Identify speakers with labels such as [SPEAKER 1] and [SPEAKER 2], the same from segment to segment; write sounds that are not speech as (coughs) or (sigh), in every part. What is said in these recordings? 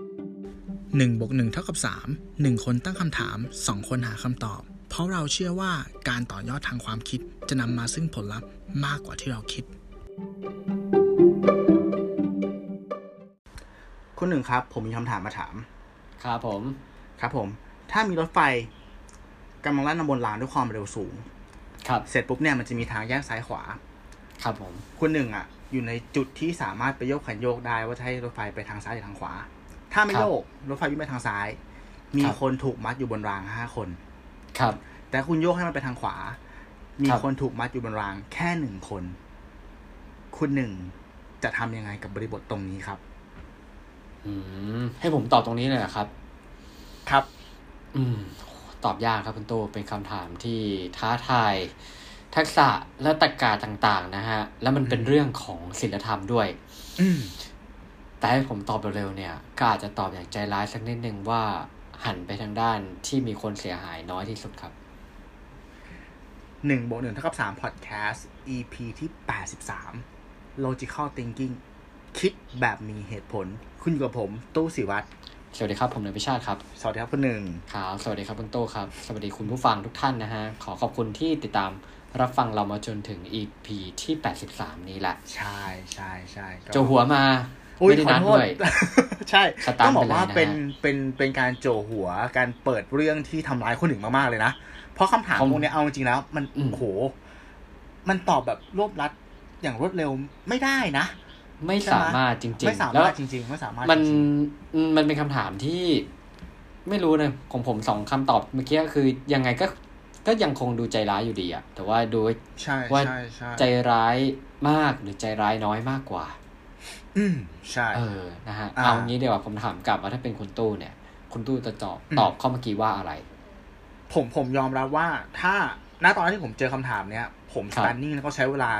[SPEAKER 1] 1บวก1เท่ากับ3 1 คนตั้งคำถาม 2 คนหาคำตอบ เพราะเราเชื่อว่าการต่อยอดทางความคิดจะนำมาซึ่งผลลัพธ์มากกว่าที่เราคิด คุณหนึ่งครับ ผมมีคำถามมาถาม
[SPEAKER 2] ครับผม
[SPEAKER 1] ครับผม ถ้ามีรถไฟกำลังลั่นบนรางด้วยความเร็วสูง
[SPEAKER 2] ครับ
[SPEAKER 1] เสร็จปุ๊บเนี่ยมันจะมีทางแยกซ้ายขวา
[SPEAKER 2] ครับผม
[SPEAKER 1] คุณหนึ่งอ่ะ อยู่ในจุดที่สามารถไปโยกขันโยกได้ว่าจะให้รถไฟไปทางซ้ายหรือทางขวา ถ้าไม่
[SPEAKER 2] ครับ
[SPEAKER 1] โยกรถไฟวิ่งไปทางซ้าย มี
[SPEAKER 2] ครับ
[SPEAKER 1] คนถูกมัดอยู่บนรางห้าคน
[SPEAKER 2] ครับ
[SPEAKER 1] แต่คุณโยกให้มันไปทางขวา มี
[SPEAKER 2] ครับ
[SPEAKER 1] คนถูกมัดอยู่บนรางแค่หนึ่งคน คุณหนึ่งจะทำยังไงกับบริบทตรงนี้ครับ
[SPEAKER 2] อืมให้ผมตอบตรงนี้เลยเหรอครับ
[SPEAKER 1] ครับ
[SPEAKER 2] อืมโหตอบยากครับคุณตูเป็นคำถามที่ท้าทาย ทักษะและตรรกะต่างๆ นะฮะ แล้วมันเป็นเรื่องของศิลธรรมด้วย
[SPEAKER 1] อืม
[SPEAKER 2] แต่ให้ผมตอบเร็วๆเนี่ย ก็อาจจะตอบอย่างใจร้ายสักนิดนึงว่าหันไปทางด้านที่มีคนเสียหายน้อยที่สุดครับ
[SPEAKER 1] หนึ่งบวกหนึ่งเท่ากับสามพอดแคสต์ EP ที่แปดสิบสาม logical thinking คิดแบบมีเหตุผล คุณอยู่กับผม ตู้สิวัตร
[SPEAKER 2] สวัสดีครับผมนายพิชาติครับ
[SPEAKER 1] สวัสดีครับคุณหนึ่ง
[SPEAKER 2] ครับสวัสดีครับคุณโตครับ สวัสดีคุณผู้ฟังทุกท่านนะฮะ ขอขอบคุณที่ติดตามรับฟังเรามาจนถึง EP ที่ 83 นี้แหละ
[SPEAKER 1] ใช่ใช่ใช่ก็
[SPEAKER 2] โจหัวมา
[SPEAKER 1] อุ๊ย
[SPEAKER 2] ไม่
[SPEAKER 1] ขอ
[SPEAKER 2] ได้นัด
[SPEAKER 1] โทษ
[SPEAKER 2] ด้วย
[SPEAKER 1] ใช่
[SPEAKER 2] สตาร์ท
[SPEAKER 1] ต้องบอกว่า
[SPEAKER 2] ไปเลยนะฮะ
[SPEAKER 1] เป็นเป็นเป็นการโจหัวการเปิดเรื่องที่ทำร้ายคนหนึ่งมากๆเลยนะ เพราะคำถามพวกเนี้ยเอาจริงๆแล้ว มัน
[SPEAKER 2] อืม
[SPEAKER 1] โอ้โห มันตอบแบบรวบรัดอย่างรวดเร็วไม่ได้นะ
[SPEAKER 2] ไม่สามารถจริง
[SPEAKER 1] ไม่สา
[SPEAKER 2] ๆ แล้ว
[SPEAKER 1] มารถจริงๆไม่สามารถ
[SPEAKER 2] มัน
[SPEAKER 1] จริง
[SPEAKER 2] อืมมันเป็นคำถามที่ไม่รู้นะของผมสองคำตอบเมื่อกี้ก็คือยังไงก็ก็ยังคงดูใจร้ายอยู่ดีอะแต่ว่าดูว่า
[SPEAKER 1] ๆใช่ใช่ใช่
[SPEAKER 2] ใจร้ายมากหรือใจร้ายน้อยมากกว่า
[SPEAKER 1] อืมใช่
[SPEAKER 2] เออนะฮะ
[SPEAKER 1] อ่า
[SPEAKER 2] เอางี้เดี๋ยวาผมถามกลับว่าถ้าเป็นคุณตู้เนี่ย คุณตู้จะตอบ
[SPEAKER 1] อืม
[SPEAKER 2] ตอบข้อเมื่อกี้ว่าอะไร
[SPEAKER 1] ผมผมยอมรับว่าถ้าณตอนที่ผมเจอคำถามเนี้ย ผม
[SPEAKER 2] ค
[SPEAKER 1] ส
[SPEAKER 2] รับ
[SPEAKER 1] แตนนิ่งแล้วก็ใช้เวลา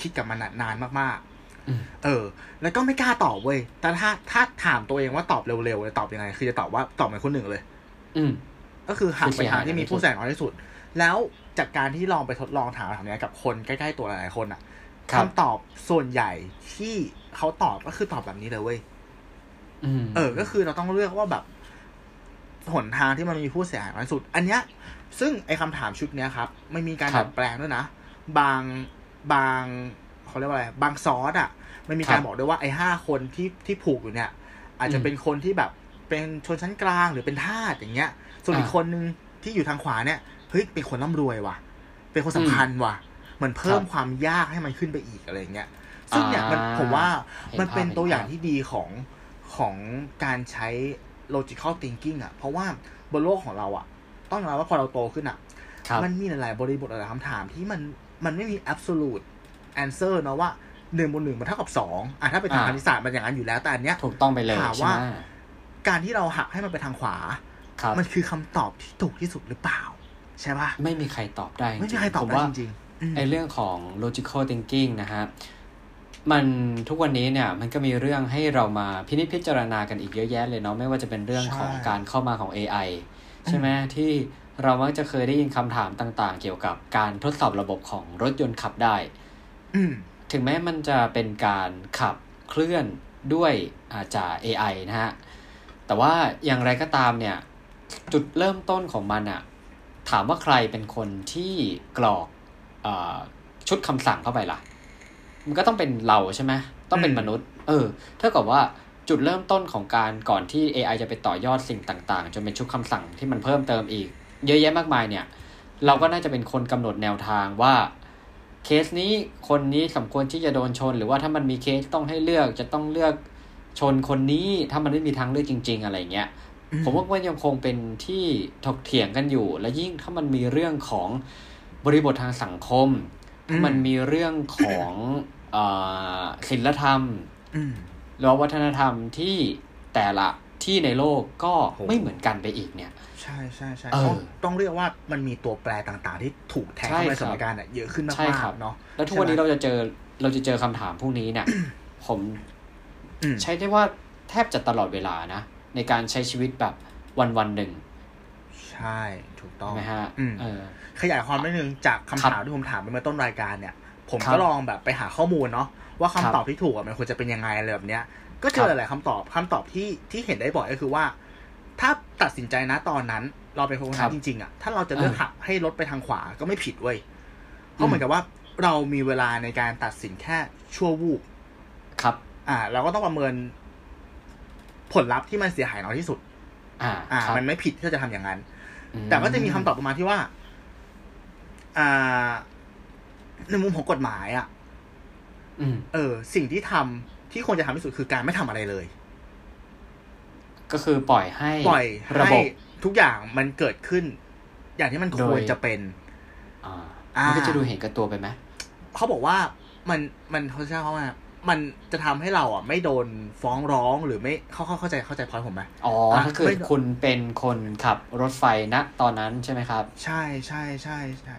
[SPEAKER 1] คิดกับมันนานมาก
[SPEAKER 2] อืม
[SPEAKER 1] ๆ เออ แล้วก็ไม่กล้าตอบเว้ย แต่ถ้าถ้าถามตัวเองว่าตอบเร็วๆเลยตอบยังไง คือจะตอบว่าตอบเหมือนคนหนึ่งเลย
[SPEAKER 2] อืม
[SPEAKER 1] ก็คือหักไปทางที่มี
[SPEAKER 2] คือ
[SPEAKER 1] ผู้
[SPEAKER 2] เสียหาย
[SPEAKER 1] เสียหายน้อยที่สุด แล้วจากการที่ลองไปทดลองถามถามเนี้ยกับคนใกล้ๆตัวหลายๆคนอ่ะคำตอบส่วนใหญ่ที่เขาตอบก็คือตอบแบบนี้เลยเว้ย
[SPEAKER 2] อืม
[SPEAKER 1] เออ ก็คือเราต้องเลือกว่าแบบหนทางที่มันมีผู้เสียหายน้อยสุด อันเนี้ย ซึ่งไอคำถามชุดเนี้ยครับ ไม่มีการดัดแปลงด้วยนะ บางบางเขาเรียกว่าอะไร บางซอสอ่ะ มันมีการบอกด้วยว่าไอห้าคนที่ที่ผูกอยู่เนี่ย อาจจะเป็นคนที่แบบเป็นชนชั้นกลางหรือเป็นทาสอย่างเงี้ย ส่วนอีกคนนึงที่อยู่ทางขวาเนี่ย เฮ้ย เป็นคนร่ำรวยว่ะ เป็นคนสำคัญว่ะ เหมือนเพิ่มความยากให้มันขึ้นไปอีกอะไรอย่างเงี้ย ซึ่งเนี่ยมัน
[SPEAKER 2] อ่า
[SPEAKER 1] ผมว่า
[SPEAKER 2] ห็
[SPEAKER 1] มันเป็น
[SPEAKER 2] ภพ
[SPEAKER 1] ตัวอย่าง
[SPEAKER 2] ห็นภพ
[SPEAKER 1] ที่ดีของของการใช้ logical thinking อะเพราะว่าบนโลกของเราอะต้องยอมรับว่าพอเราโตขึ้นอะ
[SPEAKER 2] ครับ
[SPEAKER 1] มันมีหลาย ๆ บริบทหลายๆคำถามที่มันมันไม่มี absolute answer เนอะว่าหนึ่งบนหนึ่งมันเท่ากับสองอ่ะถ้าเป็นทาง
[SPEAKER 2] อ่า
[SPEAKER 1] คณิตศาสตร์มันอย่างนั้นอยู่แล้วแต่อันเนี้ย
[SPEAKER 2] ถูกต้องไปเลย
[SPEAKER 1] ถาม
[SPEAKER 2] ใช่
[SPEAKER 1] ว่า
[SPEAKER 2] ไหม
[SPEAKER 1] การที่เราหักให้มันไปทางขวา
[SPEAKER 2] ครับ
[SPEAKER 1] มันคือคำตอบที่ถูกที่สุดหรือเปล่า ใช่ปะ
[SPEAKER 2] ไม่มีใครตอบได้จงๆ
[SPEAKER 1] ไม่มีใครตอบ
[SPEAKER 2] ผม
[SPEAKER 1] ได้
[SPEAKER 2] ว่า
[SPEAKER 1] จริงๆอืม
[SPEAKER 2] ไอเรื่องของ logical thinking นะฮะ มันทุกวันนี้เนี่ย มันก็มีเรื่องให้เรามาพินิจพิจารณากันอีกเยอะแยะเลยเนาะไม่ว่าจะเป็นเรื่องของการเข้ามาของ AI ใช่ไหมที่เรามักจะเคยได้ยินคำถามต่างๆ เกี่ยวกับการทดสอบระบบของรถยนต์ขับได้
[SPEAKER 1] อืม
[SPEAKER 2] ถึงแม้มันจะเป็นการขับเคลื่อนด้วยอาจจะ AI นะฮะ แต่ว่าอย่างไรก็ตามเนี่ย จุดเริ่มต้นของมันอะถามว่าใครเป็นคนที่กรอกเออชุดคำสั่งเข้าไปล่ะ มันก็ต้องเป็นเราใช่ไหมต้องเป็น
[SPEAKER 1] อืม
[SPEAKER 2] มนุษย์ เออ เท่ากับว่าจุดเริ่มต้นของการก่อนที่ AI จะไปต่อยอดสิ่งต่างๆ จนเป็นชุดคำสั่งที่มันเพิ่มเติมอีก เยอะแยะมากมายเนี่ย เราก็น่าจะเป็นคนกำหนดแนวทางว่า เคสนี้คนนี้สมควรที่จะโดนชน หรือว่าถ้ามันมีเคสต้องให้เลือกจะต้องเลือกชนคนนี้ถ้ามันไม่มีทางเลือกจริง ๆ อะไรเงี้ย
[SPEAKER 1] อื
[SPEAKER 2] ผมว่ามันยังคงเป็นที่ถกเถียงกันอยู่ และยิ่งถ้ามันมีเรื่องของบริบททางสังคม ถ้ามันมีเรื่องของเอ่อศิลธรรม
[SPEAKER 1] อืม
[SPEAKER 2] หรือว่าวัฒนธรรมที่แต่ละที่ในโลกก็
[SPEAKER 1] โห
[SPEAKER 2] ไม่เหมือนกันไปอีกเนี่ย
[SPEAKER 1] ใช่ใช่ใช่
[SPEAKER 2] เออ
[SPEAKER 1] ต้องต้องเรียกว่ามันมีตัวแปรต่างๆ ที่ถูกแทง
[SPEAKER 2] ใช่
[SPEAKER 1] เข้าไปใน
[SPEAKER 2] ค
[SPEAKER 1] ส
[SPEAKER 2] รับ
[SPEAKER 1] มการเนี่ยเยอะขึ้นมา
[SPEAKER 2] ใช่ครับ
[SPEAKER 1] กๆเนาะ
[SPEAKER 2] แล้วทุกวัน
[SPEAKER 1] ใช่
[SPEAKER 2] นี้
[SPEAKER 1] ไหม
[SPEAKER 2] เราจะเจอเราจะเจอคำถามพวกนี้เนี่ย (coughs) ผม
[SPEAKER 1] อืม
[SPEAKER 2] ใช้ได้ว่าแทบจะตลอดเวลานะ ในการใช้ชีวิตแบบวันวันๆหนึ่ง
[SPEAKER 1] ใช่ถูกต้อ
[SPEAKER 2] ใช่
[SPEAKER 1] ง
[SPEAKER 2] ไหมฮะ
[SPEAKER 1] อืม
[SPEAKER 2] เออ
[SPEAKER 1] ขยายความนิดนึงจากคำ
[SPEAKER 2] ครับ
[SPEAKER 1] ถามที่ผมถามไปเมื่อต้นรายการเนี่ย ผม
[SPEAKER 2] ครับ
[SPEAKER 1] ก็ลองแบบไปหาข้อมูลเนาะว่าคำ
[SPEAKER 2] ครับ
[SPEAKER 1] ตอบที่ถูกอะมันควรจะเป็นยังไงอะไรแบบเนี้ย ก็เจ
[SPEAKER 2] ครั
[SPEAKER 1] อบ หลายๆคำตอบคำตอบที่ที่เห็นได้บ่อยก็คือว่า ถ้าตัดสินใจนะตอนนั้น เราเป็นคนคน
[SPEAKER 2] ครั
[SPEAKER 1] นั้
[SPEAKER 2] บ
[SPEAKER 1] นจริง ๆ อ่ะ ถ้าเราจะเลือก
[SPEAKER 2] อ่า
[SPEAKER 1] หักให้รถไปทางขวาก็ไม่ผิดเว้ยเพ
[SPEAKER 2] อื
[SPEAKER 1] ราะ
[SPEAKER 2] ม
[SPEAKER 1] เหมือนกับว่าเรามีเวลาในการตัดสินแค่ชั่ววูบ
[SPEAKER 2] ครับ
[SPEAKER 1] อ่า เราก็ต้องประเมิน ผลลัพธ์ที่มันเสียหายน้อยที่สุด
[SPEAKER 2] อ่า
[SPEAKER 1] อ่า
[SPEAKER 2] ครับ
[SPEAKER 1] มันไม่ผิดที่เราจะทำอย่างนั้น
[SPEAKER 2] อื
[SPEAKER 1] แต่ก็จะมีคำตอบประมาณที่ว่า อ่า ในมุมของกฎหมายอ่ะ
[SPEAKER 2] อืม
[SPEAKER 1] เออ สิ่งที่ทำที่ควรจะทำที่สุดคือการไม่ทำอะไรเลย
[SPEAKER 2] ก็คือปล่อยให้
[SPEAKER 1] ปล่อย
[SPEAKER 2] ระ
[SPEAKER 1] ให้
[SPEAKER 2] บบ
[SPEAKER 1] ทุกอย่างมันเกิดขึ้น อย่างที่มัน
[SPEAKER 2] โดย
[SPEAKER 1] ควรจะเป็น
[SPEAKER 2] อ่า
[SPEAKER 1] อ่ามั
[SPEAKER 2] มันก็จะดูเห็นกับตัวไปไหม
[SPEAKER 1] เขาบอกว่ามันมันเขาใช้คำว่ามันจะทำให้เราอ่ะ ไม่โดนฟ้องร้องหรือไม่เข้าเข้าเข้าใจเข้าใจพอยผมไหม
[SPEAKER 2] อ๋อ
[SPEAKER 1] อ่ะ
[SPEAKER 2] ถ้าเกิ
[SPEAKER 1] ไม่
[SPEAKER 2] ดคุณเป็นคนขับรถไฟณตอนนั้นใช่ไหมครับ
[SPEAKER 1] ใช่ใช่ใช่ใช่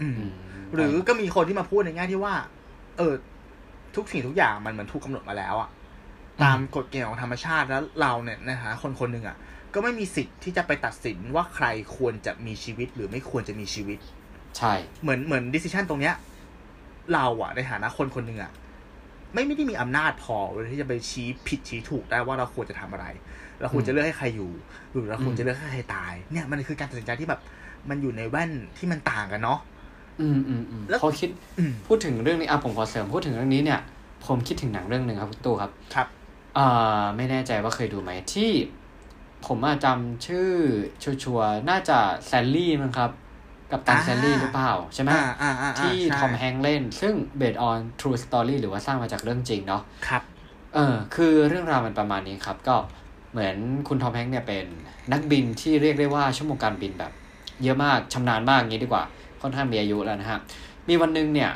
[SPEAKER 1] อืม
[SPEAKER 2] อืม
[SPEAKER 1] หรือก็มีคนที่มาพูดในแง่ที่ว่า เออ ทุกสิ่งทุกอย่างมันเหมือนถูกกำหนดมาแล้วอะตามกฎเกณฑ์ของธรรมชาติแล้วเราเนี่ยนะฮะคนคนหนึ่งอะก็ไม่มีสิทธิ์ที่จะไปตัดสินว่าใครควรจะมีชีวิตหรือไม่ควรจะมีชีวิต
[SPEAKER 2] ใช่
[SPEAKER 1] เหมือนเหมือนดิสซิชันตรงเนี้ย เราอะในฐานะคนคนหนึ่งอะไม่ไม่ได้มีอำนาจพอที่จะไปชี้ผิดชี้ถูกได้ว่าเราควรจะทำอะไร เราควรจะเลือกให้ใครอยู่ หรือเราควรจะเลือกให้ใครตาย เนี่ยมันคือการตัดสินใจที่แบบ มันอยู่ในแว่นที่มันต่างกันเนาะ
[SPEAKER 2] อืมอืมอืม
[SPEAKER 1] แล้ว
[SPEAKER 2] เขาคิด
[SPEAKER 1] อืม
[SPEAKER 2] พูดถึงเรื่องนี้อ่ะผมขอเสริมพูดถึงเรื่องนี้เนี่ย ผมคิดถึงหนังเรื่องหนึ่งครับคุณตู้ครับ
[SPEAKER 1] ครับ
[SPEAKER 2] เอ่อไม่แน่ใจว่าเคยดูไหมที่ ผมอะจำชื่อชัวร์ๆน่าจะแซลลี่มั้งครับ กับตัน
[SPEAKER 1] อ่า
[SPEAKER 2] แซลลี่หรือเปล่าใช่ไหม
[SPEAKER 1] อ่าอ่าอ่าา
[SPEAKER 2] ที่
[SPEAKER 1] ใช่
[SPEAKER 2] ทอมแฮงค์เล่น ซึ่งเบสออนทรูสตอรี่หรือว่าสร้างมาจากเรื่องจริงเนาะ
[SPEAKER 1] ครับ
[SPEAKER 2] เออคือเรื่องราวมันประมาณนี้ครับ ก็เหมือนคุณทอมแฮงค์เนี่ยเป็นนักบินที่เรียกได้ว่าชั่วโมงการบินแบบ เยอะมากชำนาญมากอย่างนี้ดีกว่า ค่อนข้างมีอายุแล้วนะฮะ มีวันหนึ่งเนี่ย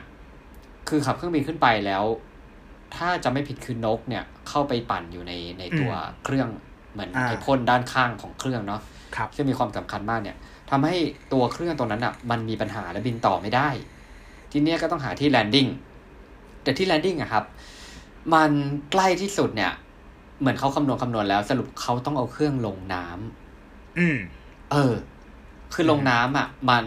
[SPEAKER 2] คือขับเครื่องบินขึ้นไปแล้ว ถ้าจะไม่ผิดคือนกเนี่ย เข้าไปปั่นอยู่ในในตัวเครื่องเหมือน
[SPEAKER 1] อ่า
[SPEAKER 2] ไอพ่นด้านข้างของเครื่องเนาะ
[SPEAKER 1] ครับ
[SPEAKER 2] ซึ่งมีความสำคัญมากเนี่ยทำให้ตัวเครื่องตัวนั้นอ่ะมันมีปัญหาและบินต่อไม่ได้ ทีเนี้ยก็ต้องหาที่แลนดิ้งแต่ที่แลนดิ้งอะครับ มันใกล้ที่สุดเนี่ย เหมือนเขาคำนวณคำนวณแล้ว สรุปเขาต้องเอาเครื่องลงน้ำ
[SPEAKER 1] อืม
[SPEAKER 2] เออ คือลงน้ำอ่ะ มัน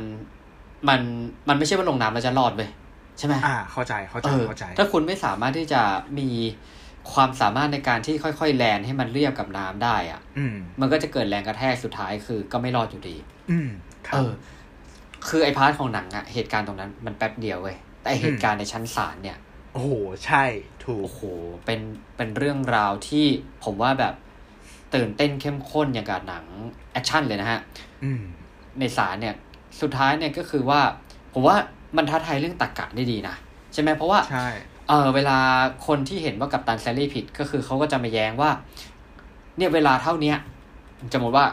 [SPEAKER 2] มัน มันไม่ใช่ว่าลงน้ำแล้วจะรอดเว้ยใช่ไหม
[SPEAKER 1] อ่า เข้าใจ เข้าใจ
[SPEAKER 2] เออ
[SPEAKER 1] เข้าใจ
[SPEAKER 2] ถ้าคุณไม่สามารถที่จะมีความสามารถในการที่ค่อยๆแลนให้มันเรียบกับน้ำได้อ่ะ
[SPEAKER 1] อืม
[SPEAKER 2] มันก็จะเกิดแรงกระแทกสุดท้ายคือก็ไม่รอดอยู่ดี
[SPEAKER 1] อืม ค
[SPEAKER 2] เอ
[SPEAKER 1] รับ
[SPEAKER 2] อ คือไอ้พาร์ทของหนังอ่ะ เหตุการณ์ตรงนั้นมันแป๊บเดียวเว้ย แต่ไอ้เหตุการณ์ในชั้นศาลเนี่ย
[SPEAKER 1] โอ้โห ใช่ ถูก
[SPEAKER 2] โอ้โห เป็น เป็นเรื่องราวที่ผมว่าแบบตื่นเต้นเข้มข้นอย่างกับหนังแอคชั่นเลยนะฮะ
[SPEAKER 1] อืม
[SPEAKER 2] ในศาลเนี่ยสุดท้ายเนี่ยก็คือว่า ผมว่ามันท้าทายเรื่องตรรกะได้ดีนะ ใช่ไหมเพราะว่า
[SPEAKER 1] ใช่
[SPEAKER 2] เออเวลาคนที่เห็นว่ากัปตันแซลลี่ผิดก็คือเขาก็จะมาแย้งว่า เนี่ยเวลาเท่าเนี้ยสมมติว่า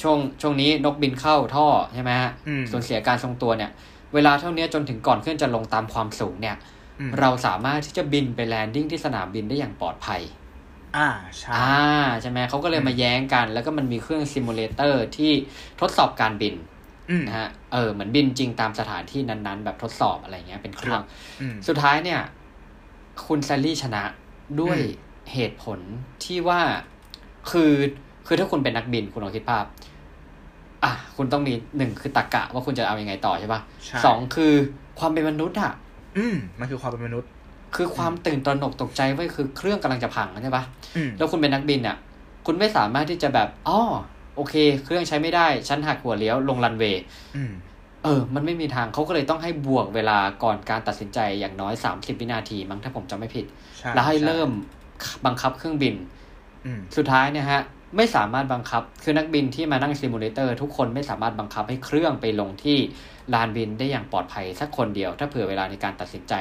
[SPEAKER 2] ช่วงช่วงนี้นกบินเข้าท่อใช่ไหมฮะ
[SPEAKER 1] อืม
[SPEAKER 2] ส่วนเสียการทรงตัวเนี่ย เวลาเท่าเนี้ยจนถึงก่อนเคลื่อนจะลงตามความสูงเนี่ย
[SPEAKER 1] อืม
[SPEAKER 2] เราสามารถที่จะบินไปแลนดิ้งที่สนามบินได้อย่างปลอดภัย
[SPEAKER 1] อ่า ใช่
[SPEAKER 2] อ่าใช่ไหมเขาก็เลยมาแย้งกัน แล้วก็มันมีเครื่องซิมูเลเตอร์ที่ทดสอบการบิน
[SPEAKER 1] อืม
[SPEAKER 2] นะฮะ เออ เหมือนบินจริงตามสถานที่นั้นๆ แบบทดสอบอะไรเงี้ย เป็นเครื่อง
[SPEAKER 1] อืม
[SPEAKER 2] สุดท้ายเนี่ย คุณแซลลี่ชนะด้วย
[SPEAKER 1] อืม
[SPEAKER 2] เหตุผลที่ว่า คือ คือถ้าคุณเป็นนักบินคุณลองคิดภาพ อ่ะ คุณต้องมีหนึ่งคือตรกกะว่าคุณจะเอาอยัางไงต่อใช่ปะ
[SPEAKER 1] ใช่
[SPEAKER 2] สองคือความเป็นมนุษย์อะ
[SPEAKER 1] อืม มันคือความเป็นมนุษย์
[SPEAKER 2] คือความตื่นตระหนกตกใจไว้ยคือเครื่องกำลังจะพังใช่ปะ
[SPEAKER 1] อืม
[SPEAKER 2] แล้วคุณเป็นนักบินอ่ะ คุณไม่สามารถที่จะแบบอ๋อโอเค เครื่องใช้ไม่ได้ ฉันหักหัวเลี้ยวลงรันเวย์
[SPEAKER 1] อืม
[SPEAKER 2] เออ มันไม่มีทางเขาก็เลยต้องให้บวกเวลาก่อนการตัดสินใจอย่างน้อย 30 วินาที มั้งถ้าผมจำไม่ผิด
[SPEAKER 1] ใช่
[SPEAKER 2] แล้วให้
[SPEAKER 1] ช่
[SPEAKER 2] เริ่มบังคับเครื่องบิน
[SPEAKER 1] อืม
[SPEAKER 2] สุดท้ายเนี่ยฮะ ไม่สามารถบังคับ คือนักบินที่มานั่งซิมูเลเตอร์ทุกคนไม่สามารถบังคับให้เครื่องไปลงที่ลานบินได้อย่างปลอดภัยสักคนเดียว ถ้าเผื่อเวลาในการตัดสินใจ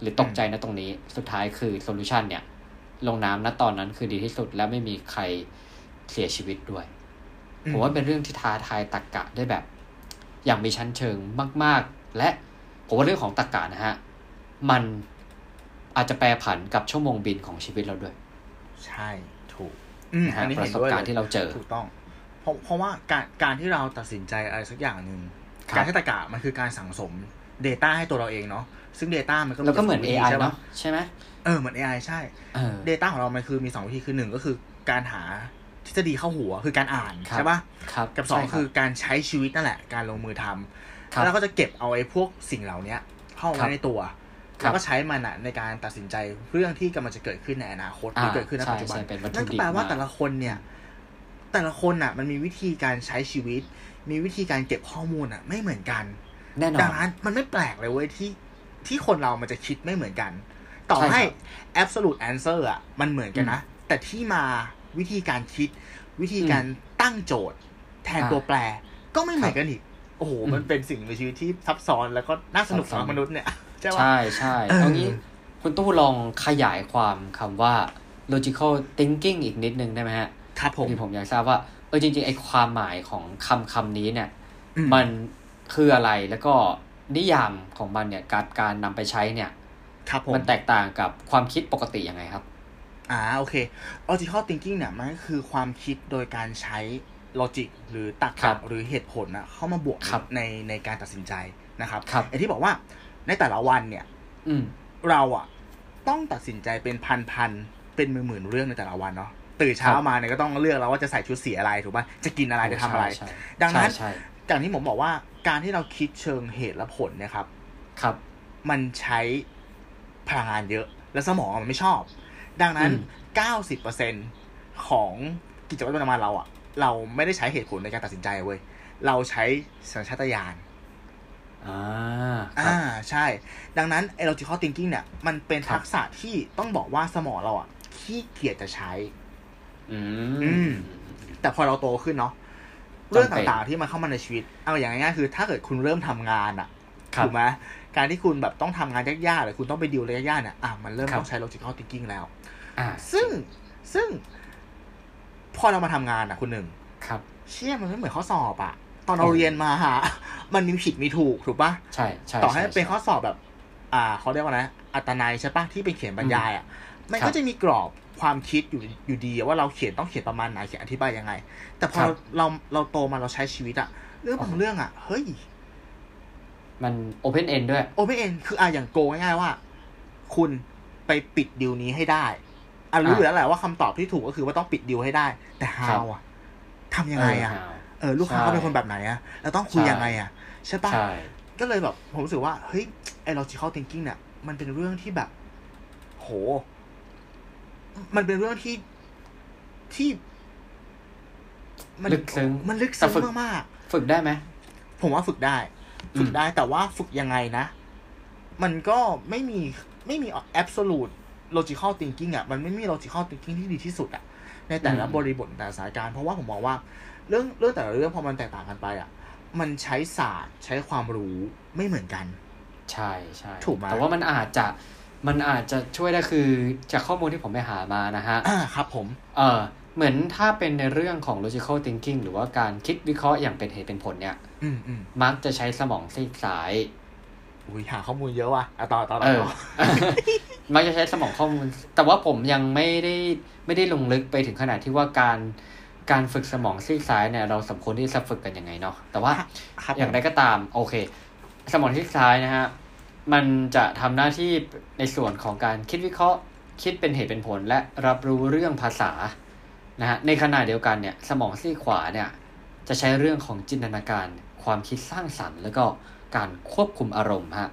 [SPEAKER 2] หรือตกใจนะตรงนี้ สุดท้ายคือโซลูชันเนี่ย ลงน้ำนะตอนนั้นคือดีที่สุด และไม่มีใครเสียชีวิตด้วย
[SPEAKER 1] อืม
[SPEAKER 2] ผมว่าเป็นเรื่องที่ท้าทายตรกกะได้แบบ อย่างมีชั้นเชิงมาก ๆ และผมว่าเรื่องของตรกกะนะฮะ มันอาจจะแปรผันกับชั่วโมงบินของชีวิตเราด้วย
[SPEAKER 1] ใช่ ถูก อืม
[SPEAKER 2] นะ
[SPEAKER 1] อั
[SPEAKER 2] ฮะ
[SPEAKER 1] นนี้
[SPEAKER 2] ป
[SPEAKER 1] เห็
[SPEAKER 2] ระ
[SPEAKER 1] น
[SPEAKER 2] สบ
[SPEAKER 1] ด้วย
[SPEAKER 2] การณ์
[SPEAKER 1] เลย
[SPEAKER 2] ที่เราเจอ
[SPEAKER 1] ถูกต้อง เพราะ เพราะว่าการ การที่เราตัดสินใจอะไรสักอย่างหนึ่ง
[SPEAKER 2] ครับ
[SPEAKER 1] การใช้ตรรกะมันคือการสั่งสม Data ให้ตัวเราเองเนาะ ซึ่ง Data มันก็
[SPEAKER 2] แล้วก็เหมือ
[SPEAKER 1] ส
[SPEAKER 2] น
[SPEAKER 1] งวิธี
[SPEAKER 2] AI
[SPEAKER 1] ใช่ป
[SPEAKER 2] เนาะใช่ไหม
[SPEAKER 1] เออ เหมือน AI ใช่
[SPEAKER 2] เออ
[SPEAKER 1] Data ของเรา มันคือมีสองวิธี คือหนึ่งก็คือการหาทฤษฎีเข้าหัว คือการอ่าน
[SPEAKER 2] ครับ
[SPEAKER 1] ใช่ปะ
[SPEAKER 2] ครับ
[SPEAKER 1] กับสอง
[SPEAKER 2] ใช่รับ
[SPEAKER 1] คือการใช้ชีวิตนั่นแหละ การลงมือทำ
[SPEAKER 2] ครับ
[SPEAKER 1] แล้วก็จะเก็บเอาไอ้พวกสิ่งเหล่าเนี้ย เข้า
[SPEAKER 2] ครั
[SPEAKER 1] ไว้
[SPEAKER 2] บ
[SPEAKER 1] ในตัว
[SPEAKER 2] ครับ
[SPEAKER 1] แล้วก็ใช้มันอะในการตัดสินใจเรื่องที่กำลังจะเกิดขึ้นในอนาคตหรืออา เกิดขึ้นใน
[SPEAKER 2] ใช่
[SPEAKER 1] ปัจจุบัน
[SPEAKER 2] ใช่เป็นวัตถุดิบ
[SPEAKER 1] นั่นก็แปลว่า
[SPEAKER 2] มา
[SPEAKER 1] แต่ละคนเนี่ย แต่ละคนอ่ะ มันมีวิธีการใช้ชีวิต มีวิธีการเก็บข้อมูลอ่ะ ไม่เหมือนกัน
[SPEAKER 2] แน่นอ
[SPEAKER 1] ดั
[SPEAKER 2] น
[SPEAKER 1] งนั้นมันไม่แปลกเลยเว้ยที่ที่คนเรามันจะคิดไม่เหมือนกัน ต่อให้
[SPEAKER 2] ใช่ครับ
[SPEAKER 1] absolute answer อ่ะ มันเหมือนกันนะ แต่ที่มาวิธีการคิด วิธีการตั้งโจทย์ แทน
[SPEAKER 2] อ่า
[SPEAKER 1] ตัวแปร ก็ไม่เหมือนกันอีก โอ้โห
[SPEAKER 2] อืม
[SPEAKER 1] มันเป็นสิ่งมีชีวิตที่ซับซ้อนแล้วก็น่าสนุก
[SPEAKER 2] ซับ
[SPEAKER 1] สำ
[SPEAKER 2] ซ้
[SPEAKER 1] หรับ
[SPEAKER 2] อน
[SPEAKER 1] มนุษย์เนี่ย ใช่ปะ
[SPEAKER 2] ใช่ใช่
[SPEAKER 1] เออ
[SPEAKER 2] เอางี้คุณตู้ลองขยายความคำว่า logical thinking อีกนิดนึงได้ไหมฮะ
[SPEAKER 1] ครับผม
[SPEAKER 2] ที่ผมอยากทราบว่าเออจริงๆไอ้ความหมายของคำคำนี้เนี่ย
[SPEAKER 1] อืม
[SPEAKER 2] มันคืออะไรแล้วก็นิยามของมันเนี่ยการการนำไปใช้เนี่ย
[SPEAKER 1] ครับผม
[SPEAKER 2] มันแตกต่างกับความคิดปกติยังไงครับ
[SPEAKER 1] อ่าโอเค logical thinking เนี่ยมันก็คือความคิดโดยการใช้ logic หรือตรร
[SPEAKER 2] ครั
[SPEAKER 1] กะ
[SPEAKER 2] บ
[SPEAKER 1] หรือเหตุผลนะเข้ามาบวก
[SPEAKER 2] ครับ
[SPEAKER 1] ในในการตัดสินใจนะครับ
[SPEAKER 2] ครับ
[SPEAKER 1] ไอ้ที่บอกว่าในแต่ละวันเนี่ย
[SPEAKER 2] อืม
[SPEAKER 1] เราอะต้องตัดสินใจเป็นพันพันๆเป็นหมื่นหมื่นๆเรื่องในแต่ละวันเนาะตื่นเช้า
[SPEAKER 2] ครับ
[SPEAKER 1] มาเนี่ยก็ต้องเลือกแล้วว่าจะใส่ชุดสีอะไรถูกป่ะจะกินอะไรจะทำอะไร
[SPEAKER 2] ใช่ใช่
[SPEAKER 1] ดังนั้น
[SPEAKER 2] ใช่ใช่
[SPEAKER 1] อย่างที่ผมบอกว่าการที่เราคิดเชิงเหตุและผลเนี่ยครับ
[SPEAKER 2] ครับ
[SPEAKER 1] มันใช้พลังงานเยอะ และสมองมันไม่ชอบ ดังนั้น
[SPEAKER 2] อืม
[SPEAKER 1] 90%ของกิจวัตรประจำวันเราอะเราไม่ได้ใช้เหตุผลในการตัดสินใจเว้ย เราใช้สัญชาตญาณ
[SPEAKER 2] อ่าครั
[SPEAKER 1] อ่า
[SPEAKER 2] บ
[SPEAKER 1] ใช่ ดังนั้น ไอ้ logical thinking เนี่ย มันเป็น
[SPEAKER 2] ครับ
[SPEAKER 1] ทักษะที่ต้องบอกว่าสมองเราอะขี้เกียจจะใช้
[SPEAKER 2] อื
[SPEAKER 1] อื
[SPEAKER 2] ม
[SPEAKER 1] ม แต่พอเราโตขึ้นเนาะ
[SPEAKER 2] จำเป็น
[SPEAKER 1] เรื่องต่างๆที่มันเข้ามาในชีวิต เอาอย่างง่ายๆคือ ถ้าเกิดคุณเริ่มทำงานอะ
[SPEAKER 2] ครับ
[SPEAKER 1] ถูกไหมการที่คุณแบบต้องทำงานยากๆหรือคุณต้องไปดีลอะไรยากๆเนี่ยอ่ะมันเริ่ม
[SPEAKER 2] ครับ
[SPEAKER 1] ต้องใช้ logical thinking แล้ว
[SPEAKER 2] อ่า
[SPEAKER 1] ซึ่งซึ่ง พอเรามาทำงานอ่ะคุณหนึ่ง
[SPEAKER 2] ครับ
[SPEAKER 1] เชี่ยมันไม่เหมือนข้อสอบอ่ะ ตอนเรา
[SPEAKER 2] โอ้
[SPEAKER 1] เรียนมาฮะ (laughs) มันมีผิดมีถูกถูกปะ
[SPEAKER 2] ใช่ใช่
[SPEAKER 1] ต่อให้
[SPEAKER 2] ช่
[SPEAKER 1] เป็นข้อ
[SPEAKER 2] ช่
[SPEAKER 1] สอบแบบ อ่าเขาเรียกว่านะอัตนัยใช่ปะที่เป็นเขียนบรรยายอ่ะ มัน
[SPEAKER 2] ครั
[SPEAKER 1] ก็
[SPEAKER 2] บ
[SPEAKER 1] จะมีกรอบความคิดอยู่อยู่ดีว่าเราเขียนต้องเขียนประมาณไหนเขียนอธิบายยังไง แต่พอ
[SPEAKER 2] ครับ
[SPEAKER 1] เราเราโตมาเราใช้ชีวิตอะเรื่องบาง
[SPEAKER 2] โอ้
[SPEAKER 1] เรื่องอะเฮ้ย
[SPEAKER 2] มันโอเพนเอนด้วย
[SPEAKER 1] โอเ n นเอ็นคืออ่ะอย่างโกง่ายๆว่า คุณไปปิดดิวนี้ให้ได้อ่ะรู้อยู่แล้วแหละว่าคำตอบที่ถูกก็คือว่าต้องปิดดิวให้ได้ แต่
[SPEAKER 2] ครั
[SPEAKER 1] how
[SPEAKER 2] บ
[SPEAKER 1] อ่ะทำยังไงอ่ะ เออ ลูกค้า
[SPEAKER 2] ใช่
[SPEAKER 1] เขาเป็นคนแบบไหนอ่ะเราต้องคุย
[SPEAKER 2] ใช่
[SPEAKER 1] ยังไงอ่ะ ใช่ปะ
[SPEAKER 2] ใช่
[SPEAKER 1] ก็เลยแบบ ผมรู้สึกว่า เฮ้ย ไอ้ logical thinking เนี่ยมันเป็นเรื่องที่แบบ โห มันเป็นเรื่องที่ที่
[SPEAKER 2] ลึกซึ้ง
[SPEAKER 1] มันลึก
[SPEAKER 2] แต่
[SPEAKER 1] ซึ้
[SPEAKER 2] ฝึก
[SPEAKER 1] งมากๆ
[SPEAKER 2] ฝึกได้ไหม
[SPEAKER 1] ผมว่าฝึกได้
[SPEAKER 2] อืม
[SPEAKER 1] ฝึกได้แต่ว่าฝึกยังไงนะ มันก็ไม่มีไม่มี absolute logical thinking อ่ะ มันไม่มี logical thinking ที่ดีที่สุดอ่ะ ในแต่ละ
[SPEAKER 2] อืม
[SPEAKER 1] บริบทแต่ละสถานการณ์เพราะว่าผมมองว่า เรื่องเรื่องแต่ละเรื่องพอมันแตกต่างกันไปอ่ะ มันใช้ศาสตร์ใช้ความรู้ไม่เหมือนกัน
[SPEAKER 2] ใช่ใช่
[SPEAKER 1] ถูกไหม
[SPEAKER 2] แต่ว่ามันอาจจะมันอาจจะช่วยได้คือจากข้อมูลที่ผมไปหามานะฮะ
[SPEAKER 1] อ่าครับผม
[SPEAKER 2] เออเหมือนถ้าเป็นในเรื่องของ logical thinking หรือว่าการคิดวิเคราะห์อย่างเป็นเหตุเป็นผลเนี่ย
[SPEAKER 1] อืมอืม
[SPEAKER 2] มักจะใช้สมองซีกซ้าย
[SPEAKER 1] อุ้ยหาข้อมูลเยอะว่ะอ่ะต่อต่อ
[SPEAKER 2] เอ
[SPEAKER 1] ต่
[SPEAKER 2] อ
[SPEAKER 1] อ
[SPEAKER 2] (laughs) มักจะใช้สมองข้อมูล แต่ว่าผมยังไม่ได้ไม่ได้ลงลึกไปถึงขนาดที่ว่าการการฝึกสมองซีกซ้ายเนี่ย เราสมควรที่จะฝึกกันยังไงเนาะแต่ว่า
[SPEAKER 1] ครับผม
[SPEAKER 2] อย่างไรก็ตาม โอเค สมองซีกซ้ายนะฮะ มันจะทำหน้าที่ในส่วนของการคิดวิเคราะห์ คิดเป็นเหตุเป็นผล และรับรู้เรื่องภาษานะฮะในขณะเดียวกันเนี่ย สมองซีกขวาเนี่ย จะใช้เรื่องของจินตนาการ ความคิดสร้างสรรค์ แล้วก็การควบคุมอารมณ์ฮะ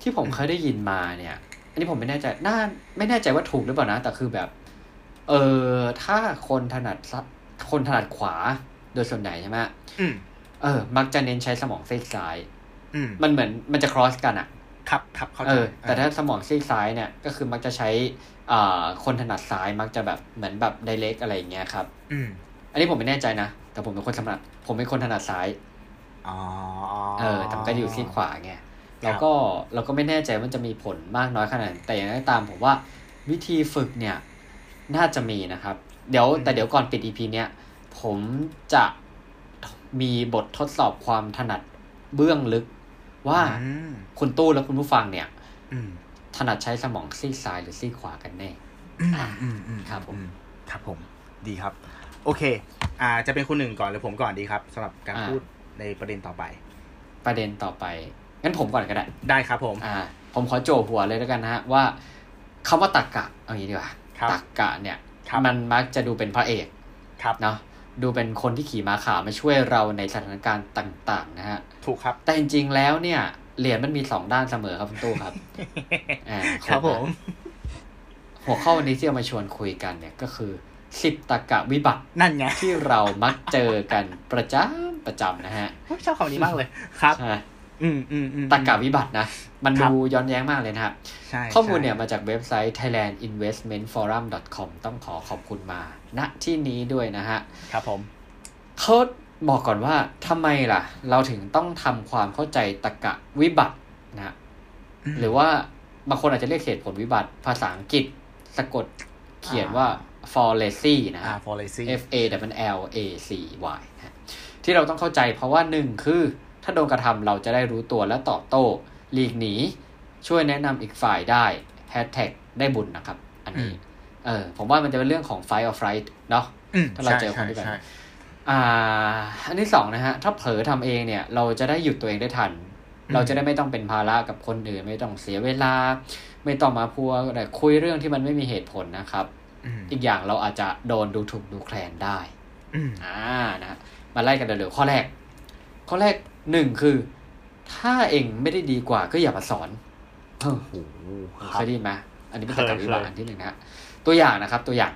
[SPEAKER 2] ที่ผมเคยได้ยินมาเนี่ย อันนี้ผมไม่แน่ใจน่าไม่แน่ใจว่าถูกหรือเปล่านะ แต่คือแบบ เออถ้าคนถนัดซ้ายคนถนัดขวาโดยส่วนใหญ่ใช่ไหมฮะ
[SPEAKER 1] อืม
[SPEAKER 2] เออ มักจะเน้นใช้สมองซีกซ้าย
[SPEAKER 1] อืม
[SPEAKER 2] มันเหมือนมันจะ cross กันอะ
[SPEAKER 1] ครับครับเข้า
[SPEAKER 2] เอ
[SPEAKER 1] ใจ
[SPEAKER 2] อ แต่ถ้าสมองซีกซ้ายเนี่ย ก็คือมักจะใช้อ่าคนถนัดซ้ายมักจะแบบเหมือนแบบ direct อะไรอย่างเงี้ยครับ
[SPEAKER 1] อืม
[SPEAKER 2] อันนี้ผมไม่แน่ใจนะ แต่ผมเป็นคนถนัด ผมเป็นคนถนัดซ้าย
[SPEAKER 1] อ๋อ
[SPEAKER 2] เออ แต่มันก็อยู่ซีกขวาไง แล้วก็เราก็ไม่แน่ใจว่าจะมีผลมากน้อยขนาดไหนแต่อย่างไรก็ตามผมว่าวิธีฝึกเนี่ยน่าจะมีนะครับ เดี๋ยว
[SPEAKER 1] อืม
[SPEAKER 2] แต่เดี๋ยวก่อนปิด EP เนี้ยผมจะมีบททดสอบความถนัดเบื้องลึก ว่า
[SPEAKER 1] อืม
[SPEAKER 2] คุณตู้และคุณผู้ฟังเนี่ย
[SPEAKER 1] อืม
[SPEAKER 2] ถนัดใช้สมองซีกซ้ายหรือซีกขวากันแน่
[SPEAKER 1] อืมอืมอืม
[SPEAKER 2] ครับผม
[SPEAKER 1] อืครับผม ดีครับ โอเค อ่า จะเป็นคุณหนึ่งก่อนหรือผมก่อนดีครับสำหรับการพูดในประเด็นต่อไป
[SPEAKER 2] ประเด็นต่อไปงั้นผมก่อนก็ได้
[SPEAKER 1] ได้ครับผม
[SPEAKER 2] อ่าผมขอโจวหัวเลยแล้วกันนะฮะว่าคำว่าตักกะเอางี้ดีกว่า
[SPEAKER 1] ครับ
[SPEAKER 2] ตักกะเนี่ย
[SPEAKER 1] ครับ
[SPEAKER 2] มันมักจะดูเป็นพระเอก
[SPEAKER 1] ครับ
[SPEAKER 2] เนาะดูเป็นคนที่ขี่ม้าขาวมาช่วยเราในสถานการณ์ต่างๆนะฮะ
[SPEAKER 1] ถูกครับ
[SPEAKER 2] แต่จริงๆแล้วเนี่ยเหรียญมันมีสองด้านเสมอครับคุณตู้ครับอ่า
[SPEAKER 1] (laughs) ครับผม
[SPEAKER 2] หัวข้อวันนี้ที่เอามาชวนคุยกันเนี่ยก็คือ สิบตรรกะวิบัติ
[SPEAKER 1] นั่นไง
[SPEAKER 2] ที่เรามักเจอกันประจำประจำนะฮะ
[SPEAKER 1] ผมชอบคำนี้มากเลยครับ
[SPEAKER 2] ใช่ไหม
[SPEAKER 1] อืมอืมอืม
[SPEAKER 2] ตรรกะวิบัตินะ มัน
[SPEAKER 1] ครับ
[SPEAKER 2] ดูย้อนแย้งมากเลยนะฮะ
[SPEAKER 1] ใช่
[SPEAKER 2] ข้อมูลเนี่ย
[SPEAKER 1] ใช่
[SPEAKER 2] มาจากเว็บไซต์ thailandinvestmentforum.com ต้องขอขอบคุณมา ณ ที่นี้ด้วยนะฮะ
[SPEAKER 1] ครับผม
[SPEAKER 2] เขาบอกก่อนว่าทำไมล่ะ เราถึงต้องทำความเข้าใจตรรกะวิบัตินะฮะ
[SPEAKER 1] ม
[SPEAKER 2] หรือว่าบางคนอาจจะเรียกเหตุผลวิบัติ ภาษาอังกฤษ สะกดเขียนว่า fallacy นะ
[SPEAKER 1] อ่า
[SPEAKER 2] ฮะ
[SPEAKER 1] policy
[SPEAKER 2] F A W L A C Y นะฮะที่เราต้องเข้าใจเพราะว่าหนึ่งคือ ถ้าโดนกระทำเราจะได้รู้ตัวและตอบโต้หลีกหนี ช่วยแนะนำอีกฝ่ายได้แฮชแท็กได้บุญนะครับ อันนี้
[SPEAKER 1] อืม
[SPEAKER 2] เออ ผมว่ามันจะเป็นเรื่องของ fight or flight เนาะ
[SPEAKER 1] ม
[SPEAKER 2] ถ้าเราเจอคนที่แบบ อ่า อันที่สองนะฮะ ถ้าเผลอทำเองเนี่ย เราจะได้หยุดตัวเองได้ทัน เราจะได้ไม่ต้องเป็นภาระกับคนอื่น ไม่ต้องเสียเวลา ไม่ต้องมาพัวแต่คุยเรื่องที่มันไม่มีเหตุผลนะครับ
[SPEAKER 1] อืม
[SPEAKER 2] อีกอย่างเราอาจจะโดนดูถูกดูแคลนได้
[SPEAKER 1] อืม
[SPEAKER 2] อ่านะฮะมาไล่กันเร็วๆข้อแรก ข้อแรกหนึ่งคือ ถ้าเองไม่ได้ดีกว่าก็อย่ามาสอนเออ
[SPEAKER 1] โอ้โหค
[SPEAKER 2] เค
[SPEAKER 1] รับ
[SPEAKER 2] ยได้ยินไหมอันนี้เป็น
[SPEAKER 1] เคย
[SPEAKER 2] ตรรกะวิบัติ
[SPEAKER 1] เคย
[SPEAKER 2] อันที่หนึ่งนะฮะตัวอย่างนะครับ ตัวอย่าง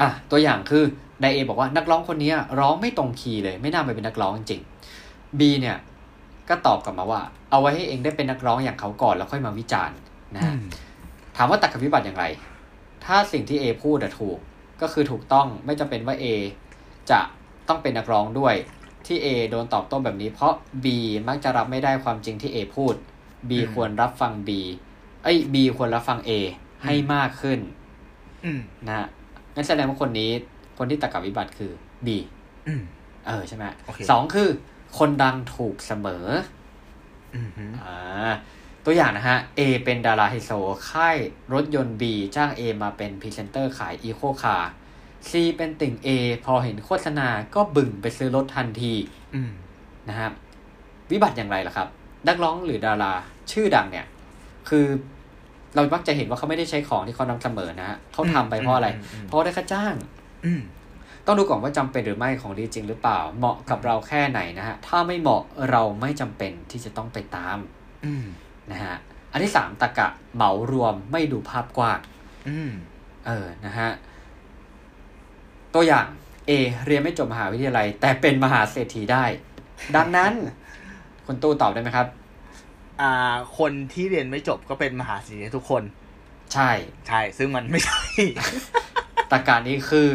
[SPEAKER 2] อ่ะตัวอย่างคือไดเอบอกว่านักร้องคนเนี้ย ร้องไม่ตรงคีย์เลย ไม่น่าไปเป็นนักร้องจริงๆบีเนี่ย ก็ตอบกลับมาว่า เอาไว้ให้เองได้เป็นนักร้องอย่างเขาก่อนแล้วค่อยมาวิจารณ์นะ
[SPEAKER 1] อื
[SPEAKER 2] ฮะ
[SPEAKER 1] ม
[SPEAKER 2] ถามว่าตรรกะวิบัติอย่างไร ถ้าสิ่งที่ A พูดอะถูก ก็คือถูกต้องไม่จำเป็นว่า A จะต้องเป็นนักร้องด้วย ที่ A โดนตอบโต้แบบนี้ เพราะ B มักจะรับไม่ได้ความจริงที่ A พูด B ควรรับฟัง B เอ้ย B ควรรับฟัง A ให้มากขึ้น
[SPEAKER 1] อืม
[SPEAKER 2] นะฮะงั้นแสดงว่าคนนี้ คนที่ตรรกะวิบัติคือ B
[SPEAKER 1] อืม
[SPEAKER 2] เออใช่ไหม
[SPEAKER 1] โอเค
[SPEAKER 2] สองคือ คนดังถูกเสมอ
[SPEAKER 1] อืมอืม
[SPEAKER 2] อ่าตัวอย่างนะฮะ A เป็นดาราไฮโซ ค่ายรถยนต์ B จ้าง A มาเป็นพรีเซนเตอร์ขายอีโคคาร์ C เป็นติ่ง A พอเห็นโฆษณาก็บึ่งไปซื้อรถทันที
[SPEAKER 1] อืม
[SPEAKER 2] นะครับวิบัติอย่างไรล่ะครับ นักร้องหรือดาราชื่อดังเนี่ย คือเรามักจะเห็นว่าเขาไม่ได้ใช้ของที่เขานำเสมอนะฮะเขาทำไปเพราะอะไร
[SPEAKER 1] ม
[SPEAKER 2] เพราะได้ค่าจ้าง
[SPEAKER 1] อืม
[SPEAKER 2] ต้องดูก่อนว่าจำเป็นหรือไม่ของดีจริงหรือเปล่า เหมาะกับเราแค่ไหนนะฮะถ้าไม่เหมาะเราไม่จำเป็นที่จะต้องไปตาม
[SPEAKER 1] อืม
[SPEAKER 2] นะฮะ อันที่สามตะกะเหมารวมไม่ดูภาพกว้าง
[SPEAKER 1] อืม
[SPEAKER 2] เออ นะฮะ ตัวอย่าง A เรียนไม่จบมหาวิทยาลัย แต่เป็นมหาเศรษฐีได้ ดังนั้น (laughs) คุณตู้ตอบได้ไหมครับ
[SPEAKER 1] อ่า คนที่เรียนไม่จบก็เป็นมหาเศรษฐีทุกคน
[SPEAKER 2] ใช่
[SPEAKER 1] ใช่ ซึ่งมันไม่ใช่
[SPEAKER 2] ตะกะนี้คือ (laughs)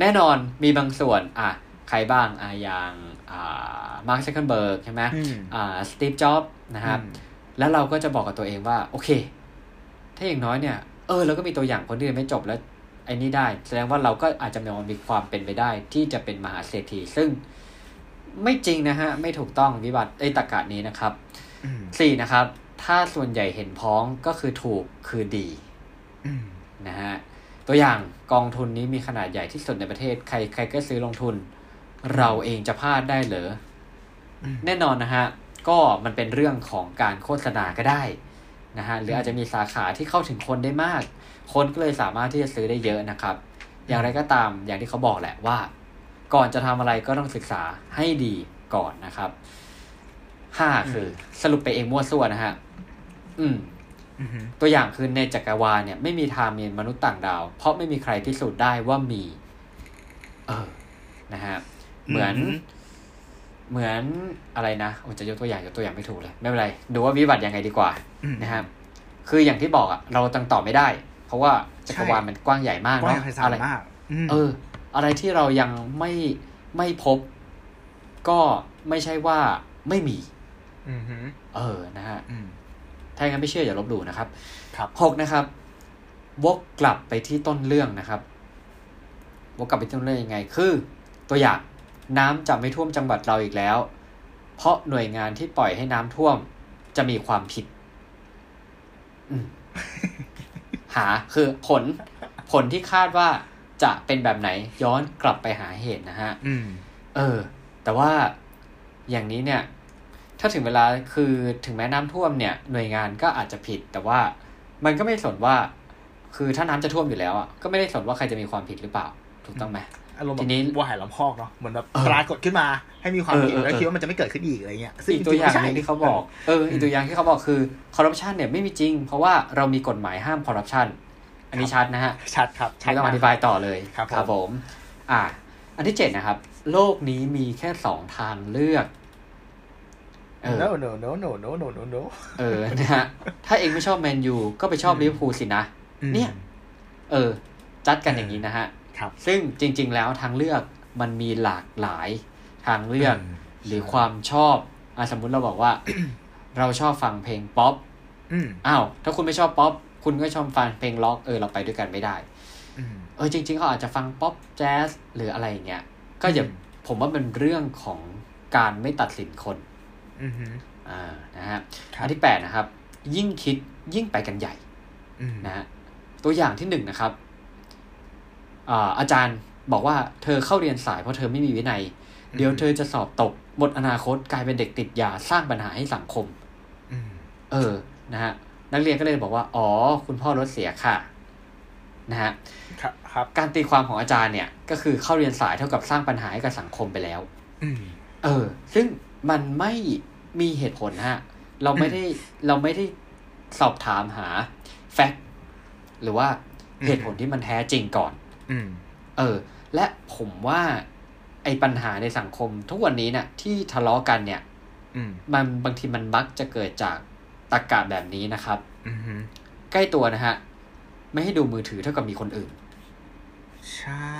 [SPEAKER 2] แน่นอนมีบางส่วน อ่ะ ใครบ้าง อ่ะอย่างอ่ามาร์คซักเคนเบิร์กใช่ไหม
[SPEAKER 1] อืม
[SPEAKER 2] อ่าสตีฟจ็อบนะครับ
[SPEAKER 1] อืม
[SPEAKER 2] แล้วเราก็จะบอกกับตัวเองว่า โอเค ถ้าอย่างน้อยเนี่ย เออเราก็มีตัวอย่างคนที่เรียนไม่จบแล้ว ไอ้นี่ได้ แสดงว่าเราก็อาจจะมีความเป็นไปได้ ที่จะเป็นมหาเศรษฐีซึ่งไม่จริงนะฮะ ไม่ถูกต้องวิบัติไอ้ยตรรกะนี้นะครับ
[SPEAKER 1] อืม
[SPEAKER 2] สี่นะครับ ถ้าส่วนใหญ่เห็นพ้องก็คือถูกคือดี
[SPEAKER 1] อืม
[SPEAKER 2] นะฮะตัวอย่างกองทุนนี้มีขนาดใหญ่ที่สุดในประเทศใครใครก็ซื้อลงทุน เราเองจะพลาดได้เหรอ
[SPEAKER 1] อืม
[SPEAKER 2] แน่นอนนะฮะ ก็มันเป็นเรื่องของการโฆษณาก็ได้นะฮะ หรืออาจจะมีสาขาที่เข้าถึงคนได้มาก คนก็เลยสามารถที่จะซื้อได้เยอะนะครับ อย่างไรก็ตามอย่างที่เขาบอกแหละว่า ก่อนจะทำอะไรก็ต้องศึกษาให้ดีก่อนนะครับห้าคืออสรุปไปเองมั่วซั่วนะฮะ อืม
[SPEAKER 1] อืม
[SPEAKER 2] ตัวอย่างคือในจักรวาลเนี่ยไม่มีทางมีมนุษย์ต่างดาว เพราะไม่มีใครพิสูจน์ได้ว่ามี เออ นะฮะ เหมือน เหมือนอะไรนะผมจะยกตัวอย่างยกตัวอย่างไม่ถูกเลย ไม่เป็นไร ดูว่าวิบัติยังไงดีกว่า
[SPEAKER 1] อืม
[SPEAKER 2] นะครับ คืออย่างที่บอกอะเราตังตอบไม่ได้ เพราะว่าจักรวาล
[SPEAKER 1] ใช่
[SPEAKER 2] มันกว้างใหญ่มาก
[SPEAKER 1] กว้าง
[SPEAKER 2] เนาะ
[SPEAKER 1] ไพศา
[SPEAKER 2] อะ
[SPEAKER 1] ล
[SPEAKER 2] ไร
[SPEAKER 1] มากม
[SPEAKER 2] เออ อะไรที่เรายังไม่ไม่พบ ก็ไม่ใช่ว่าไม่มี
[SPEAKER 1] อืมฮึ
[SPEAKER 2] เออ นะฮะ
[SPEAKER 1] อืม
[SPEAKER 2] ถ้าอย่างนั้นไม่เชื่ออย่าลบหลู่นะครับ
[SPEAKER 1] ครับ
[SPEAKER 2] หกนะครับ วกกลับไปที่ต้นเรื่องนะครับ วกกลับไปที่ต้นเรื่องยังไง คือ ตัวอย่างน้ำจะไม่ท่วมจังหวัดเราอีกแล้ว เพราะหน่วยงานที่ปล่อยให้น้ำท่วมจะมีความผิด อืม (laughs) หาคือผล ผลที่คาดว่าจะเป็นแบบไหน ย้อนกลับไปหาเหตุนะฮะ
[SPEAKER 1] อืม
[SPEAKER 2] เออ แต่ว่าอย่างนี้เนี่ย ถ้าถึงเวลาคือถึงแม้น้ำท่วมเนี่ย หน่วยงานก็อาจจะผิด แต่ว่ามันก็ไม่สนว่า คือถ้าน้ำจะท่วมอยู่แล้วอ่ะก็ไม่ได้สนว่าใครจะมีความผิดหรือเปล่า ถูกต้องไหม
[SPEAKER 1] อารมณ์แบ
[SPEAKER 2] ที
[SPEAKER 1] บ
[SPEAKER 2] นี้
[SPEAKER 1] วัวหายล้อมคอกเนาะเหมือนแบบ
[SPEAKER 2] เออ
[SPEAKER 1] ปรากฏขึ้นมาให้มีความ
[SPEAKER 2] เออ
[SPEAKER 1] ผิด
[SPEAKER 2] เออ
[SPEAKER 1] แล้ว
[SPEAKER 2] เออ
[SPEAKER 1] คิดว่ามันจะไม่เกิดขึ้นอีกอะไรเงี้ย
[SPEAKER 2] อีกตัวอย่างหนึ
[SPEAKER 1] จ
[SPEAKER 2] ง
[SPEAKER 1] ริๆไม่ใช่
[SPEAKER 2] ที่เขาบอกเอออีกตัวอย่างที่เขาบอกคือคอร์รัปชันเนี่ยไม่มีจริง เพราะว่าเรามีกฎหมายห้ามคอร์รัปชัน อันนี้ชัดนะฮะ
[SPEAKER 1] ชัดครับชั
[SPEAKER 2] ไม่
[SPEAKER 1] ด
[SPEAKER 2] ต้อง
[SPEAKER 1] ม
[SPEAKER 2] อก ธิบายต่อเลย
[SPEAKER 1] ครับผม
[SPEAKER 2] ผม อ่า อันที่เจ็ดนะครับ โลกนี้มีแค่สองทางเลือก เออ
[SPEAKER 1] no no no no no no no no
[SPEAKER 2] เออนะฮะถ้าเองไม่ชอบแมนยูก็ไปชอบลิเวอร์พูลสินะ เนี่ย เออ จัดกันอย่างนี้นะฮะ
[SPEAKER 1] ครับ
[SPEAKER 2] ซึ่งจริง ๆ แล้วทางเลือกมันมีหลากหลายทางเลือก
[SPEAKER 1] อืม
[SPEAKER 2] หรือความชอบอะสมมุติเราบอกว่า
[SPEAKER 1] (coughs)
[SPEAKER 2] เราชอบฟังเพลงป๊อป
[SPEAKER 1] อืม
[SPEAKER 2] อ้าวถ้าคุณไม่ชอบป๊อปคุณก็ชอบฟังเพลงล็อกเออเราไปด้วยกันไม่ได้
[SPEAKER 1] อืม
[SPEAKER 2] เออจริงๆเขาอาจจะฟังป๊อปแจ๊สหรืออะไรอย่างเงี้ยก็อย่า
[SPEAKER 1] อืม
[SPEAKER 2] ผมว่าเป็นเรื่องของการไม่ตัดสินคน
[SPEAKER 1] อืม
[SPEAKER 2] อ่านะฮะ
[SPEAKER 1] ครับ
[SPEAKER 2] อันที่ 8 นะครับ ยิ่งคิดยิ่งไปกันใหญ่
[SPEAKER 1] อืม
[SPEAKER 2] นะฮะตัวอย่างที่หนึ่งนะครับอ่าอาจารย์บอกว่าเธอเข้าเรียนสายเพราะเธอไม่มีวินัย เดี๋ยวเธอจะสอบตกหมดอนาคตกลายเป็นเด็กติดยาสร้างปัญหาให้สังคม
[SPEAKER 1] อืม
[SPEAKER 2] เออนะฮะนักเรียนก็เลยบอกว่า อ๋อ คุณพ่อรถเสียค่ะนะฮะ
[SPEAKER 1] ครับครับ
[SPEAKER 2] การตีความของอาจารย์เนี่ย ก็คือเข้าเรียนสายเท่ากับสร้างปัญหาให้กับสังคมไปแล้ว
[SPEAKER 1] อืม
[SPEAKER 2] เออ ซึ่งมันไม่มีเหตุผลฮะ เราไม่ได้เราไม่ได้สอบถามหาแฟกต์หรือว่า
[SPEAKER 1] อืม
[SPEAKER 2] เหตุผลที่มันแท้จริงก่อน
[SPEAKER 1] อืม
[SPEAKER 2] เออ และผมว่าไอ้ปัญหาในสังคมทุกวันนี้เนี่ยที่ทะเลาะกันเนี่ย
[SPEAKER 1] อืม
[SPEAKER 2] มันบางทีมันมักจะเกิดจากตรกกะแบบนี้นะครับ
[SPEAKER 1] อืม
[SPEAKER 2] ใกล้ตัวนะฮะ ไม่ให้ดูมือถือเท่ากับมีคนอื่น
[SPEAKER 1] ใช่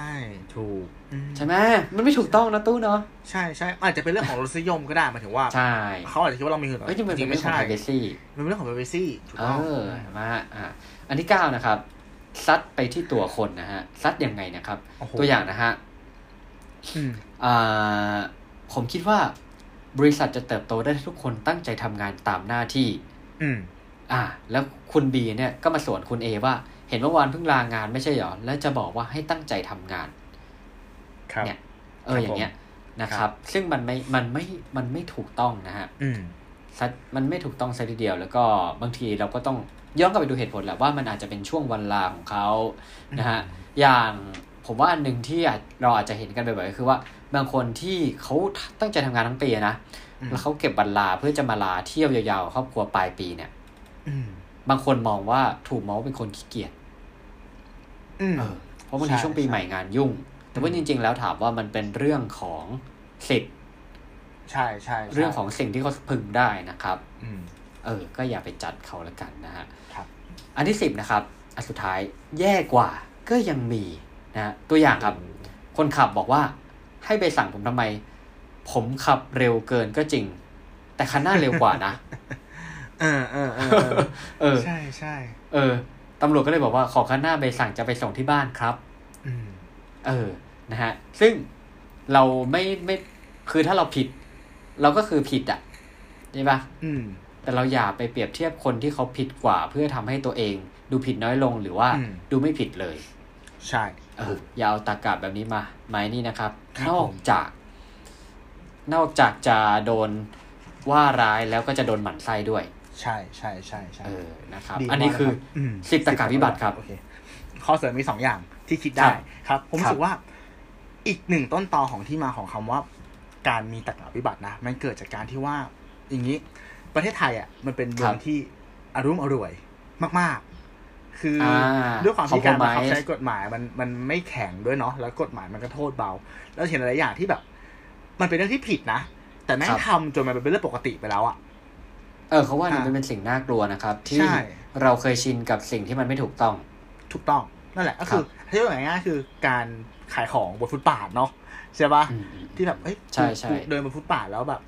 [SPEAKER 1] ถูกอืม
[SPEAKER 2] ใช่ไหมมันไม่ถูกต้องนะตู้เนาะ
[SPEAKER 1] ใช่ใช่อาจจะเป็นเรื่องของรสนิยมก็ได้หมายถึงว่า
[SPEAKER 2] ใช่
[SPEAKER 1] เขาอาจจะคิดว่าเรามีหื่น
[SPEAKER 2] เอ้ยจริงๆมันเป็นเรื่องของ
[SPEAKER 1] ใช่
[SPEAKER 2] privacy
[SPEAKER 1] มันเป็นเรื่องของ privacy ถูก
[SPEAKER 2] เอ
[SPEAKER 1] ต้อง
[SPEAKER 2] อมาฮะอ่ะอันที่เก้านะครับ ซัดไปที่ตัวคนนะฮะ ซัดยังไงนะครับ
[SPEAKER 1] โโห
[SPEAKER 2] ตัวอย่างนะฮะ
[SPEAKER 1] อืม
[SPEAKER 2] อ่าผมคิดว่าบริษัทจะเติบโตได้ถ้าทุกคนตั้งใจทำงานตามหน้าที่
[SPEAKER 1] อืม
[SPEAKER 2] อ่า แล้วคุณบีเนี่ยก็มาสวนคุณเอว่า เห็นว่าวานเพิ่งลางานไม่ใช่เหรอ แล้วจะบอกว่าให้ตั้งใจทำงาน
[SPEAKER 1] ครับ
[SPEAKER 2] เนี่ย เอ
[SPEAKER 1] ค
[SPEAKER 2] อ
[SPEAKER 1] รับ
[SPEAKER 2] อย่างเงี้ย
[SPEAKER 1] ผ
[SPEAKER 2] นะครับ ซึ่งมันไม่มันไม่มันไม่ถูกต้องนะฮะ
[SPEAKER 1] อืม
[SPEAKER 2] ซัดมันไม่ถูกต้องซะทีเดียว แล้วก็บางทีเราก็ต้องย้อนกลับไปดูเหตุผลแหละว่ามันอาจจะเป็นช่วงวันลาของเขานะฮะอย่างผมว่าอันหนึ่งที่อาจเราอาจจะเห็นกันบ่อยๆก็คือว่าบางคนที่เขาตั้งใจทำงานทั้งปีนะ
[SPEAKER 1] อืม
[SPEAKER 2] แล้วเขาเก็บวันลาเพื่อจะมาลาเที่ยวยาวๆกับครอบครัวปลายปีเนี่ย
[SPEAKER 1] อืม
[SPEAKER 2] บางคนมองว่าถูกมองว่าเป็นคนขี้เกียจ
[SPEAKER 1] อืม
[SPEAKER 2] เออเพราะบางที
[SPEAKER 1] ใช่
[SPEAKER 2] ช่วงปีใหม่งานยุ่ง แต่ว่า
[SPEAKER 1] อื
[SPEAKER 2] จ
[SPEAKER 1] ม
[SPEAKER 2] ริง ๆ แล้วถามว่ามันเป็นเรื่องของสิทธิ์
[SPEAKER 1] ใช่ใช่ใช่
[SPEAKER 2] เรื่องของสิ่งที่เขาพึงได้นะครับ
[SPEAKER 1] อืม
[SPEAKER 2] เออ ก็อย่าไปจัดเขาละกันนะฮะ
[SPEAKER 1] ครับ
[SPEAKER 2] อันที่สิบนะครับ อันสุดท้ายแย่กว่าก็ยังมีนะฮะตัวอย่างครับ คนขับบอกว่าให้ไปสั่งผมทำไม ผมขับเร็วเกินก็จริง แต่คันหน้าเร็วกว่านะ
[SPEAKER 1] (laughs) เออเออเออ
[SPEAKER 2] เอ
[SPEAKER 1] เอ
[SPEAKER 2] อ
[SPEAKER 1] อใช่ใช่
[SPEAKER 2] เออตำรวจก็เลยบอกว่าขอคันหน้าไปสั่งจะไปส่งที่บ้านครับ
[SPEAKER 1] อืม
[SPEAKER 2] เออ นะฮะ ซึ่งเราไม่ไม่คือถ้าเราผิด เราก็คือผิดอะใช่ปะ
[SPEAKER 1] อืม
[SPEAKER 2] แต่เราอย่าไปเปรียบเทียบคนที่เขาผิดกว่า เพื่อทำให้ตัวเอง ดูผิดน้อยลงหรือว่า
[SPEAKER 1] อืม
[SPEAKER 2] ดูไม่ผิดเลย
[SPEAKER 1] ใช่
[SPEAKER 2] เอ
[SPEAKER 1] ถู
[SPEAKER 2] อก อย่าเอาตากาบแบบนี้มาไม้นี่นะครับ
[SPEAKER 1] ครับ
[SPEAKER 2] นอก
[SPEAKER 1] ผม
[SPEAKER 2] จาก นอกจากจะโดนว่าร้ายแล้วก็จะโดนหมั่นไส้ด้วย
[SPEAKER 1] ใช่ใช่ใช่ใช่
[SPEAKER 2] เออนะครับ
[SPEAKER 1] ดี
[SPEAKER 2] อันนี้
[SPEAKER 1] มาก
[SPEAKER 2] คือ
[SPEAKER 1] รับม
[SPEAKER 2] สิบตากาบวิบัติครับ
[SPEAKER 1] โอเข้อเสริมมีสองอย่างที่คิด
[SPEAKER 2] ครั
[SPEAKER 1] ได้
[SPEAKER 2] บ
[SPEAKER 1] ครับ ผม
[SPEAKER 2] ครับ
[SPEAKER 1] รู้สึกว่าอีกหนึ่งต้นตอของที่มาของคำว่า การมีตรรกะวิบัตินะมันเกิดจากการที่ว่า อย่างนี้ ประเทศไทยอ่ะมันเป็นเมืองที่อรุ่มอร่วยมาก ๆ คืออด้วยความที่การบังคับใช้กฎหมายมันมันไม่แข็งด้วยเนาะแล้วกฎหมายมันก็โทษเบา แล้วเห็นหลายอย่างที่แบบ มันเป็นเรื่องที่ผิดนะแต่แม่ง
[SPEAKER 2] ครับ
[SPEAKER 1] ทำจนมันเป็นเรื่องปกติไปแล้วอ่ะ
[SPEAKER 2] เออเขาว่านี่
[SPEAKER 1] อ่ะ
[SPEAKER 2] มันเป็นสิ่งน่ากลัวนะครับ ที่
[SPEAKER 1] ใช่
[SPEAKER 2] เราเคยชินกับสิ่งที่มันไม่ถูกต้อง
[SPEAKER 1] ถูกต้องนั่นแหละก็คือที่ว่าง่ายๆคือการขายของบนฟุตบาทเนาะใช่ปะ
[SPEAKER 2] อืมอืม
[SPEAKER 1] ที่แบบเอ้ย
[SPEAKER 2] ใช่
[SPEAKER 1] กู
[SPEAKER 2] ใช่
[SPEAKER 1] กูเดินบนฟุตบาทแล้วแบบ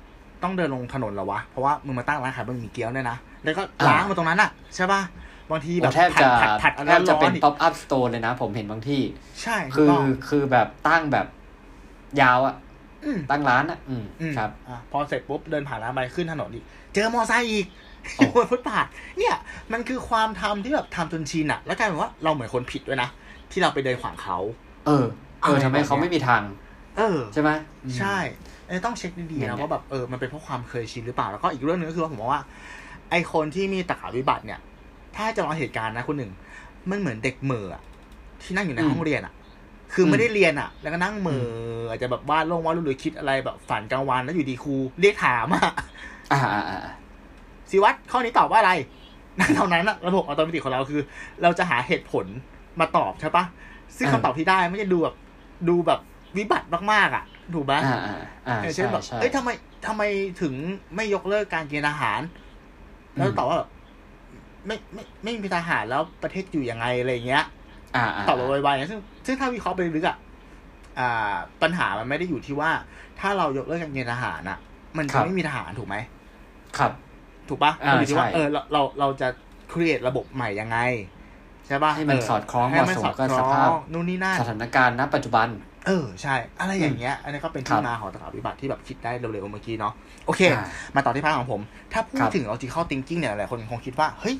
[SPEAKER 1] ต้องเดินลงถนนเหรอวะ เพราะว่ามึงมาตั้งร้านขายบะหมี่เกี๊ยวเนี่ยนะ แล้วก็
[SPEAKER 2] อ่า
[SPEAKER 1] ล้างมาตรงนั้นอ่ะใช่ปะบางทีแบ
[SPEAKER 2] โอ้
[SPEAKER 1] บ
[SPEAKER 2] แทบจะ
[SPEAKER 1] ผัดผัดผัดอัน
[SPEAKER 2] แท
[SPEAKER 1] นั้
[SPEAKER 2] บ
[SPEAKER 1] น
[SPEAKER 2] จะ
[SPEAKER 1] ร้อ
[SPEAKER 2] เป็น
[SPEAKER 1] นอีก
[SPEAKER 2] ป๊อปอัพสโตร์เลยนะ ผมเห็นบางที่
[SPEAKER 1] ใช่ถูก
[SPEAKER 2] คือ
[SPEAKER 1] ต้อง
[SPEAKER 2] คือแบบตั้งแบบยาวอะ
[SPEAKER 1] ม
[SPEAKER 2] ตั้งร้านอะอืม
[SPEAKER 1] อืม
[SPEAKER 2] ครับ
[SPEAKER 1] อ่ะพอเสร็จปุ๊บเดินผ่านร้านไปขึ้นถนนอีกเจอมอไซค์อีก
[SPEAKER 2] โอ้
[SPEAKER 1] บนฟุตบาทเนี่ย มันคือความทำที่แบบทำจนชินอ่ะ แล้วกลายเป็นว่าเราเหมือนคนผิดด้วยนะที่เราไปเดินขวางเขา
[SPEAKER 2] เออ เออทำไมเขาไม่มีทาง
[SPEAKER 1] เออ
[SPEAKER 2] ใช่ไหม
[SPEAKER 1] ใช่เอ้ยต้องเช็คดี
[SPEAKER 2] เนี่ย
[SPEAKER 1] ๆนะ
[SPEAKER 2] เนี่ย
[SPEAKER 1] ว่าแบบเออมันเป็นเพราะความเคยชินหรือเปล่า แล้วก็อีกเรื่องหนึงก็คือว่าผมมองว่า ไอคนที่มีตรรกะวิบัติเนี่ย ถ้าจะลองเหตุการณ์นะคุณหนึ่ง มันเหมือนเด็กเหม่ออะที่นั่งอยู่ในห้องเรียนอ่ะ คือไม่ได้เรียนอ่ะ แล้วก็นั่งเหม่อออาจจะแบบวาดลงวาดรูปหรือคิดอะไรแบบฝันกลางวันแล้วอยู่ดีครูเรียกถามอ่ะ
[SPEAKER 2] อ่าอ่าอ่าอ่า
[SPEAKER 1] สิวัตรข้อนี้ตอบว่าอะไร นั่นเท่านั้นอะระบบอัตโนมัติของเราคือ เราจะหาเหตุผล มาตอบใช่ปะซึ่ง
[SPEAKER 2] เออ
[SPEAKER 1] คำตอบที่ได้ไม่ได้ดูแบบดูแบบวิบัติมากๆอ่ะ ถูกปะ
[SPEAKER 2] อ่าอ่าอ่า
[SPEAKER 1] อย่าง
[SPEAKER 2] ใช่
[SPEAKER 1] เช่นแบบ
[SPEAKER 2] ใช่
[SPEAKER 1] เอ้ยทำไมทำไมถึงไม่ยกเลิกการเกณฑ์อาหาร แล้ว
[SPEAKER 2] อืม
[SPEAKER 1] ตอบว่าแบบไม่ไม่ไม่มีทหารแล้วประเทศอยู่ยังไงอะไรอย่างเงี้ย
[SPEAKER 2] อ่าา
[SPEAKER 1] ตอบแบบไวๆนะซึ่งซึ่งถ้าวิเคราะห์ไปลึกๆอ่ะอ่า ปัญหามันไม่ได้อยู่ที่ว่า ถ้าเรายกเลิกการเกณฑ์ทหารอ่ะ มันจะไม่มีทหารถูกไหม
[SPEAKER 2] ครับ
[SPEAKER 1] ถูกปะ
[SPEAKER 2] อ่า
[SPEAKER 1] มันอยู่ที่ว่า
[SPEAKER 2] ใช่
[SPEAKER 1] เออเราเราเราจะ create ระบบใหม่ยังไง ใช่ปะ
[SPEAKER 2] ให้มัน
[SPEAKER 1] เ
[SPEAKER 2] สอดคล้อง
[SPEAKER 1] ให้มัน
[SPEAKER 2] เห
[SPEAKER 1] สอ
[SPEAKER 2] มาะ
[SPEAKER 1] ด
[SPEAKER 2] สมกับ
[SPEAKER 1] คล้
[SPEAKER 2] สภา
[SPEAKER 1] อ
[SPEAKER 2] พ
[SPEAKER 1] งนู่นนี่นั่น
[SPEAKER 2] สถานการณ์ณปัจจุบัน
[SPEAKER 1] เออใช่ อะไรอย่างเงี้ย อันนี้ก็เป็น
[SPEAKER 2] ครั
[SPEAKER 1] ที่
[SPEAKER 2] บ
[SPEAKER 1] มาของตลาดวิบัติที่แบบคิดได้เร็วๆเมื่อกี้เนาะโอเค
[SPEAKER 2] อ่า
[SPEAKER 1] มาต่อที่ภาคของผม ถ้าพู
[SPEAKER 2] ครั
[SPEAKER 1] ด
[SPEAKER 2] บ
[SPEAKER 1] ถึง logical thinking เนี่ยหลายคนคงคิดว่า เฮ้ย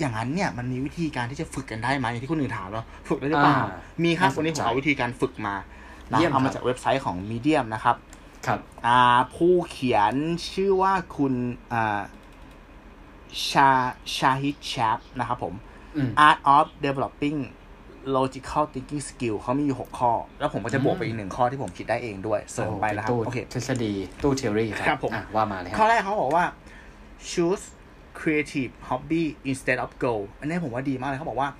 [SPEAKER 1] อย่างนั้นเนี่ย มันมีวิธีการที่จะฝึกกันได้ไหมอย่างที่คนอื่นถามเราฝึกได้หรือเปล่า
[SPEAKER 2] อ่า
[SPEAKER 1] มีครับ
[SPEAKER 2] น่าสน
[SPEAKER 1] วันนี้ผม
[SPEAKER 2] ใจ
[SPEAKER 1] เอาวิธีการฝึกมานะ
[SPEAKER 2] เยี่ยม
[SPEAKER 1] เอา
[SPEAKER 2] ครั
[SPEAKER 1] มา
[SPEAKER 2] บ
[SPEAKER 1] จากเว็บไซต์ของ Medium นะครับ
[SPEAKER 2] ครับ
[SPEAKER 1] อ่าผู้เขียนชื่อว่าคุณอ่าชาชาฮิตแชปนะครับผม
[SPEAKER 2] อืม
[SPEAKER 1] Art of Developing Logical Thinking Skill เขามีอยู่หกข้อ แล้วผมก็จะบวกไปอีกหนึ่งข้อที่ผมคิดได้เองด้วยเสริมไปนะครับ
[SPEAKER 2] ตู้
[SPEAKER 1] โอเค
[SPEAKER 2] ทฤษฎีตู้เทอรี่ครั
[SPEAKER 1] ครับผม
[SPEAKER 2] อ่ะว่ามาเลยค
[SPEAKER 1] ข้อ
[SPEAKER 2] รับ
[SPEAKER 1] แรกเขาบอกว่า choose creative hobby instead of goal อันนี้ผมว่าดีมากเลยเขาบอกว่า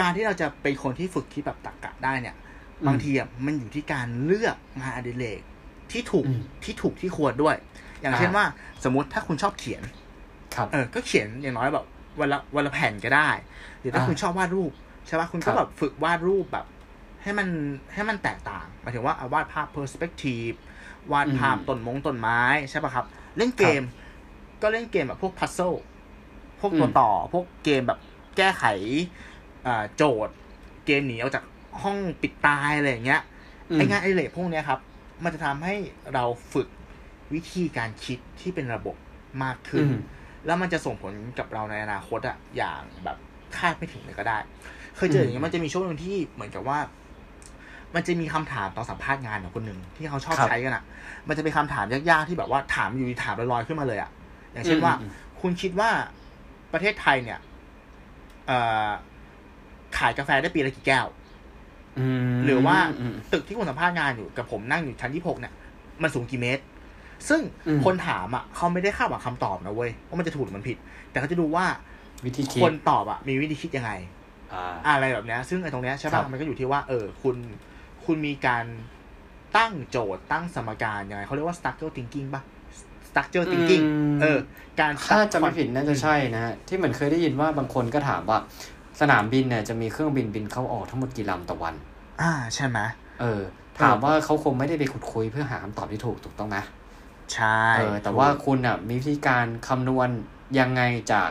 [SPEAKER 1] การที่เราจะเป็นคนที่ฝึกคิดแบบตรรกะได้เนี่ย
[SPEAKER 2] อืม
[SPEAKER 1] บางทีอ่ะมันอยู่ที่การเลือกงานอดิเรกที่ถูก
[SPEAKER 2] อืม
[SPEAKER 1] ที่ถูกที่ควรด้วย อย่างเช่น
[SPEAKER 2] อ่า
[SPEAKER 1] ว่าสมมติถ้าคุณชอบเขียน
[SPEAKER 2] ครับ
[SPEAKER 1] เออ ก็เขียนอย่างน้อยแบบวันละวันละแผ่นก็ได้ หรือถ้า
[SPEAKER 2] อ่า
[SPEAKER 1] คุณชอบวาดรูปใช่ปะคุณ
[SPEAKER 2] ครั
[SPEAKER 1] ก็
[SPEAKER 2] บ
[SPEAKER 1] แบบฝึกวาดรูปแบบ ให้มันให้มันแตกต่างหมายถึงว่าอ่ะวาดภาพ perspective วาดภาพ
[SPEAKER 2] อืม
[SPEAKER 1] ต้นมงต้นไม้ใช่ปะครับ เล่นเกมก็เล่นเกมแบบพวก puzzle พวกตัว
[SPEAKER 2] อืม
[SPEAKER 1] ต่อ พวกเกมแบบแก้ไขอ่าโจทย์ เกมหนีออกจากห้องปิดตายอะไรอย่างเงี้ย
[SPEAKER 2] อืม
[SPEAKER 1] ไองานไอดิเรกพวกเนี้ยครับ มันจะทำให้เราฝึกวิธีการคิดที่เป็นระบบมากขึ้
[SPEAKER 2] อื
[SPEAKER 1] น
[SPEAKER 2] ม
[SPEAKER 1] แล้วมันจะส่งผลกับเราในอนาคตอะอย่างแบบคาดไม่ถึงเลยก็ได้ เคยเจออย่างเงี้ย
[SPEAKER 2] อืม
[SPEAKER 1] มันจะมีช่วงหนึ่งที่เหมือนกับว่า มันจะมีคำถามตอนสัมภาษณ์งานของคนหนึ่งที่เขาชอบ
[SPEAKER 2] ครับ
[SPEAKER 1] ใช้กันอะมันจะเป็นคำถามยากๆที่แบบว่าถามอยู่ดีถามลอยๆขึ้นมาเลยอะอย่างเช่น
[SPEAKER 2] อืม
[SPEAKER 1] ว่า
[SPEAKER 2] อืม
[SPEAKER 1] คุณคิดว่าประเทศไทยเนี่ย เอ่อขายกาแฟได้ปีละกี่แก้ว
[SPEAKER 2] อืม
[SPEAKER 1] หรือว่า
[SPEAKER 2] อืม
[SPEAKER 1] ตึกที่คุณสัมภาษณ์งานอยู่กับผมนั่งอยู่ชั้นยี่หกเนี่ย มันสูงกี่เมตร ซึ่ง
[SPEAKER 2] อืม
[SPEAKER 1] คนถามอ่ะเขาไม่ได้คาดหวังคำตอบนะเว้ยว่ามันจะถูกหรือมันผิด แต่เขาจะดูว่า
[SPEAKER 2] วิธีคิด
[SPEAKER 1] คนตอบอ่ะมีวิธีคิดยังไง
[SPEAKER 2] อ่า
[SPEAKER 1] อะไรแบบเนี้ยซึ่งไอ้ตรงเนี้ยใช่
[SPEAKER 2] ครั
[SPEAKER 1] ป่ะ
[SPEAKER 2] บ
[SPEAKER 1] มันก็อยู่ที่ว่า เออ คุณคุณมีการตั้งโจทย์ตั้งสมการยังไงเขาเรียกว่า structure thinking ป่ะ structure thinking
[SPEAKER 2] อืม
[SPEAKER 1] เออ การ
[SPEAKER 2] ถ้าจะไม่ผิดน่าจะใช่นะฮะที่เหมือนเคยได้ยินว่าบางคนก็ถามว่า สนามบินเนี่ยจะมีเครื่องบินบินเข้าออกทั้งหมดกี่ลำต่อวัน
[SPEAKER 1] อ่าใช่ไหม
[SPEAKER 2] เออ
[SPEAKER 1] อ
[SPEAKER 2] ถามว่าเขาคงไม่ได้ไปขุดคุยเพื่อหาคำตอบที่ถูกถูกต้องไหม
[SPEAKER 1] ใช่
[SPEAKER 2] เออ แต่ว่าคุณอ่ะมีวิธีการคำนวณยังไงจาก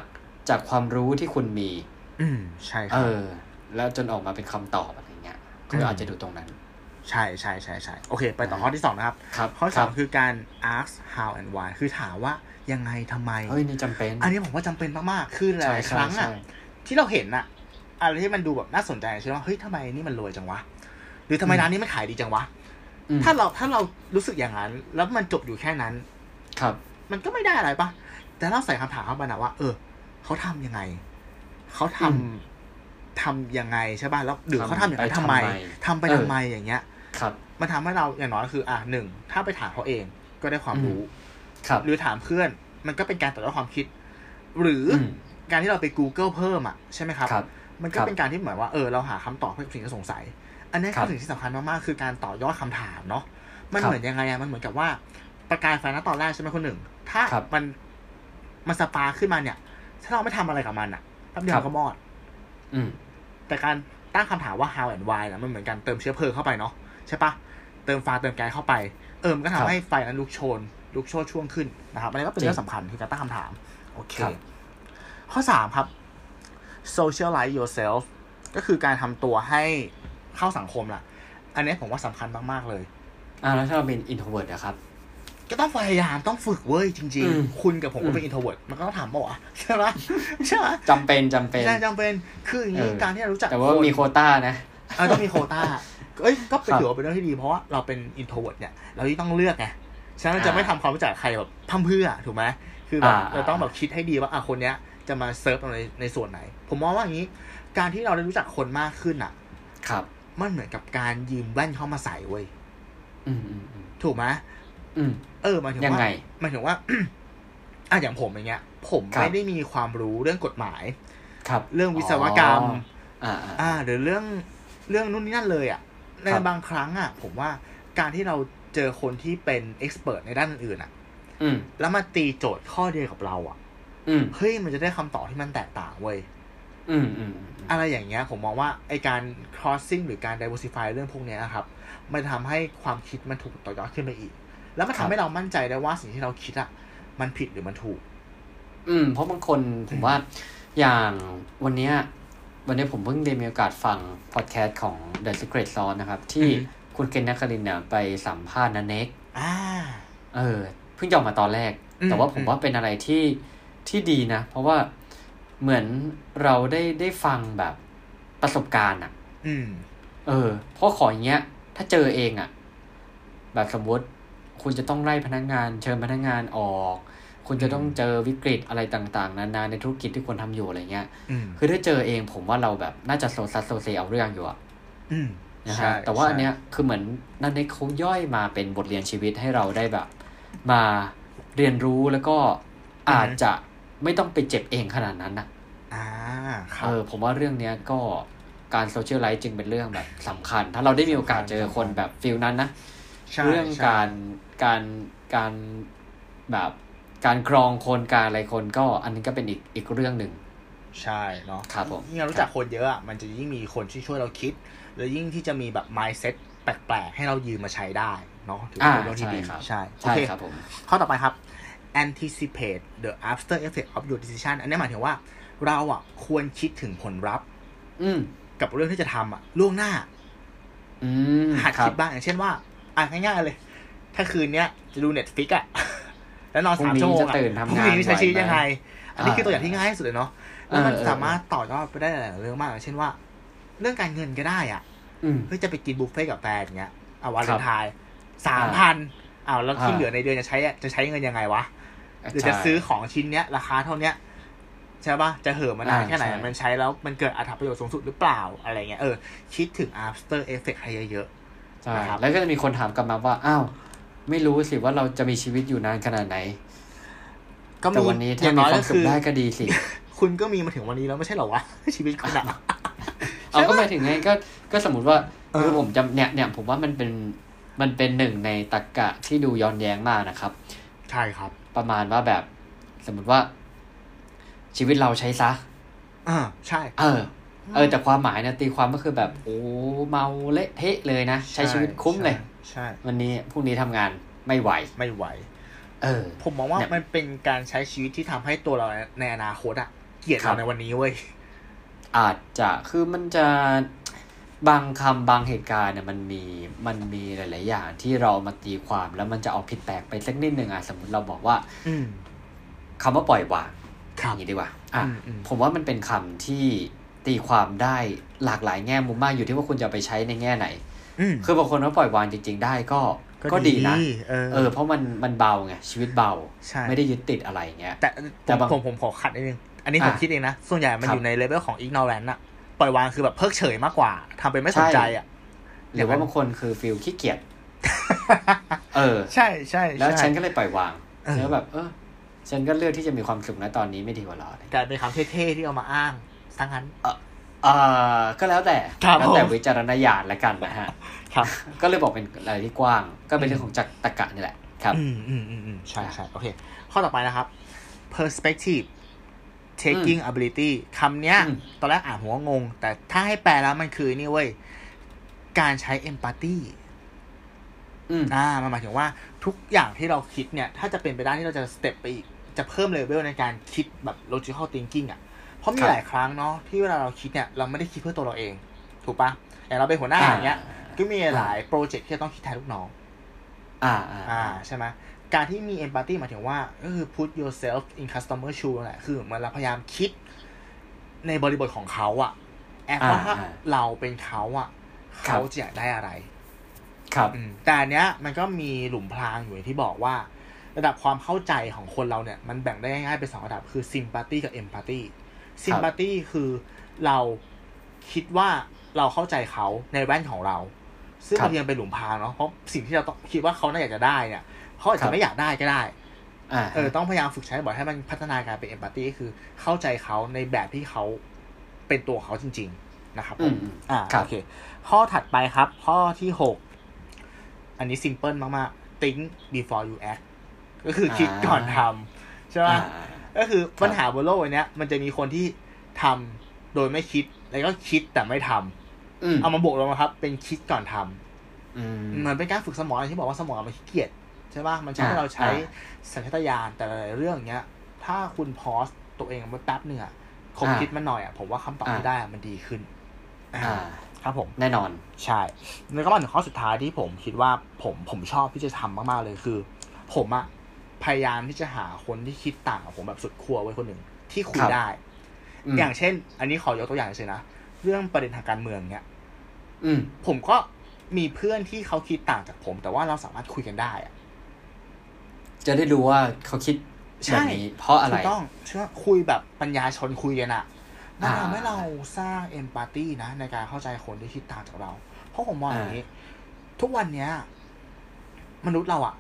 [SPEAKER 2] จากความรู้ที่คุณมี
[SPEAKER 1] อืมใช่ค
[SPEAKER 2] เอ
[SPEAKER 1] รับ
[SPEAKER 2] อ แล้วจนออกมาเป็นคำตอบอะไรเงี้ยก็อาจจะดูตรงนั้น
[SPEAKER 1] ใช่ใช่ใช่ใช่โอเค ไปต่อข้อที่สองนะครับ
[SPEAKER 2] ครับ
[SPEAKER 1] ข้อที่
[SPEAKER 2] ค
[SPEAKER 1] ส
[SPEAKER 2] รั
[SPEAKER 1] องคือการ ask how and why คือถามว่ายังไงทำไม
[SPEAKER 2] เฮ้ยนี่จำเป็น
[SPEAKER 1] อันนี้ผมว่าจำเป็นมากๆ คือห
[SPEAKER 2] ใช่
[SPEAKER 1] ลายๆค
[SPEAKER 2] ใช่
[SPEAKER 1] รั้งอะ
[SPEAKER 2] ใช่
[SPEAKER 1] ที่เราเห็นอะอะไรที่มันดูแบบน่าสนใจใช่ไหมเฮ้ยทำไมนี่มันรวยจังวะ หรือทำไม
[SPEAKER 2] อืม
[SPEAKER 1] ร้านนี้มันขายดีจังวะ
[SPEAKER 2] อืม
[SPEAKER 1] ถ้าเราถ้าเรารู้สึกอย่างนั้น แล้วมันจบอยู่แค่นั้น
[SPEAKER 2] ครับ
[SPEAKER 1] มันก็ไม่ได้อะไรปะแต่เราใส่คำถามเข้าไปนะว่า เออเขาทำยังไง เขาทำทำยังไงใช่ป่ะแล้วหรือเขาทำอย่างนั้นทำไมทำไปทำไมอย่างเงี้ย
[SPEAKER 2] ครับ
[SPEAKER 1] มันทำให้เราอย่างน้อยคืออ่ะหนึ่งถ้าไปถามเขาเองก็ได้ความรู้
[SPEAKER 2] ครับ
[SPEAKER 1] หรือถามเพื่อน มันก็เป็นการต่อยอดความคิด หรืออ
[SPEAKER 2] ม
[SPEAKER 1] การที่เราไป Google เพิ่มอ่ะใช่ไหมครับ
[SPEAKER 2] ครับ
[SPEAKER 1] มันก็
[SPEAKER 2] ครับ
[SPEAKER 1] เป็นการที่เหมือนว่าเออเราหาคำตอบให้กับสิ่งที่สงสัย อันนี้
[SPEAKER 2] ครั
[SPEAKER 1] คื
[SPEAKER 2] บ
[SPEAKER 1] อสิ่งที่สำคัญมากๆคือการต่อยอดคำถามเนาะมัน
[SPEAKER 2] ครับ
[SPEAKER 1] เหมือนยังไงอะมันเหมือนกับว่า ประกายไฟนะตอนแรกใช่ไหมคนหนึ่ง ถ้า
[SPEAKER 2] ครับ
[SPEAKER 1] มันมันสปาร์คขึ้นมาเนี่ย ถ้าเราไม่ทำอะไรกับมันอ่ะแป๊บเดีย
[SPEAKER 2] ครั
[SPEAKER 1] ว
[SPEAKER 2] บ
[SPEAKER 1] ก็มอด
[SPEAKER 2] อืม
[SPEAKER 1] แต่การตั้งคำถามว่า how and why นะมันเหมือนการเติมเชื้อเพลิงเข้าไปเนาะใช่ปะเติมไฟาเติมแก๊สเข้าไป เออมันก็
[SPEAKER 2] ครั
[SPEAKER 1] ทำ
[SPEAKER 2] บ
[SPEAKER 1] ให้ไฟนั้นลุกโชน ลุกโชนช่วงขึ้นนะครับอันนี้ก็เป็น
[SPEAKER 2] จริง
[SPEAKER 1] เรื่องสำคัญคือการตั้งคำถาม โอเค
[SPEAKER 2] ครับ
[SPEAKER 1] ข้อสามครับ socialize yourself ก็คือการทำตัวให้เข้าสังคมล่ะ อันนี้ผมว่าสำคัญมากๆเลย
[SPEAKER 2] อ่าแล้วถ้าเราเป็นอินโทรเวิร์ดอะครับ
[SPEAKER 1] ก็ต้องพยายามต้องฝึกเว้ยจริง
[SPEAKER 2] อืม
[SPEAKER 1] ๆ คุณกับผมก็เป็น
[SPEAKER 2] อืม
[SPEAKER 1] อินโทรเวิร์ดมันก็ต้องถามบอกอ่ะใช่ปะใช่ปะ
[SPEAKER 2] จำเป็นจำเป็น
[SPEAKER 1] ใช่จำเป็นคืออย่างนี้
[SPEAKER 2] เออ
[SPEAKER 1] การที่เรารู้จัก
[SPEAKER 2] แต่ว่า
[SPEAKER 1] คน
[SPEAKER 2] มีโควต้านะ
[SPEAKER 1] เออต้องมีโควต้า เอ้ย ก็เป็น
[SPEAKER 2] ครับ
[SPEAKER 1] ถือว่าเป็นเรื่องที่ดีเพราะว่าเราเป็นอินโทรเวิร์ดเนี่ย เราที่ต้องเลือกไง ฉะนั้น
[SPEAKER 2] อ่า
[SPEAKER 1] จะไม่ทำความรู้จักใครแบบพั่มเพรื่อถูกไหมคือแบบ
[SPEAKER 2] อ่า
[SPEAKER 1] เราต้องแบบคิดให้ดีว่าอ่ะคนเนี้ยจะมาเซิร์ฟเราในในส่วนไหน ผมมองว่าอย่างนี้ การที่เราได้รู้จักคนมากขึ้นอ่ะ
[SPEAKER 2] ครับ
[SPEAKER 1] มันเหมือนกับการยืมแว่นเข้ามาใส่เว้ย
[SPEAKER 2] อืมอืมอืม
[SPEAKER 1] ถูกไหม
[SPEAKER 2] อืม
[SPEAKER 1] เออหมายถึง
[SPEAKER 2] ยัง
[SPEAKER 1] ว่า
[SPEAKER 2] ไง
[SPEAKER 1] หมายถึง (clears throat) ว่า อ่ะอย่างผมอย่างเงี้ย ผม
[SPEAKER 2] ครับ
[SPEAKER 1] ไม่ได้มีความรู้เรื่องกฎหมาย
[SPEAKER 2] ครับ
[SPEAKER 1] เรื่องวิศวกรรม
[SPEAKER 2] อ๋อ อ่าอ่า
[SPEAKER 1] อ่าหรือเรื่องเรื่องนู่นนี่นั่นเลยอะ่ะใน
[SPEAKER 2] ครับ
[SPEAKER 1] บางครั้งอะ่ะ ผมว่าการที่เราเจอคนที่เป็นเอ็กซ์เพรสในด้านอื่นๆอะ่ะ
[SPEAKER 2] อืม
[SPEAKER 1] แล้วมาตีโจทย์ข้อเดียวกับเราอะ่ะ
[SPEAKER 2] อืม
[SPEAKER 1] เฮ้ยมันจะได้คำตอบที่มันแตกต่างเว้ย
[SPEAKER 2] อืมอืมอืม
[SPEAKER 1] อะไรอย่างเงี้ย ผมมองว่าไอการ crossing หรือการ diversify เรื่องพวกเนี้ยนะครับ มันทำให้ความคิดมันถูกต่อยอดขึ้นไปอีก แล้วมันทำให้เรามั่นใจได้ว่าสิ่งที่เราคิดอะ่ะมันผิดหรือมันถูก
[SPEAKER 2] อืม เพราะบางคนผมว่าอย่างวันเนี้ย วันนี้ผมเพิ่งได้มีโอกาสฟังพอดแคสต์ของ The Secret Sauce นะครับ ที่
[SPEAKER 1] อือฮึ
[SPEAKER 2] คุณเกณฑ์นักครินทร์เนี่ยไปสัมภาษณ์นันเน็ก
[SPEAKER 1] อ่า
[SPEAKER 2] เออเพิ่งจะออกมาตอนแรก
[SPEAKER 1] อืม
[SPEAKER 2] แต่ว่าผม
[SPEAKER 1] อืม
[SPEAKER 2] ว่าเป็นอะไรที่ที่ดีนะ เพราะว่าเหมือนเราได้ได้ฟังแบบประสบการณ์อะ
[SPEAKER 1] อืม
[SPEAKER 2] เออเพราะของอย่างเงี้ย ถ้าเจอเองอะแบบสมมติคุณจะต้องไล่พนักงาน เชิญพนักงานออก คุณจะต้องเจอวิกฤตอะไรต่างๆ นานาในธุรกิจที่คุณทำอยู่อะไรเงี้ย
[SPEAKER 1] อืม
[SPEAKER 2] คือถ้าเจอเองผมว่าเราแบบน่าจะโซซัสโซเซเอาเรื่องอยู่อะ
[SPEAKER 1] อืม
[SPEAKER 2] นะ
[SPEAKER 1] ใช่
[SPEAKER 2] ฮะแต่ว่า
[SPEAKER 1] ใช่
[SPEAKER 2] อันเนี้ยคือเหมือนนั่นเองเขาย่อยมาเป็นบทเรียนชีวิตให้เราได้แบบ มาเรียนรู้แล้วก็อาจ
[SPEAKER 1] อือฮึ
[SPEAKER 2] จะไม่ต้องไปเจ็บเองขนาดนั้นนะ
[SPEAKER 1] อ่าครั
[SPEAKER 2] เอบ อผมว่าเรื่องเนี้ยก็การโซเชียลไลฟ์จึงเป็นเรื่องแบบสำคัญ ถ้าเราได้มีโอกาสเจอคนแบบฟิลนั้นนะ
[SPEAKER 1] ใช่
[SPEAKER 2] เรื่อง
[SPEAKER 1] ใช่
[SPEAKER 2] การการการแบบการกรองคนการอะไรคนก็อันนี้ก็เป็นอีกอีกเรื่องหนึ่ง
[SPEAKER 1] ใช่เนาะ
[SPEAKER 2] ครับผม
[SPEAKER 1] ยิ่งเรารู้จักคนเยอะอะมันจะยิ่งมีคนที่ช่วยเราคิด แล้วยิ่งที่จะมีแบบ mindset แปลกๆ ให้เรายืมมาใช้ได้เนาะถือว่าเป็นเรื่องที่ดี
[SPEAKER 2] อ่าใช่
[SPEAKER 1] ใช่โอ
[SPEAKER 2] ใช่
[SPEAKER 1] เค
[SPEAKER 2] ครับผม
[SPEAKER 1] ข้อต่อไปครับ anticipate the after effect of your decision อันนี้หมายถึงว่า เราอะควรคิดถึงผลลัพธ์
[SPEAKER 2] อืม
[SPEAKER 1] กับเรื่องที่จะทำอะล่วงหน้า
[SPEAKER 2] อืม
[SPEAKER 1] หัด
[SPEAKER 2] รั
[SPEAKER 1] คิดบ้างอย่างเช่นว่าอ่ะง่ายๆเลย ถ้าคืนเนี้ยจะดู Netflix อะ แล้วนอน
[SPEAKER 2] พรุ่ง
[SPEAKER 1] สาม
[SPEAKER 2] นี้
[SPEAKER 1] ชั่วโมง
[SPEAKER 2] จะ
[SPEAKER 1] อะ
[SPEAKER 2] ตื่นทำ
[SPEAKER 1] พรุ่ง
[SPEAKER 2] งาน
[SPEAKER 1] นี้ใช้ชีวิต
[SPEAKER 2] หว
[SPEAKER 1] ยัง
[SPEAKER 2] หม
[SPEAKER 1] ไง อันนี้
[SPEAKER 2] อ่า
[SPEAKER 1] คือตัวอย่างที่ง่ายที่สุดเลยเนาะ แล้วมัน
[SPEAKER 2] เออ
[SPEAKER 1] สามารถต่อยอดไปได้หลายๆเรื่องมากอย่างเช่นว่า เรื่องการเงินก็ได้อ่ะ
[SPEAKER 2] อืม
[SPEAKER 1] เฮ้ยจะไปกินบุฟเฟ่ต์กับแฟนอย่างเงี้ย เอาวัน
[SPEAKER 2] ค
[SPEAKER 1] เล
[SPEAKER 2] รับ
[SPEAKER 1] นไทายสามพันเอาแล้วที่
[SPEAKER 2] อ่า
[SPEAKER 1] เหลือในเดือนจะใช้อะจะใช้เงินยังไงวะหรือจะ
[SPEAKER 2] ใช่
[SPEAKER 1] ซื้อของชิ้นเนี้ย ราคาเท่าเนี้ยใช่ปะจะเหิมมานาน
[SPEAKER 2] อ่า
[SPEAKER 1] แค่ไหน
[SPEAKER 2] ใช่
[SPEAKER 1] มันใช้แล้วมันเกิดอัตราประโยชน์สูงสุดหรือเปล่าอะไรเงี้ยเออคิดถึง after effect ให้เยอะ
[SPEAKER 2] ใช่
[SPEAKER 1] นะครับ
[SPEAKER 2] แล้วก็จะมีคนถามกลับมาว่า อ้าว ไม่รู้สิว่าเราจะมีชีวิตอยู่นานขนาดไหน
[SPEAKER 1] ๆก็
[SPEAKER 2] แต่
[SPEAKER 1] มี
[SPEAKER 2] วันนี้
[SPEAKER 1] อ
[SPEAKER 2] ถ้า
[SPEAKER 1] ย่าง
[SPEAKER 2] มี
[SPEAKER 1] น้อย
[SPEAKER 2] ควา
[SPEAKER 1] ก็
[SPEAKER 2] มสุ
[SPEAKER 1] คื
[SPEAKER 2] ข
[SPEAKER 1] อ
[SPEAKER 2] ได้ก็ดีสิ
[SPEAKER 1] คุณก็มีมาถึงวันนี้แล้วไม่ใช่เหรอ
[SPEAKER 2] (laughs)
[SPEAKER 1] วะ ชีวิตคุณอะ
[SPEAKER 2] เอาก็หมายถึงไงก็ก็สมมติว่า
[SPEAKER 1] เออ
[SPEAKER 2] คือผมจำเนี่ยเนี่ยผมว่ามันเป็นมันเป็นหนึ่งในตรกกะที่ดูย้อนแย้งมากนะครับ
[SPEAKER 1] ใช่ครับ
[SPEAKER 2] ประมาณว่าแบบ สมมติว่า ชีวิตเราใช้ซะ
[SPEAKER 1] อ่าใช่
[SPEAKER 2] เออ เออ แต่ความหมายเนี่ยตีความก็คือแบบ โอ้เมาเละเทะเลยนะ ใช้ชีวิตคุ้มเลย
[SPEAKER 1] ใช่
[SPEAKER 2] วันนี้พรุ่งนี้ทำงานไม่ไหว
[SPEAKER 1] ไม่ไหว
[SPEAKER 2] เออ
[SPEAKER 1] ผมมองว่า
[SPEAKER 2] เนี่ย
[SPEAKER 1] มันเป็นการใช้ชีวิตที่ทำให้ตัวเราในอนาคตอะเกลียด
[SPEAKER 2] ครั
[SPEAKER 1] เรา
[SPEAKER 2] บ
[SPEAKER 1] ในวันนี้เว้ย
[SPEAKER 2] อาจจะคือมันจะบางคำบางเหตุการณ์เนี่ยมันมีมันมีหลาย ๆ อย่างที่เรามาตีความแล้วมันจะออกผิดแปลกไปสักนิดหนึ่งอ่ะสมมติเราบอกว่า
[SPEAKER 1] อืม
[SPEAKER 2] คำว่าปล่อยวาง
[SPEAKER 1] ค
[SPEAKER 2] อ
[SPEAKER 1] รับ
[SPEAKER 2] ย่างนี้ดีกว่าอ่ะ
[SPEAKER 1] อืมอืม
[SPEAKER 2] ผมว่ามันเป็นคำที่ตีความได้หลากหลายแง่มุมมากอยู่ที่ว่าคุณจะเอาไปใช้ในแง่ไหน
[SPEAKER 1] อืม
[SPEAKER 2] คือบางคนว่าปล่อยวางจริง ๆ ได้ก็ก็ดีนะ
[SPEAKER 1] เออ
[SPEAKER 2] เออเพราะมันมันเบาไงชีวิตเบา
[SPEAKER 1] ใช่
[SPEAKER 2] ไม่ได้ยึดติดอะไรอย่างเงี้ย
[SPEAKER 1] แต่
[SPEAKER 2] แต่บาง
[SPEAKER 1] ผมผมผมขอขัดนิดนึง อันนี้ผม
[SPEAKER 2] อ่ะ
[SPEAKER 1] คิดเองนะ ส่วนใหญ่มัน
[SPEAKER 2] ครับ
[SPEAKER 1] อยู่ในเลเวลของ ignorance อะปล่อยวางคือแบบเพิกเฉยมากกว่าทำเป็นไม่สนใจอะ
[SPEAKER 2] หรือว่าบางคนคือฟิลขี้เกียจเออ
[SPEAKER 1] ใช่ (laughs) ใช่
[SPEAKER 2] แล้ว
[SPEAKER 1] ใช่
[SPEAKER 2] ฉันก็เลยปล่อยวาง
[SPEAKER 1] เออ
[SPEAKER 2] แล้วแบบ เออ ฉันก็เลือกที่จะมีความสุขนะตอนนี้ไม่ดีกว่าหรออะไร
[SPEAKER 1] กลายเป็นคำเท่ๆที่เอามาอ้างทั้งนั้น
[SPEAKER 2] เออก็แล้วแต่
[SPEAKER 1] ครับ
[SPEAKER 2] แล้วแต่
[SPEAKER 1] ผม
[SPEAKER 2] วิจารณญาณละกันนะฮะ
[SPEAKER 1] ครับ
[SPEAKER 2] ก็เลยบอกเป็นอะไรที่กว้าง ก็เป็นเรื่องของจักรตรรกะนี่แหละ ครับ
[SPEAKER 1] อืมอืมอืมอืมใช่ใช่โอเค ข้อต่อไปนะครับ perspective taking ability คำเนี้ย
[SPEAKER 2] อืม
[SPEAKER 1] ตอนแรกอ่านหัวงง แต่ถ้าให้แปลแล้วมันคือนี่เว้ย การใช้ empathy
[SPEAKER 2] อืม
[SPEAKER 1] อ่ามันหมายถึงว่าทุกอย่างที่เราคิดเนี่ย ถ้าจะเป็นไปได้ที่เราจะสเต็ปไปอีก จะเพิ่มเลเวลในการคิดแบบ logical thinking อ่ะ เพราะมี
[SPEAKER 2] ครับ
[SPEAKER 1] หลายครั้งเนาะที่เวลาเราคิดเนี่ย เราไม่ได้คิดเพื่อตัวเราเอง ถูกปะอย่างเราเป็นหัวหน้าอย่างเงี้ย ก็มีหลายโปรเจกต์ที่จะต้องคิดแทนลูกน้อง
[SPEAKER 2] อ่าอ่า
[SPEAKER 1] อ่าใช่ไหมการที่มี empathy หมายถึงว่าก็คือ put yourself in customer shoe แหละคือเหมือนเราพยายามคิดในบริบทของเขาอะแอบว่าถ้าเราเป็นเขาอะเขาจะอยากได้อะไร
[SPEAKER 2] ครับ
[SPEAKER 1] อืมแต่อันเนี้ยมันก็มีหลุมพรางอยู่อย่างที่บอกว่า ระดับความเข้าใจของคนเราเนี่ย มันแบ่งได้ง่ายๆเป็นสองระดับคือ sympathy กับ empathy sympathy คือเราคิดว่าเราเข้าใจเขาในแว่นของเรา ซึ่ง
[SPEAKER 2] ครับ
[SPEAKER 1] มันยังเป็นหลุมพรางเนาะเพราะสิ่งที่เราต้องคิดว่าเขาน่าอยากจะได้เนี่ยเขาอาจ
[SPEAKER 2] ครั
[SPEAKER 1] จะ
[SPEAKER 2] บ
[SPEAKER 1] ไม่อยากได้ก็ได้
[SPEAKER 2] อ่า
[SPEAKER 1] เออต้องพยายามฝึกใช้บ่อยให้มันพัฒนาการเป็นเอมพัตตีก็คือเข้าใจเขาในแบบที่เขาเป็นตัวเขาจริง นะครับผ
[SPEAKER 2] อื
[SPEAKER 1] ม
[SPEAKER 2] มอืม
[SPEAKER 1] อ่า
[SPEAKER 2] ครับ
[SPEAKER 1] โอเค ข้อถัดไปครับ ข้อที่หกอันนี้ simple มาก ๆ think before you act ก็คือคิดก่อนทำใช่ไหม
[SPEAKER 2] อ่า
[SPEAKER 1] ก็คือปัญหาบนโลกวันเนี้ยมันจะมีคนที่ทำโดยไม่คิด แล้วก็คิดแต่ไม่ทำ
[SPEAKER 2] อืม
[SPEAKER 1] เอามาบวกลงมาครับ เป็นคิดก่อนทำ
[SPEAKER 2] อืม
[SPEAKER 1] เหมือนเป็นการฝึกสมองอย่างที่บอกว่าสมองมันขี้เกียจใช่ป่ะมันใช้ให้
[SPEAKER 2] อ่า
[SPEAKER 1] เราใช้
[SPEAKER 2] อ่
[SPEAKER 1] สัญชาตญาณแต่ละเรื่องเนี้ย ถ้าคุณพอสตัวเองมาแป๊บหนึ่งอะคม
[SPEAKER 2] อ่า
[SPEAKER 1] คิดมันหน่อยอะผมว่าคำตอบ
[SPEAKER 2] อ่า
[SPEAKER 1] ที่ได้อะมันดีขึ้นอ่า
[SPEAKER 2] อ่า
[SPEAKER 1] ครับผม
[SPEAKER 2] แน่นอน
[SPEAKER 1] ใช่แล้วก็มาถึงข้อสุดท้ายที่ผมคิดว่าผมผมชอบที่จะทำมากๆเลยคือ ผมอะพยายามที่จะหาคนที่คิดต่างกับผมแบบสุดขั้วไว้คนหนึ่งที่คุยได้
[SPEAKER 2] ม
[SPEAKER 1] อย่างเช่น อันนี้ขอยกตัวอย่างเฉยๆนะ เรื่องประเด็นทางการเมืองเนี่ย
[SPEAKER 2] อืม
[SPEAKER 1] ผมก็มีเพื่อนที่เขาคิดต่างจากผม แต่ว่าเราสามารถคุยกันได้อะ
[SPEAKER 2] จะได้รู้ว่าเขาคิดแบบนี้เพราะอะไร
[SPEAKER 1] ถูกต้องเชื่อคุยแบบปัญญาชนคุยกันอะมัน
[SPEAKER 2] อ่า
[SPEAKER 1] ทำให้เราสร้างเอมพัตตีนะ ในการเข้าใจคนที่คิดต่างจากเรา เพราะผมมองอย่างนี้ ทุกวันเนี้ย มนุษย์เราอะ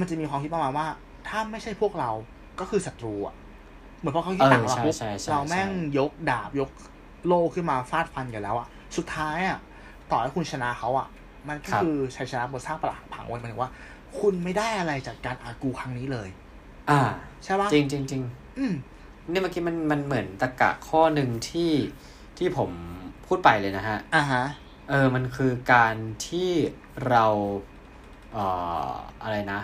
[SPEAKER 1] มันจะมีความคิดประมาณว่า ถ้าไม่ใช่พวกเราก็คือศัตรูอะเหมือนพอเขาคิดต่างกับเรา
[SPEAKER 2] เออ
[SPEAKER 1] ปุ๊บ
[SPEAKER 2] ใช่ใช่ใช่
[SPEAKER 1] เราแม่งยกดาบยกโล่ขึ้นมาฟาดฟันกันแล้วอะสุดท้ายอะต่อให้คุณชนะเขาอะมันก็คือชัยชนะบนซากปรักผังวันหมายถึงว่า คุณไม่ได้อะไรจากการอากูครั้งนี้เลย
[SPEAKER 2] อ่า
[SPEAKER 1] ใช่ปะ
[SPEAKER 2] จริงจริงจริง
[SPEAKER 1] อืม
[SPEAKER 2] นี่เมื่อกี้มันมันเหมือนตะกะข้อหนึ่งที่ที่ผมพูดไปเลยนะฮะ
[SPEAKER 1] อ่าฮะ
[SPEAKER 2] เออ มันคือการที่เราเอ่ออะไรนะ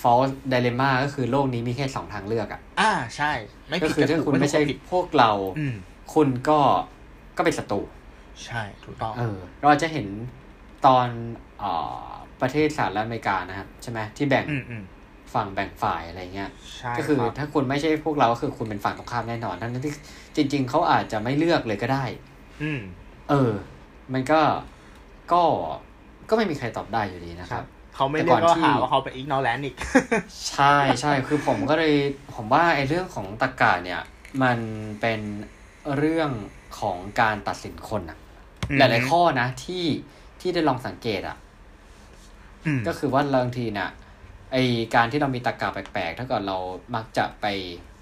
[SPEAKER 2] false dilemma ก็คือโลกนี้มีแค่สองทางเลือกอะ
[SPEAKER 1] อ่าใช่ ไม่
[SPEAKER 2] ก็
[SPEAKER 1] ผิด
[SPEAKER 2] คือ
[SPEAKER 1] กับ
[SPEAKER 2] ถ้า
[SPEAKER 1] ถูก
[SPEAKER 2] คุณ
[SPEAKER 1] ไม่
[SPEAKER 2] ไม่
[SPEAKER 1] ใช่
[SPEAKER 2] ใช่
[SPEAKER 1] ผิด
[SPEAKER 2] พวกเรา
[SPEAKER 1] อืม
[SPEAKER 2] คุณก็ก็เป็นศัตรู
[SPEAKER 1] ใช่ถูกต้อง
[SPEAKER 2] เออเราจะเห็นตอนเออประเทศสหรัฐอเมริกานะครับใช่ไหมที่แบ่ง
[SPEAKER 1] อืมอืม
[SPEAKER 2] ฝั่งแบ่งฝ่ายอะไรเงี้ย
[SPEAKER 1] ใช่
[SPEAKER 2] ก็คือ
[SPEAKER 1] รับ
[SPEAKER 2] ถ้าคุณไม่ใช่พวกเราก็คือคุณเป็นฝั่งตรงข้ามแน่นอน ทั้งที่จริง ๆเขาอาจจะไม่เลือกเลยก็ได้
[SPEAKER 1] อืม
[SPEAKER 2] เออ มันก็ก็ก็ไม่มีใครตอบได้อยู่ดีนะครับ
[SPEAKER 1] เขาไม่
[SPEAKER 2] แต่
[SPEAKER 1] เรีย
[SPEAKER 2] ก่อน
[SPEAKER 1] กก็
[SPEAKER 2] ที่
[SPEAKER 1] หาว่าเขาเป็นอีกนอแลนด์อีก
[SPEAKER 2] ใช่ใช่คือผมก็เลยผมว่าไอ้เรื่องของตรรกะเนี่ย มันเป็นเรื่องของการตัดสินคนอะ
[SPEAKER 1] อืม
[SPEAKER 2] หลายๆข้อนะที่ที่ได้ลองสังเกตอะ
[SPEAKER 1] อืม
[SPEAKER 2] ก็คือว่าบางทีน่ะไอการที่เรามีตรรกะแปลกๆ ถ้าเกิดเรามักจะไป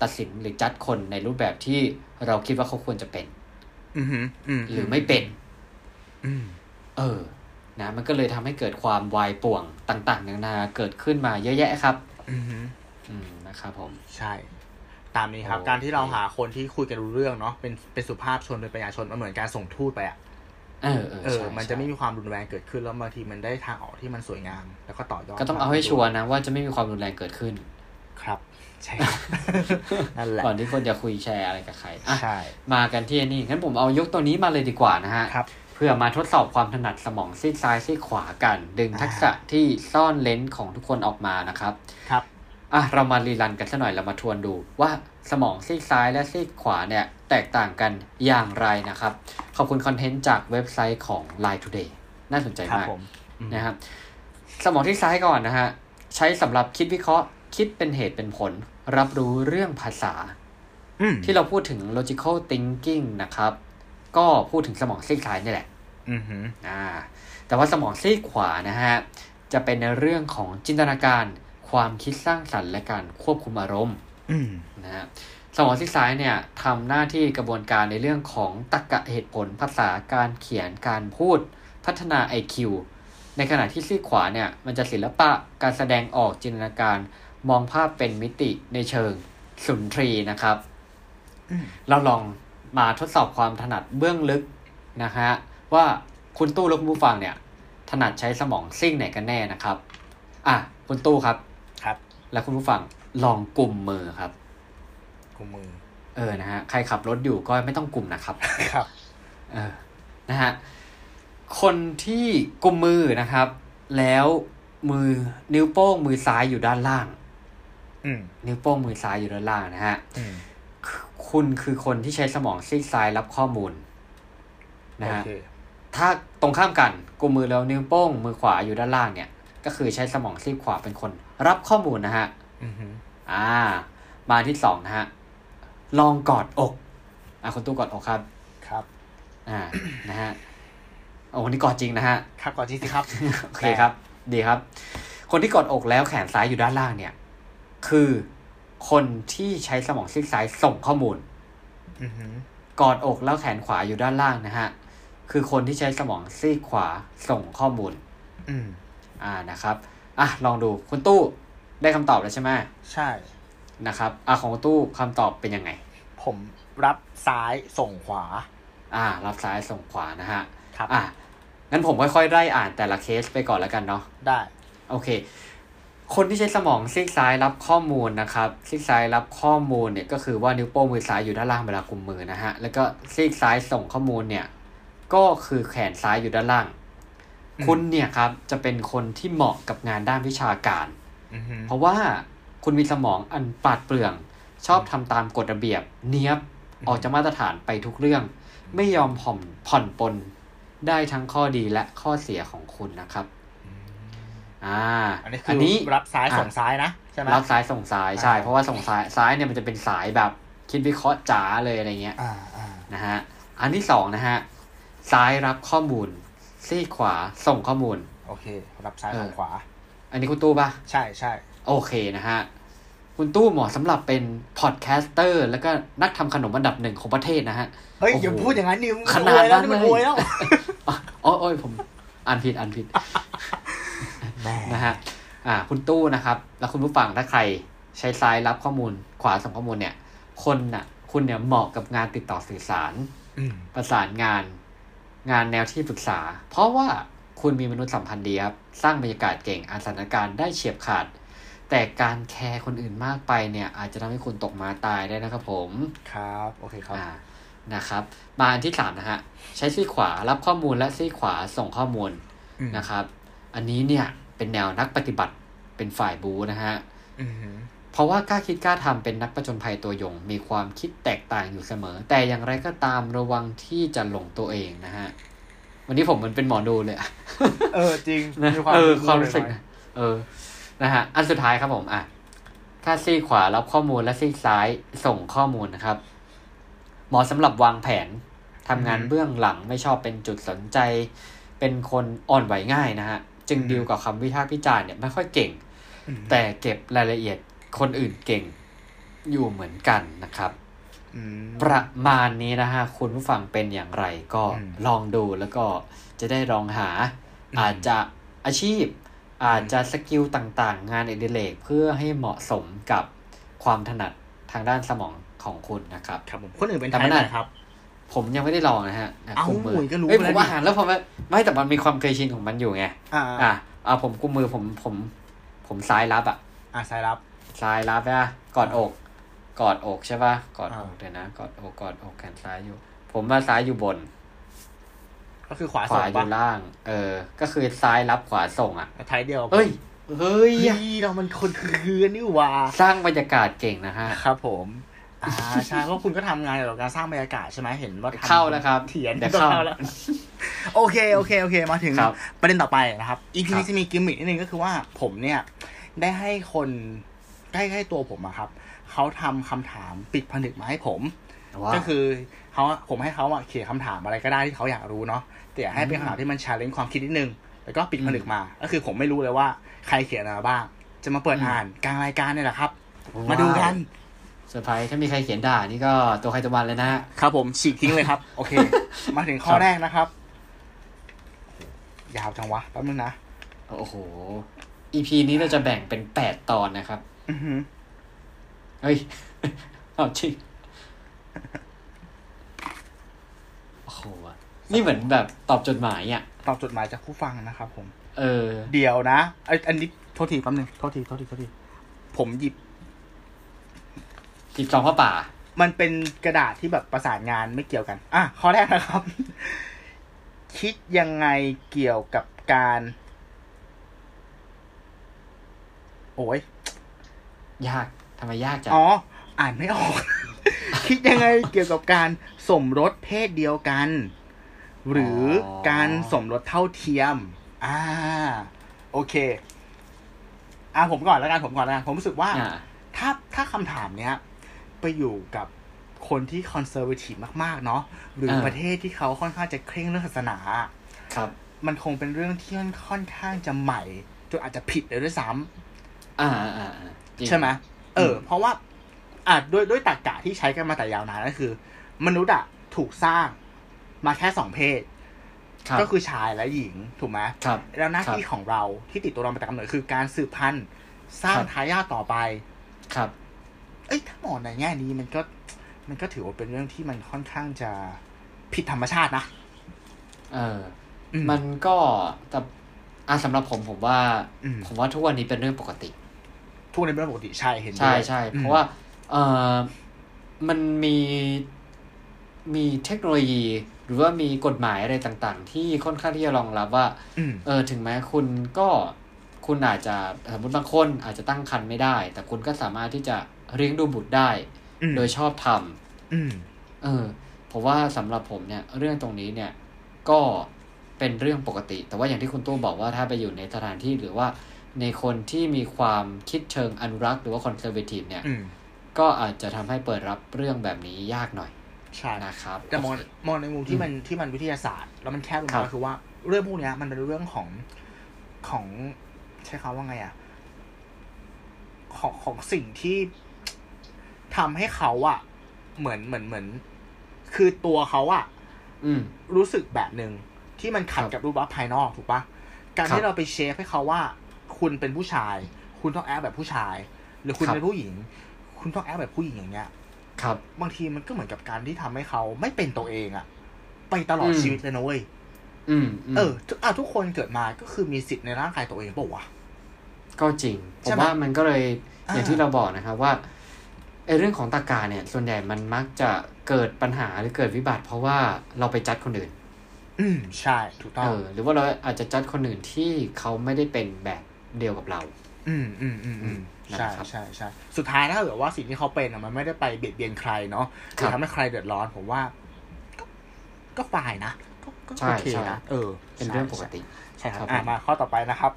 [SPEAKER 2] ตัดสินหรือจัดคนในรูปแบบที่เราคิดว่าเขาควรจะเป็น
[SPEAKER 1] อืมฮึอืม
[SPEAKER 2] หรือไม่เป็น
[SPEAKER 1] อืม
[SPEAKER 2] เออ นะ มันก็เลยทำให้เกิดความวายป่วงต่างๆ นานาเกิดขึ้นมาเยอะแยะครับ
[SPEAKER 1] อืมฮึ
[SPEAKER 2] อืมนะครับผม
[SPEAKER 1] ใช่ ตามนี้ครับ
[SPEAKER 2] โอเค
[SPEAKER 1] การที่เราหาคนที่คุยกันรู้เรื่องเนาะเป็นเป็นสุภาพชนเป็นประชาชนมันเหมือนการส่งทูตไปอะ
[SPEAKER 2] เออเออ
[SPEAKER 1] เออ
[SPEAKER 2] ใช่
[SPEAKER 1] มันจะ
[SPEAKER 2] ใช่
[SPEAKER 1] ไม่มีความรุนแรงเกิดขึ้นแล้วบางทีมันได้ทางออกที่มันสวยงาม แล้วก็ต่อยอด
[SPEAKER 2] ก็ต้องเอาให้ชัวร์นะว่าจะไม่มีความรุนแรงเกิดขึ้น
[SPEAKER 1] ครับ ใช่ครับนั่นแหละ
[SPEAKER 2] ก่อนที่คนจะคุยแชร์อะไรกับใครอ่ะ
[SPEAKER 1] ใช่
[SPEAKER 2] มากันที่อันนี่งั้นผมเอายกตัวนี้มาเลยดีกว่านะฮะ
[SPEAKER 1] ครับ
[SPEAKER 2] เพื่อมาทดสอบความถนัดสมองซีกซ้ายซีกขวากัน ดึง
[SPEAKER 1] อ่า
[SPEAKER 2] ทักษะที่ซ่อนเลนส์ของทุกคนออกมานะครับ
[SPEAKER 1] ครับ
[SPEAKER 2] อ่ะ เรามารีรันกันสักหน่อยเรามาทวนดู ว่าสมองซีกซ้ายและซีกขวาเนี่ย แตกต่างกันอย่างไรนะครับ ขอบคุณคอนเทนต์จากเว็บไซต์ของ Line Today น่าสนใจ
[SPEAKER 1] ครับ
[SPEAKER 2] มาก
[SPEAKER 1] ผม
[SPEAKER 2] นะครับ สมองที่ซ้ายก่อนนะฮะ ใช้สำหรับคิดวิเคราะห์ คิดเป็นเหตุเป็นผล รับรู้เรื่องภาษา
[SPEAKER 1] อืม
[SPEAKER 2] ที่เราพูดถึง logical thinking นะครับ ก็พูดถึงสมองซีกซ้ายนี่แหละ
[SPEAKER 1] อืมฮึ
[SPEAKER 2] อ่าแต่ว่าสมองซีกขวานะฮะ จะเป็นในเรื่องของจินตนาการ ความคิดสร้างสรรค์และการควบคุมอารมณ์
[SPEAKER 1] อืม
[SPEAKER 2] นะฮะสมองซีกซ้ายเนี่ยทำหน้าที่กระบวนการในเรื่องของตรรกะเหตุผล ภาษาการเขียนการพูด พัฒนา IQ ในขณะที่ซีกขวาเนี่ยมันจะศิลปะการแสดงออกจินตนาการ มองภาพเป็นมิติในเชิงสุนทรีย์นะครับ
[SPEAKER 1] อืม
[SPEAKER 2] เราลองมาทดสอบความถนัดเบื้องลึกนะฮะว่าคุณตู้และคุณผู้ฟังเนี่ย ถนัดใช้สมองซิ่งไหนกันแน่นะครับ อ่ะคุณตู้ครับ
[SPEAKER 1] ครับ
[SPEAKER 2] และคุณผู้ฟังลองกลุ่มมือครับ
[SPEAKER 1] กูมือ
[SPEAKER 2] เออนะฮะใครขับรถอยู่ก็ไม่ต้องกลุ่มนะครับ
[SPEAKER 1] ครับ
[SPEAKER 2] เออนะฮะคนที่กุมมือนะครับ แล้วมือนิ้วโป้งมือซ้ายอยู่ด้านล่าง
[SPEAKER 1] อืม
[SPEAKER 2] นิ้วโป้งมือซ้ายอยู่ด้านล่างนะฮะ
[SPEAKER 1] อืม
[SPEAKER 2] คุณคือคนที่ใช้สมองซีกซ้ายรับข้อมูลนะฮะ
[SPEAKER 1] โอเค
[SPEAKER 2] ถ้าตรงข้ามกันกุมมือแล้วนิ้วโป้ง มือขวาอยู่ด้านล่างเนี่ย ก็คือใช้สมองซีกขวาเป็นคน รับข้อมูลนะฮะ
[SPEAKER 1] อือฮึ
[SPEAKER 2] อ่า มาที่สองนะฮะ ลองกอดอก อ่ะคุณตู้กอดอกครับ
[SPEAKER 1] ครับ
[SPEAKER 2] อ่า นะฮะ โอ้นี่กอดจริงนะฮ (laughs) ะ
[SPEAKER 1] ครับก่อนจริงสิครับ
[SPEAKER 2] โอเคครับ ดีครับ คนที่กอดอกแล้วแขนซ้ายอยู่ด้านล่างเนี่ย คือคนที่ใช้สมองซีกซ้ายส่งข้อมูล
[SPEAKER 1] อือฮึ
[SPEAKER 2] กอดอกแล้วแขนขวาอยู่ด้านล่างนะฮะ คือคนที่ใช้สมองซีกขวาส่งข้อมูล
[SPEAKER 1] อืม
[SPEAKER 2] อ่านะครับ อ่ะลองดูคุณตู้ได้คำตอบแล้วใช่ไหม
[SPEAKER 1] ใช่
[SPEAKER 2] นะครับ อ่ะของคุณตู้คำตอบเป็นยังไง
[SPEAKER 1] ผมรับซ้ายส่งขวา
[SPEAKER 2] อ่า รับซ้ายส่งขวานะฮะ
[SPEAKER 1] ครับ
[SPEAKER 2] อ่ะงั้นผมค่อยๆไล่อ่านแต่ละเคสไปก่อนแล้วกันเนาะ
[SPEAKER 1] ได้
[SPEAKER 2] โอเค คนที่ใช้สมองซีกซ้ายรับข้อมูลนะครับซีกซ้ายรับข้อมูลเนี่ยก็คือว่านิ้วโป้งมือซ้ายอยู่ด้านล่างเวลากุมมือนะฮะ แล้วก็ซีกซ้ายส่งข้อมูลเนี่ย ก็คือแขนซ้ายอยู่ด้านล่าง
[SPEAKER 1] อืม
[SPEAKER 2] คุณเนี่ยครับจะเป็นคนที่เหมาะกับงานด้านวิชาการ
[SPEAKER 1] อือฮึ
[SPEAKER 2] เพราะว่าคุณมีสมองอันปราดเปรื่อง ชอบทำตามกฎระเบียบ เนี้ยบออกจากมาตรฐานไปทุกเรื่อง ไม่ยอมผ่อนผ่อนปลนได้ทั้งข้อดีและข้อเสียของคุณนะครับ อ่า
[SPEAKER 1] อันนี้คืออรับซ้ายส่งซ้ายนะ ใช่ไหม
[SPEAKER 2] รับซ้ายส่งซ้ายใช่
[SPEAKER 1] อ่า
[SPEAKER 2] เพราะว่าส่งซ้ายซ้ายเนี่ยมันจะเป็นสายแบบคิดวิเคราะห์จ๋าเลยอะไรเงี้ย
[SPEAKER 1] อ่าอ่า
[SPEAKER 2] นะฮะอันที่สองนะฮะซ้ายรับข้อมูล ซีกขวาส่งข้อมูล
[SPEAKER 1] โอเค รับซ้าย
[SPEAKER 2] เออ
[SPEAKER 1] ส่งขวา
[SPEAKER 2] อันนี้คุณตู้ปะ
[SPEAKER 1] ใช่ใช่
[SPEAKER 2] โอเคนะฮะ คุณตู้เหมาะสำหรับเป็นพอดแคสเตอร์ แล้วก็นักทำขนมอันดับหนึ่งของประเทศนะฮะ
[SPEAKER 1] เฮ้ย
[SPEAKER 2] โอ้โห
[SPEAKER 1] อย่าพูดอย่างนั้นดิมึง
[SPEAKER 2] ขนาดนั้
[SPEAKER 1] รวยแล้ว
[SPEAKER 2] น
[SPEAKER 1] นี่มัน
[SPEAKER 2] เลย
[SPEAKER 1] รวยแล้ว
[SPEAKER 2] อ๋ออ๋อโอ้ยผมอ่านผิดอ่านผิด
[SPEAKER 1] แม่
[SPEAKER 2] นะฮะ อ่า คุณตู้นะครับ แล้วคุณผู้ฟังถ้าใครใช้ซ้ายรับข้อมูล ขวาส่งข้อมูลเนี่ย คนน่ะ คุณเนี่ยเหมาะกับงานติดต่อสื่อสาร
[SPEAKER 1] อืม
[SPEAKER 2] ประสานงาน งานแนวที่ปรึกษา เพราะว่าคุณมีมนุษยสัมพันธ์ดีครับ สร้างบรรยากาศเก่งอ่านสถานการณ์ได้เฉียบขาด แต่การแคร์คนอื่นมากไปเนี่ย อาจจะทำให้คุณตกมาตายได้นะครับผม
[SPEAKER 1] ครับ โอเคครับ
[SPEAKER 2] อ่านะครับมาอันที่สามนะฮะ ใช้ซีกขวารับข้อมูลและซีกขวาส่งข้อมูล
[SPEAKER 1] อืม
[SPEAKER 2] นะครับ อันนี้เนี่ยเป็นแนวนักปฏิบัติเป็นฝ่ายบูนะฮะ
[SPEAKER 1] อือฮึ
[SPEAKER 2] เพราะว่ากล้าคิดกล้าทำเป็นนักประจนภัยตัวยง มีความคิดแตกต่างอยู่เสมอ แต่อย่างไรก็ตามระวังที่จะหลงตัวเองนะฮะ วันนี้ผมเหมันเป็นหมอดูเลยอะ
[SPEAKER 1] เออจริง
[SPEAKER 2] นะ
[SPEAKER 1] มี
[SPEAKER 2] เออความรู้สึก
[SPEAKER 1] หน่อย
[SPEAKER 2] นะเออนะฮะอันสุดท้ายครับผมอ่ะถ้าซีกขวารับข้อมูลและซีกซ้ายส่งข้อมูลนะครับเหมาะสำหรับวางแผนทำงานเบื้องหลังไม่ชอบเป็นจุดสนใจ เป็นคนอ่อนไหวง่ายนะฮะ จึงดีลกับคำวิพากษ์วิจารณ์เนี่ยไม่ค่อยเก่ง
[SPEAKER 1] อืม
[SPEAKER 2] แต่เก็บรายละเอียดคนอื่นเก่งอยู่เหมือนกันนะครับ
[SPEAKER 1] อืม
[SPEAKER 2] ประมาณนี้นะฮะ คุณผู้ฟังเป็นอย่างไรก็
[SPEAKER 1] อืม
[SPEAKER 2] ลองดูแล้วก็จะได้ลองหา
[SPEAKER 1] อืม
[SPEAKER 2] อาจจะอาชีพ อาจจะสกิลต่างๆ งานอดิเรกเพื่อให้เหมาะสมกับความถนัดทางด้านสมองของคุณนะครับ
[SPEAKER 1] ครับผมคนอื่นเป็น
[SPEAKER 2] แต่
[SPEAKER 1] ไท
[SPEAKER 2] มั
[SPEAKER 1] ย
[SPEAKER 2] น
[SPEAKER 1] ไห
[SPEAKER 2] อาจ
[SPEAKER 1] มครับ
[SPEAKER 2] ผมยังไม่ได้ลองนะฮะนะ
[SPEAKER 1] เอ้า
[SPEAKER 2] กุมมื
[SPEAKER 1] หมุยก็รู้
[SPEAKER 2] เอ้ย
[SPEAKER 1] ไปแล้ว
[SPEAKER 2] ผมว่า
[SPEAKER 1] ดิ
[SPEAKER 2] หันแล้วผมว่าไม่แต่มันมีความเคยชินของมันอยู่ไง
[SPEAKER 1] อ่า
[SPEAKER 2] อ่ะเอาผมกุมมือผมผม ผมซ้ายรับอ่ะ
[SPEAKER 1] อ่าสายรับ
[SPEAKER 2] ซ้ายรับนะกอดอก กอดอกใช่ป่ะกอดอก
[SPEAKER 1] อ่า
[SPEAKER 2] เดี๋ยวนะกอดอกกอดอกแขนซ้ายอยู่ ผมว่าซ้ายอยู่บน
[SPEAKER 1] ก็คือขวา
[SPEAKER 2] ข
[SPEAKER 1] ส่ง
[SPEAKER 2] วาอยู่
[SPEAKER 1] ปะ
[SPEAKER 2] ล่าง เออ ก็คือซ้ายรับขวาส่งอ่ะ
[SPEAKER 1] ไทยเดียวกับ
[SPEAKER 2] เอ้ย เฮ้ย
[SPEAKER 1] เฮ้ยเรามันคนคืนนี่หว่า
[SPEAKER 2] สร้างบรรยากาศเก่งนะฮะ
[SPEAKER 1] ครับผม อ่า ใช่เพราะคุณก็ทำงานเกี่ยวกับการสร้างบรรยากาศใช่ไหมเห็นว่าทำ
[SPEAKER 2] เข้าแล้วครับ
[SPEAKER 1] เถียน
[SPEAKER 2] เดี๋ยวเข้า
[SPEAKER 1] แล้ว โอเค โอเค โอเค มาถึง
[SPEAKER 2] ครับ
[SPEAKER 1] ประเด็นต่อไปนะครับ อีพี
[SPEAKER 2] ครับ
[SPEAKER 1] นี้จะมีกิมมิคนิดนึงก็คือว่าผมเนี่ย ได้ให้คนใกล้ๆตัวผมอะครับ เขาทำคำถามปิดผนึกมาให้ผม
[SPEAKER 2] ว้าว
[SPEAKER 1] ก็คือเขาผมให้เขาอะเขียนคำถามอะไรก็ได้ที่เขาอยากรู้เนาะแต่อยากให้เป็นคำถามที่มันชาเลนจ์ความคิดนิดนึง แล้วก็ปิดผนึกมา ก็คือผมไม่รู้เลยว่าใครเขียนอะไรบ้าง จะมาเปิด
[SPEAKER 2] อืม
[SPEAKER 1] อ่านกลางรายการเนี่ยแหละครับ มาดูกัน
[SPEAKER 2] เซอร์ไพรส์ถ้ามีใครเขียนด่านี่ก็ตัวใครตัวมันเลยนะฮะ
[SPEAKER 1] ครับผมฉีกทิ้งเลย (laughs) ครับ โอเค มาถึงข้อ
[SPEAKER 2] ครับ
[SPEAKER 1] แรกนะครับยาวจังวะแป๊บนึงนะ
[SPEAKER 2] โอ้โห EP นี้เราจะแบ่งเป็นแปดตอนนะครับ
[SPEAKER 1] อือหือ
[SPEAKER 2] เฮ้ย (laughs) เอาจริง โอ้โห นี่เหมือนแบบตอบจดหมายอ่ะ
[SPEAKER 1] ตอบจดหมายจากผู้ฟังนะครับผม
[SPEAKER 2] เออ
[SPEAKER 1] เดี๋ยวนะไอยอันนี้โทษทีแป๊บนึงโทษทีโทษทีโทษทีผมหยิบ
[SPEAKER 2] จิบซองผ้าป่า
[SPEAKER 1] มันเป็นกระดาษที่แบบประสานงานไม่เกี่ยวกัน อ่ะ ข้อแรกนะครับ (laughs) คิดยังไงเกี่ยวกับการ โอ้ย
[SPEAKER 2] ยาก ทำไมยากจัง
[SPEAKER 1] อ๋อ อ่านไม่ออก (laughs) คิดยังไงเกี่ยวกับการสมรสเพศเดียวกัน หรืออ
[SPEAKER 2] อ
[SPEAKER 1] การสมรสเท่าเทียม อ่า โอเค อ่ะผมก่อนแล้วกันผมก่อนแล้วกันผมรู้สึกว่า
[SPEAKER 2] อ่า
[SPEAKER 1] ถ้าถ้าคำถามเนี้ย ไปอยู่กับคนที่คอนเซอร์เวทีฟมาก ๆ เนาะหรือ
[SPEAKER 2] เออ
[SPEAKER 1] ประเทศที่เขาค่อนข้างจะเคร่งเรื่องศาสนา
[SPEAKER 2] ครับ
[SPEAKER 1] มันคงเป็นเรื่องที่ค่อนข้างจะใหม่จนอาจจะผิดเลยด้วยซ้
[SPEAKER 2] อ่าอ่าอ่าอ่าจริ
[SPEAKER 1] ำ
[SPEAKER 2] ง
[SPEAKER 1] ใช่ไหมเอออ
[SPEAKER 2] ม
[SPEAKER 1] เพราะว่า อาจด้วยด้วยตรรกะที่ใช้กันมาแต่ยาวนานก็คือ มนุษย์อะ ถูกสร้างมาแค่สองเพศ
[SPEAKER 2] ครับ
[SPEAKER 1] ก็คือชายและหญิงถูกไหม
[SPEAKER 2] ครับ
[SPEAKER 1] แล้วหน้า
[SPEAKER 2] ครับ
[SPEAKER 1] ที่ของเราที่ติดตัวเรามาแต่กำเนิดคือการสืบพันธุ์สร้างทายาทต่อไป
[SPEAKER 2] ครับ
[SPEAKER 1] เอ้ยถ้ามองในแง่นี้มันก็มันก็ถือว่าเป็นเรื่องที่มันค่อนข้างจะผิดธรรมชาตินะ
[SPEAKER 2] เออ
[SPEAKER 1] อื
[SPEAKER 2] มันก็แต่อ่ะสำหรับผมผมว่า
[SPEAKER 1] อืม
[SPEAKER 2] ผมว่าทุกวันนี้เป็นเรื่องปกติ
[SPEAKER 1] ทุกในเป็นเรื่องปกติใช่เห็นด้วย
[SPEAKER 2] ใช่ใช่เพราะว่าเออมันมีมีเทคโนโลยี หรือว่ามีกฎหมายอะไรต่างๆ ที่ค่อนข้างที่จะรองรับว่า
[SPEAKER 1] อืม
[SPEAKER 2] เออถึงแม้คุณก็คุณอาจจะสมมติบางคนอาจจะตั้งครรภ์ไม่ได้ แต่คุณก็สามารถที่จะเลี้ยงดูบุตรได้
[SPEAKER 1] อืม
[SPEAKER 2] โดยชอบธรรม
[SPEAKER 1] อืม
[SPEAKER 2] เออผมว่าสำหรับผมเนี่ย เรื่องตรงนี้เนี่ยก็เป็นเรื่องปกติ แต่ว่าอย่างที่คุณตู้บอกว่าถ้าไปอยู่ในสถานที่หรือว่าในคนที่มีความคิดเชิงอนุรักษ์หรือว่าคอนเซอร์เวทีฟเนี่ย
[SPEAKER 1] อืม
[SPEAKER 2] ก็อาจจะทำให้เปิดรับเรื่องแบบนี้ยากหน่อย
[SPEAKER 1] ใช่
[SPEAKER 2] นะครับ
[SPEAKER 1] แต่มอง
[SPEAKER 2] โอเค
[SPEAKER 1] มองในมุมที่
[SPEAKER 2] อืม
[SPEAKER 1] มันที่มันวิทยาศาสตร์ แล้วมันแคบลง
[SPEAKER 2] ครั
[SPEAKER 1] มา
[SPEAKER 2] บ
[SPEAKER 1] ก็คือว่าเรื่องพวกเนี้ยมันเป็นเรื่องของของใช้คำว่าไงอ่ะ ของของสิ่งที่ทำให้เขาอ่ะ เหมือนเหมือนเหมือน คือตัวเขาอ่ะ
[SPEAKER 2] อืม
[SPEAKER 1] รู้สึกแบบหนึ่งที่มันขัด
[SPEAKER 2] ครับ
[SPEAKER 1] กับรูปลักษณ์ภายนอกถูกปะการ
[SPEAKER 2] ครับ
[SPEAKER 1] ที่เราไปเชฟให้เขาว่า คุณเป็นผู้ชาย คุณต้องแอคแบบผู้ชาย หรือคุณ
[SPEAKER 2] ครับ
[SPEAKER 1] เป็นผู้หญิง คุณต้องแอคแบบผู้หญิงอย่างเงี้ย
[SPEAKER 2] ครับ
[SPEAKER 1] บางทีมันก็เหมือนกับการที่ทำให้เขาไม่เป็นตัวเองอะไปตลอด
[SPEAKER 2] อืม
[SPEAKER 1] ชีวิตเลยนะเว้ย
[SPEAKER 2] อืมอืม
[SPEAKER 1] เออทุกอ่ะทุกคนเกิดมาก็คือมีสิทธิ์ในร่างกายตัวเองเปล่าวะ
[SPEAKER 2] ก็จริง ผ
[SPEAKER 1] ใช่
[SPEAKER 2] ม
[SPEAKER 1] ไหม
[SPEAKER 2] ว่ามันก็เลย
[SPEAKER 1] อ่า
[SPEAKER 2] อย่างที่เราบอกนะครับว่าไอ้เรื่องของตากาเนี่ย ส่วนใหญ่มันมักจะเกิดปัญหาหรือเกิดวิบัติ เพราะว่าเราไปจัดคนอื่น
[SPEAKER 1] อืมใช่ถูกต้อ
[SPEAKER 2] เอง อหรือว่าเราอาจจะจัดคนอื่นที่เขาไม่ได้เป็นแบบเดียวกับเรา
[SPEAKER 1] อืมอืมอืมอืมใช่
[SPEAKER 2] นะครับ
[SPEAKER 1] ใช่ใช่สุดท้ายถ้าเกิดว่าสิ่งที่เขาเป็นอะมันไม่ได้ไปเบียดเบียนใครเนาะห
[SPEAKER 2] ครับ
[SPEAKER 1] รือทำให้ใครเดือดร้อนผมว่า ก็ก็ฝ่ายนะก็ก็
[SPEAKER 2] ใช่
[SPEAKER 1] โอเค
[SPEAKER 2] ใช่
[SPEAKER 1] นะเออ
[SPEAKER 2] เป็นเรื่องปกติ
[SPEAKER 1] ใช่ใช่ครับ
[SPEAKER 2] ครับ
[SPEAKER 1] อ่ะ
[SPEAKER 2] ผม
[SPEAKER 1] มาข้อต่อไปนะครับ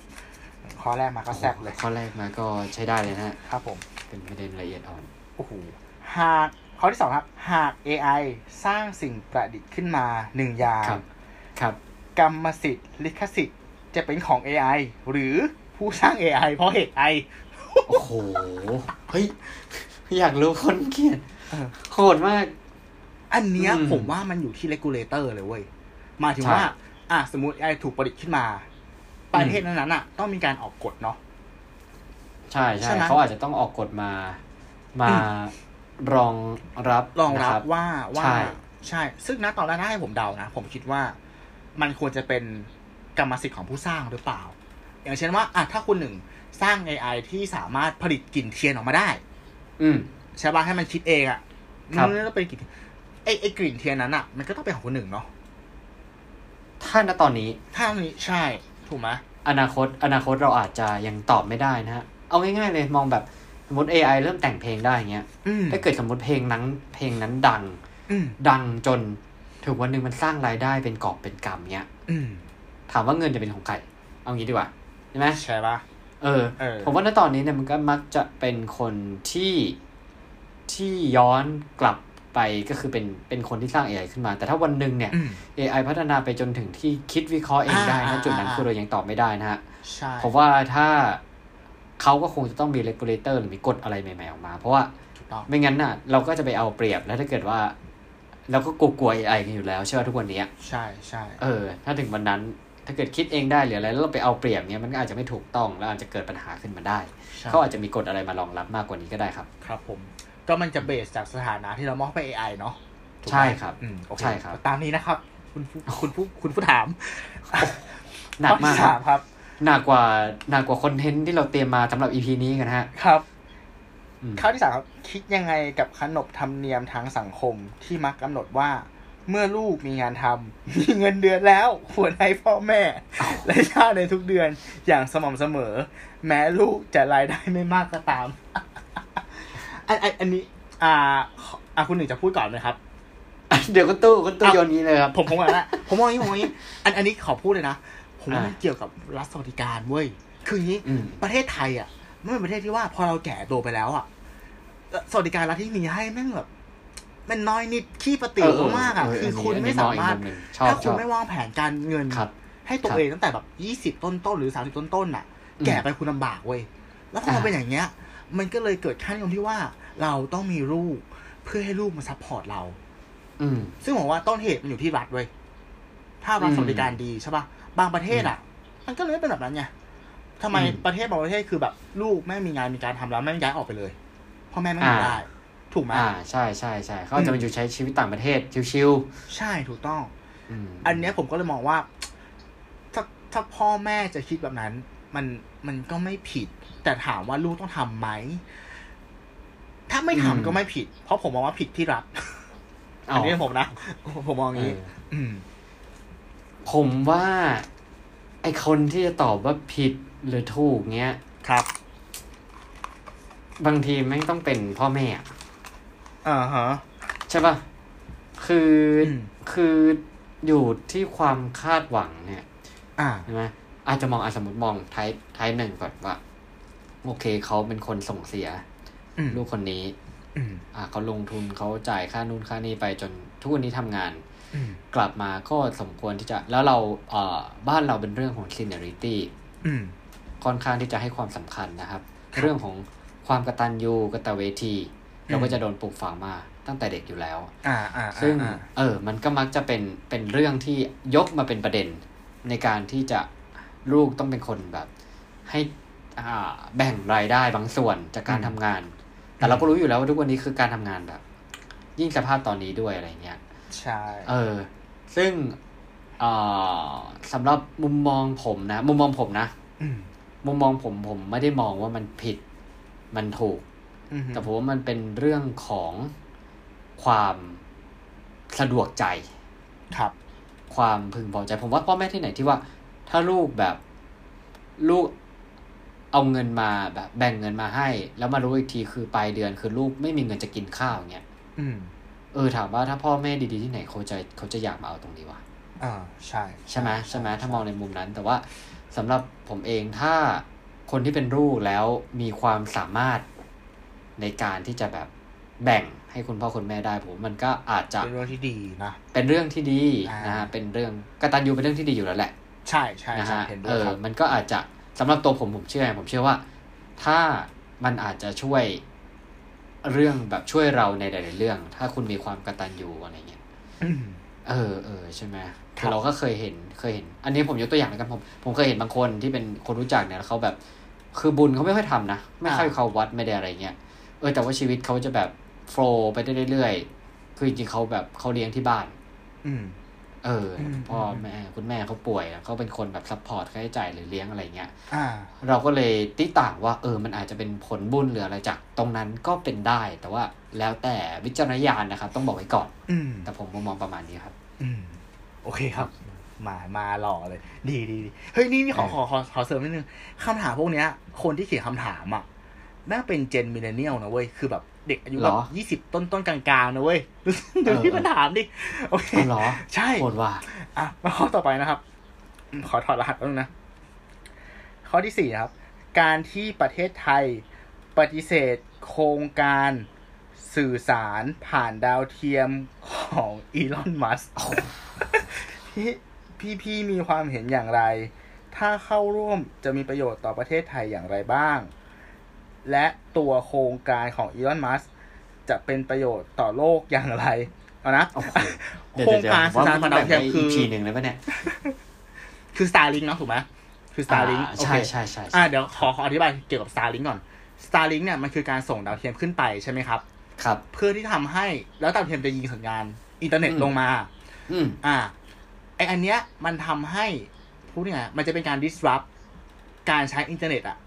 [SPEAKER 1] ข้อแรกมาก็แซ่บเลย
[SPEAKER 2] ข้อแรกมาก็ใช้ได้เลยนะฮะ
[SPEAKER 1] ครับผม
[SPEAKER 2] เป็นประเด็นละเอียดอ่อน
[SPEAKER 1] โอ้โห หาก ข้อที่สองครับ หาก AI สร้างสิ่งประดิษฐ์ขึ้นมาหนึ่งอย่าง
[SPEAKER 2] ครับ ครับ
[SPEAKER 1] กรรมสิทธิ์ ลิขสิทธิ์ จะเป็นของ AI หรือผู้สร้าง AI เพราะ AI
[SPEAKER 2] โอ้โห เฮ้ย อยากรู้คนเขียน
[SPEAKER 1] เออ
[SPEAKER 2] โหดมาก
[SPEAKER 1] อันเนี้ย
[SPEAKER 2] อืม
[SPEAKER 1] ผมว่ามันอยู่ที่ regulator เลยเว้ยหมายถึง
[SPEAKER 2] ใช่
[SPEAKER 1] ว่า อ่ะสมมติ AI ถูกประดิษฐ์ขึ้นมา ประเทศนั้นๆอ่ะ ต้องมีการออกกฎเนาะ
[SPEAKER 2] ใช่
[SPEAKER 1] ใช่
[SPEAKER 2] ใช่
[SPEAKER 1] ไหม
[SPEAKER 2] เขาอาจจะต้องออกกฎมา มา
[SPEAKER 1] อื
[SPEAKER 2] รองรับ
[SPEAKER 1] รองรับ
[SPEAKER 2] นะค
[SPEAKER 1] ว่าว่า
[SPEAKER 2] ใช่
[SPEAKER 1] ใช่ ซึ่งณตอนแรกนะให้ผมเดานะ ผมคิดว่ามันควรจะเป็นกรรมสิทธิ์ของผู้สร้างหรือเปล่า อย่างเช่นว่าอ่ะถ้าคุณหนึ่งสร้าง AI ที่สามารถผลิตกลิ่นเทียนออกมาได้
[SPEAKER 2] อืม
[SPEAKER 1] ใช่ป่ะให้มันคิดเองอะ
[SPEAKER 2] ครับ
[SPEAKER 1] มันก็เป็นกลิ่นไอไอกลิ่นเทียนนั้นอะมันก็ต้องเป็นของคนหนึ่งเนาะ
[SPEAKER 2] ถ้าณตอนนี้
[SPEAKER 1] ถ้าอันนี้ใช่ ถูกไหม
[SPEAKER 2] อนาคต อนาคตเราอาจจะยังตอบไม่ได้นะฮะ เอาง่ายๆเลยมองแบบสมมติ AI เริ่มแต่งเพลงได้อย่างเงี้ย
[SPEAKER 1] อืม
[SPEAKER 2] ถ้าเกิดสมมติเพลงนั้น เพลงนั้นดัง
[SPEAKER 1] อืม
[SPEAKER 2] ดังจนถึงวันหนึ่งมันสร้างรายได้เป็นกอบเป็นกำเนี้ย
[SPEAKER 1] อืม
[SPEAKER 2] ถามว่าเงินจะเป็นของใคร เอางี้ดีกว่าใช่ไหม
[SPEAKER 1] ใช่ป่ะ
[SPEAKER 2] เออ
[SPEAKER 1] เออ
[SPEAKER 2] ผมว่าณตอนนี้เนี่ยมันก็มักจะเป็นคนที่ที่ย้อนกลับไปก็คือเป็นเป็นคนที่สร้าง AI ขึ้นมา แต่ถ้าวันหนึ่งเนี่ย
[SPEAKER 1] อืม
[SPEAKER 2] AI พัฒนาไปจนถึงที่คิดวิเคราะห์เองได้นะ
[SPEAKER 1] อ่า
[SPEAKER 2] จุดนั้น
[SPEAKER 1] อ่า
[SPEAKER 2] คือเรายังตอบไม่ได้นะฮะ
[SPEAKER 1] ใช่
[SPEAKER 2] ผมว่าถ้าเขาก็คงจะต้องมี regulator หรือมีกฎอะไรใหม่ๆออกมา เพราะว่า
[SPEAKER 1] ถูกต้อง
[SPEAKER 2] ไม่งั้นน่ะ เราก็จะไปเอาเปรียบแล้วถ้าเกิดว่า เราก็กลัวๆ AI กันอยู่แล้วใช่ไหมทุกวันเนี้ย
[SPEAKER 1] ใช่ใช่
[SPEAKER 2] เออ ถ้าถึงวันนั้นถ้าเกิดคิดเองได้หรืออะไรแล้วเราไปเอาเปรียบเนี้ยมันก็อาจจะไม่ถูกต้องแล้วอาจจะเกิดปัญหาขึ้นมาได้
[SPEAKER 1] ใช่
[SPEAKER 2] เขาอาจจะมีกฎอะไรมารองรับมากกว่านี้ก็ได้ครับ
[SPEAKER 1] ครับผม ก็มันจะเบสจากสถานะที่เรามอบให้ AI เนาะถูกไหม
[SPEAKER 2] ใช่ครับ
[SPEAKER 1] อืมโอเค
[SPEAKER 2] ใช่ครับ
[SPEAKER 1] ตามนี้นะครับ คุณผู้คุณผู้คุณผู้ถาม
[SPEAKER 2] หนักมาก
[SPEAKER 1] ข้อที่สามครับ
[SPEAKER 2] หนักกว่าหนักกว่าคอนเทนต์ที่เราเตรียมมาสำหรับ EP นี้กันฮะ (laughs)
[SPEAKER 1] ครับ
[SPEAKER 2] อืม
[SPEAKER 1] ข้อที่สามครับคิดยังไงกับขนบธรรมเนียมทางสังคมที่มักกำหนดว่า เมื่อลูกมีงานทำ (laughs) มีเงินเดือนแล้วควรให้พ่อ
[SPEAKER 2] (laughs)
[SPEAKER 1] แม่ และญาติในทุกเดือนอย่างสม่ำเสมอ แม้ลูกจะรายได้ไม่มากก็ตาม (laughs) อันอันอันนี้ อ่าขออ่าคุณหนึ่งจะพูดก่อนไหมครับ
[SPEAKER 2] เดี๋ยวคุณตู้คุณตู้โยนนี้เลยครับ
[SPEAKER 1] ผมผมว่าละผมว่าอย่างนี้ผมว่าอย่างนี้ อันอันนี้ขอพูดเลยนะ ผมว่า
[SPEAKER 2] อ่ามั
[SPEAKER 1] มันเกี่ยวกับรัฐสวัสดิการเว้ย คืออย่างนี้
[SPEAKER 2] อืม
[SPEAKER 1] ประเทศไทยอ่ะมันเป็นประเทศที่ว่าพอเราแก่ตัวไปแล้วอ่ะสวัสดิการรัฐที่มีให้แม่งแบบมันน้อยนิดขี้ประติ๋วมากอ่ะ
[SPEAKER 2] เเ
[SPEAKER 1] คือคุณ
[SPEAKER 2] น
[SPEAKER 1] ไม่
[SPEAKER 2] นี้
[SPEAKER 1] สามารถ
[SPEAKER 2] นนี้องอีกมุหนึ่งชอบ
[SPEAKER 1] ถ้า
[SPEAKER 2] ช
[SPEAKER 1] คุณ
[SPEAKER 2] อบ
[SPEAKER 1] ไม่วางแผนการเงิน
[SPEAKER 2] ครับ
[SPEAKER 1] ให้ตัว
[SPEAKER 2] ครับ
[SPEAKER 1] เองตั้งแต่แบบยี่สิบ20 ต้นต้นๆหรือสามสิบต้นต้นๆน่ะ
[SPEAKER 2] อืม
[SPEAKER 1] แก่ไปคุณลำบากเว้ย แล้วพอ
[SPEAKER 2] อ่า
[SPEAKER 1] มันเป็นอย่างเงี้ย มันก็เลยเกิดขั้นยมที่ว่า เราต้องมีลูกเพื่อให้ลูกมาซัพพอร์ตเรา
[SPEAKER 2] อืม
[SPEAKER 1] ซึ่งผมว่าต้นเหตุมันอยู่ที่รัฐเว้ย ถ้ารัฐ
[SPEAKER 2] อืม
[SPEAKER 1] สวัสดิการดีใช่ป่ะ บางประเทศอ่ะ มันก็เลยไม่เป็นแบบนั้นไงทำไม
[SPEAKER 2] อืม
[SPEAKER 1] ประเทศบางประเทศคือแบบลูกแม่มีงานมีการทำแล้วแม่ย้ายออกไปเลยพ่อแม่ไม่
[SPEAKER 2] อ่า
[SPEAKER 1] ได้ ถูกไหม
[SPEAKER 2] อ่า ใช่ใช่ใช่เขาอาจจะไปอยู่ใช้ชีวิตต่างประเทศชิว
[SPEAKER 1] ใช่ถูกต้อง
[SPEAKER 2] ๆอืม
[SPEAKER 1] อันเนี้ยผมก็เลยมองว่า ถ้าถ้าพ่อแม่จะคิดแบบนั้น มันมันก็ไม่ผิด แต่ถามว่าลูกต้องทำไหม ถ้าไม่ทำก็ไม่ผิด เพราะผมมองว่าผิดที่รัฐ
[SPEAKER 2] เอา
[SPEAKER 1] อันนี้ผมนะผมมองอย่างนี้
[SPEAKER 2] เออ
[SPEAKER 1] อืม
[SPEAKER 2] ผมว่า ไอคนที่จะตอบว่าผิดหรือถูกเงี้ย
[SPEAKER 1] ครับ
[SPEAKER 2] บางทีแม่งต้องเป็นพ่อแม่อะ
[SPEAKER 1] อ่าฮะ
[SPEAKER 2] ใช่ปะคืออ
[SPEAKER 1] ม
[SPEAKER 2] คืออยู่ที่ความคาดหวังเนี่ย
[SPEAKER 1] อ่า
[SPEAKER 2] ใช่ไหมอาจจะมองอาสมมติมองไทป์ไทป์หนึ่งก่อนว่า โอเคเขาเป็นคนส่งเสีย
[SPEAKER 1] อืม
[SPEAKER 2] ลูกคนนี้
[SPEAKER 1] อืม
[SPEAKER 2] อ่าเขาลงทุนเขาจ่ายค่านู่นค่านี่ไปจนทุกวันนี้ทำงาน
[SPEAKER 1] อืม
[SPEAKER 2] กลับมาก็สมควรที่จะแล้วเราเอ่อบ้านเราเป็นเรื่องของ seniority
[SPEAKER 1] อืม
[SPEAKER 2] ค่อนข้างที่จะให้ความสำคัญนะครับ เรื่องของความกระตันยูกระตเวที เราก็จะโดนปลูกฝังมาตั้งแต่เด็กอยู่แล้ว
[SPEAKER 1] อ่าอ่าอ่า
[SPEAKER 2] ซึ่ง
[SPEAKER 1] อ่า
[SPEAKER 2] เออมันก็มักจะเป็นเป็นเรื่องที่ยกมาเป็นประเด็น ในการที่จะลูกต้องเป็นคนแบบ ให้อ่าแบ่งรายได้บางส่วนจากการทำงาน แต่เราก็รู้อยู่แล้วว่าทุกวันนี้คือการทำงานแบบ ยิ่งสภาพตอนนี้ด้วยอะไรเงี้ย
[SPEAKER 1] ใช่
[SPEAKER 2] เออ ซึ่งเอ่อสำหรับมุมมองผมนะ มุมมองผมนะ
[SPEAKER 1] อืม
[SPEAKER 2] มุมมองผมผมไม่ได้มองว่ามันผิด มันถูก
[SPEAKER 1] อืม
[SPEAKER 2] แต่ผมว่ามันเป็นเรื่องของความสะดวกใจ
[SPEAKER 1] ครับ
[SPEAKER 2] ความพึงพอใจ ผมว่าพ่อแม่ที่ไหนที่ว่า ถ้าลูกแบบลูกเอาเงินมาแบบ แบ่งเงินมาให้ แล้วมารู้อีกทีคือปลายเดือนคือลูกไม่มีเงินจะกินข้าวอย่างเงี้ย
[SPEAKER 1] อืม
[SPEAKER 2] เออถามว่าถ้าพ่อแม่ดีๆที่ไหนเขาจะเขาจะอยากมาเอาตรงนี้วะ
[SPEAKER 1] อ่าใช่
[SPEAKER 2] ใช่ไหมใช่ไหมถ้ามองในมุมนั้น แต่ว่าสำหรับผมเองถ้าคนที่เป็นลูกแล้วมีความสามารถในการที่จะแบบแบ่งให้คุณพ่อคุณแม่ได้ผมว่ามันก็อาจจะ
[SPEAKER 1] เป็นเรื่องที่ดีนะ
[SPEAKER 2] เป็นเรื่องที่ดี
[SPEAKER 1] อ่าน
[SPEAKER 2] นะฮะเป็นเรื่องกตัญญูเป็นเรื่องที่ดีอยู่แล้วแหละ
[SPEAKER 1] ใช่ใช่
[SPEAKER 2] นะ
[SPEAKER 1] ใช่
[SPEAKER 2] ฮะ
[SPEAKER 1] เห็นด้
[SPEAKER 2] เอ
[SPEAKER 1] วย
[SPEAKER 2] อ
[SPEAKER 1] ครับ
[SPEAKER 2] มันก็อาจจะสำหรับตัวผมผมเชื่อผมเชื่อว่า ถ้ามันอาจจะช่วยเรื่องแบบช่วยเราในหลายๆเรื่อง ถ้าคุณมีความกตัญญูอะไรเงี้ย
[SPEAKER 1] อืม
[SPEAKER 2] เออเออใช่ไหม
[SPEAKER 1] ครั
[SPEAKER 2] คื
[SPEAKER 1] บ
[SPEAKER 2] อเราก็เคยเห็นเคยเห็น อันนี้ผมยกตัวอย่างแล้วกันผมผมเคยเห็นบางคนที่เป็นคนรู้จักเนี่ยแล้วเขาแบบ คือบุญเขาไม่ค่อยทำนะไม่ค่อยเขาวัดไม่ได้อะไรเงี้ยเออแต่ว่าชีวิตเขาจะแบบโฟล์ไปได้เรื่อยๆคือจริงๆเขาแบบเขาเลี้ยงที่บ้าน
[SPEAKER 1] อืม
[SPEAKER 2] เอออ
[SPEAKER 1] ม
[SPEAKER 2] พ่อแม่คุณแม่เขาป่วยแล้วเขาเป็นคนแบบซัพพอร์ตค่าใช้จ่ายหรือเลี้ยงอะไรเงี้ย
[SPEAKER 1] อ่า
[SPEAKER 2] เราก็เลยติต่างว่าเออมันอาจจะเป็นผลบุญหรืออะไรจากตรงนั้นก็เป็นได้ แต่ว่าแล้วแต่วิจารณญาณนะครับ ต้องบอกไว้ก่อน
[SPEAKER 1] อืม
[SPEAKER 2] แต่ผมมองประมาณนี้
[SPEAKER 1] (laughs)
[SPEAKER 2] ครับ
[SPEAKER 1] อืมโอเคครับ มามาหล่อเลย ดีดีดีเฮ้ยนี่นี่ขอขอขอขอเสริมนิดนึงคำถามพวกเนี้ย คนที่เขียนคำถามอ่ะน่าเป็นเจนมิเลเนียลนะเว้ยคือแบบเด็กอายุ
[SPEAKER 2] เห
[SPEAKER 1] แบ
[SPEAKER 2] ร
[SPEAKER 1] บ
[SPEAKER 2] อ
[SPEAKER 1] ยี่สิบต้นต้นกลางๆนะเว้ย (laughs) ดู
[SPEAKER 2] เอ
[SPEAKER 1] ดู
[SPEAKER 2] อ
[SPEAKER 1] ที่มันถามดิโอเค
[SPEAKER 2] อ๋อเหรอ
[SPEAKER 1] ใช่
[SPEAKER 2] โหดว่ะ
[SPEAKER 1] อ่ะมาข้อต่อไปนะครับ ขอถอดรหัสแป๊บนึงนะ ข้อที่สี่นะครับ การที่ประเทศไทยปฏิเสธโครงการสื่อสารผ่านดาวเทียมของอีลอนมัสพี่พี่พี่มีความเห็นอย่างไร ถ้าเข้าร่วมจะมีประโยชน์ต่อประเทศไทยอย่างไรบ้าง และตัวโครงการของอีลอนมัสจะเป็นประโยชน์ต่อโลกอย่างไร เอานะ
[SPEAKER 2] โอ้โห
[SPEAKER 1] โครงการ
[SPEAKER 2] เดี๋ย
[SPEAKER 1] ส
[SPEAKER 2] วๆๆ
[SPEAKER 1] ถาน
[SPEAKER 2] ว่
[SPEAKER 1] ดาวเทียม
[SPEAKER 2] แบ่ง
[SPEAKER 1] คือ
[SPEAKER 2] ไว้ EP หนึ่งเลยป่ะเนี่ย
[SPEAKER 1] คือ Starlink เนาะถูกไหมคือ Starlink
[SPEAKER 2] อ่
[SPEAKER 1] โอ
[SPEAKER 2] ใช่
[SPEAKER 1] เค
[SPEAKER 2] ใช่ใช่
[SPEAKER 1] อ่า
[SPEAKER 2] ใช่
[SPEAKER 1] เดี๋ยวขอขออธิบายเกี่ยวกับ Starlink ก่อน Starlink เนี่ยมันคือการส่งดาวเทียมขึ้นไปใช่ไหมครับ
[SPEAKER 2] ครับ
[SPEAKER 1] เพื่อที่ทำให้แล้วดาวเทียมจะยิงสัญญาณอินเทอร์เน็ต
[SPEAKER 2] อืม
[SPEAKER 1] ลงมา
[SPEAKER 2] อืม
[SPEAKER 1] อ่าไออันเนี้ยมันทำให้พูดยังไงมันจะเป็นการ disrupt การใช้อินเทอร์เน็ตอะ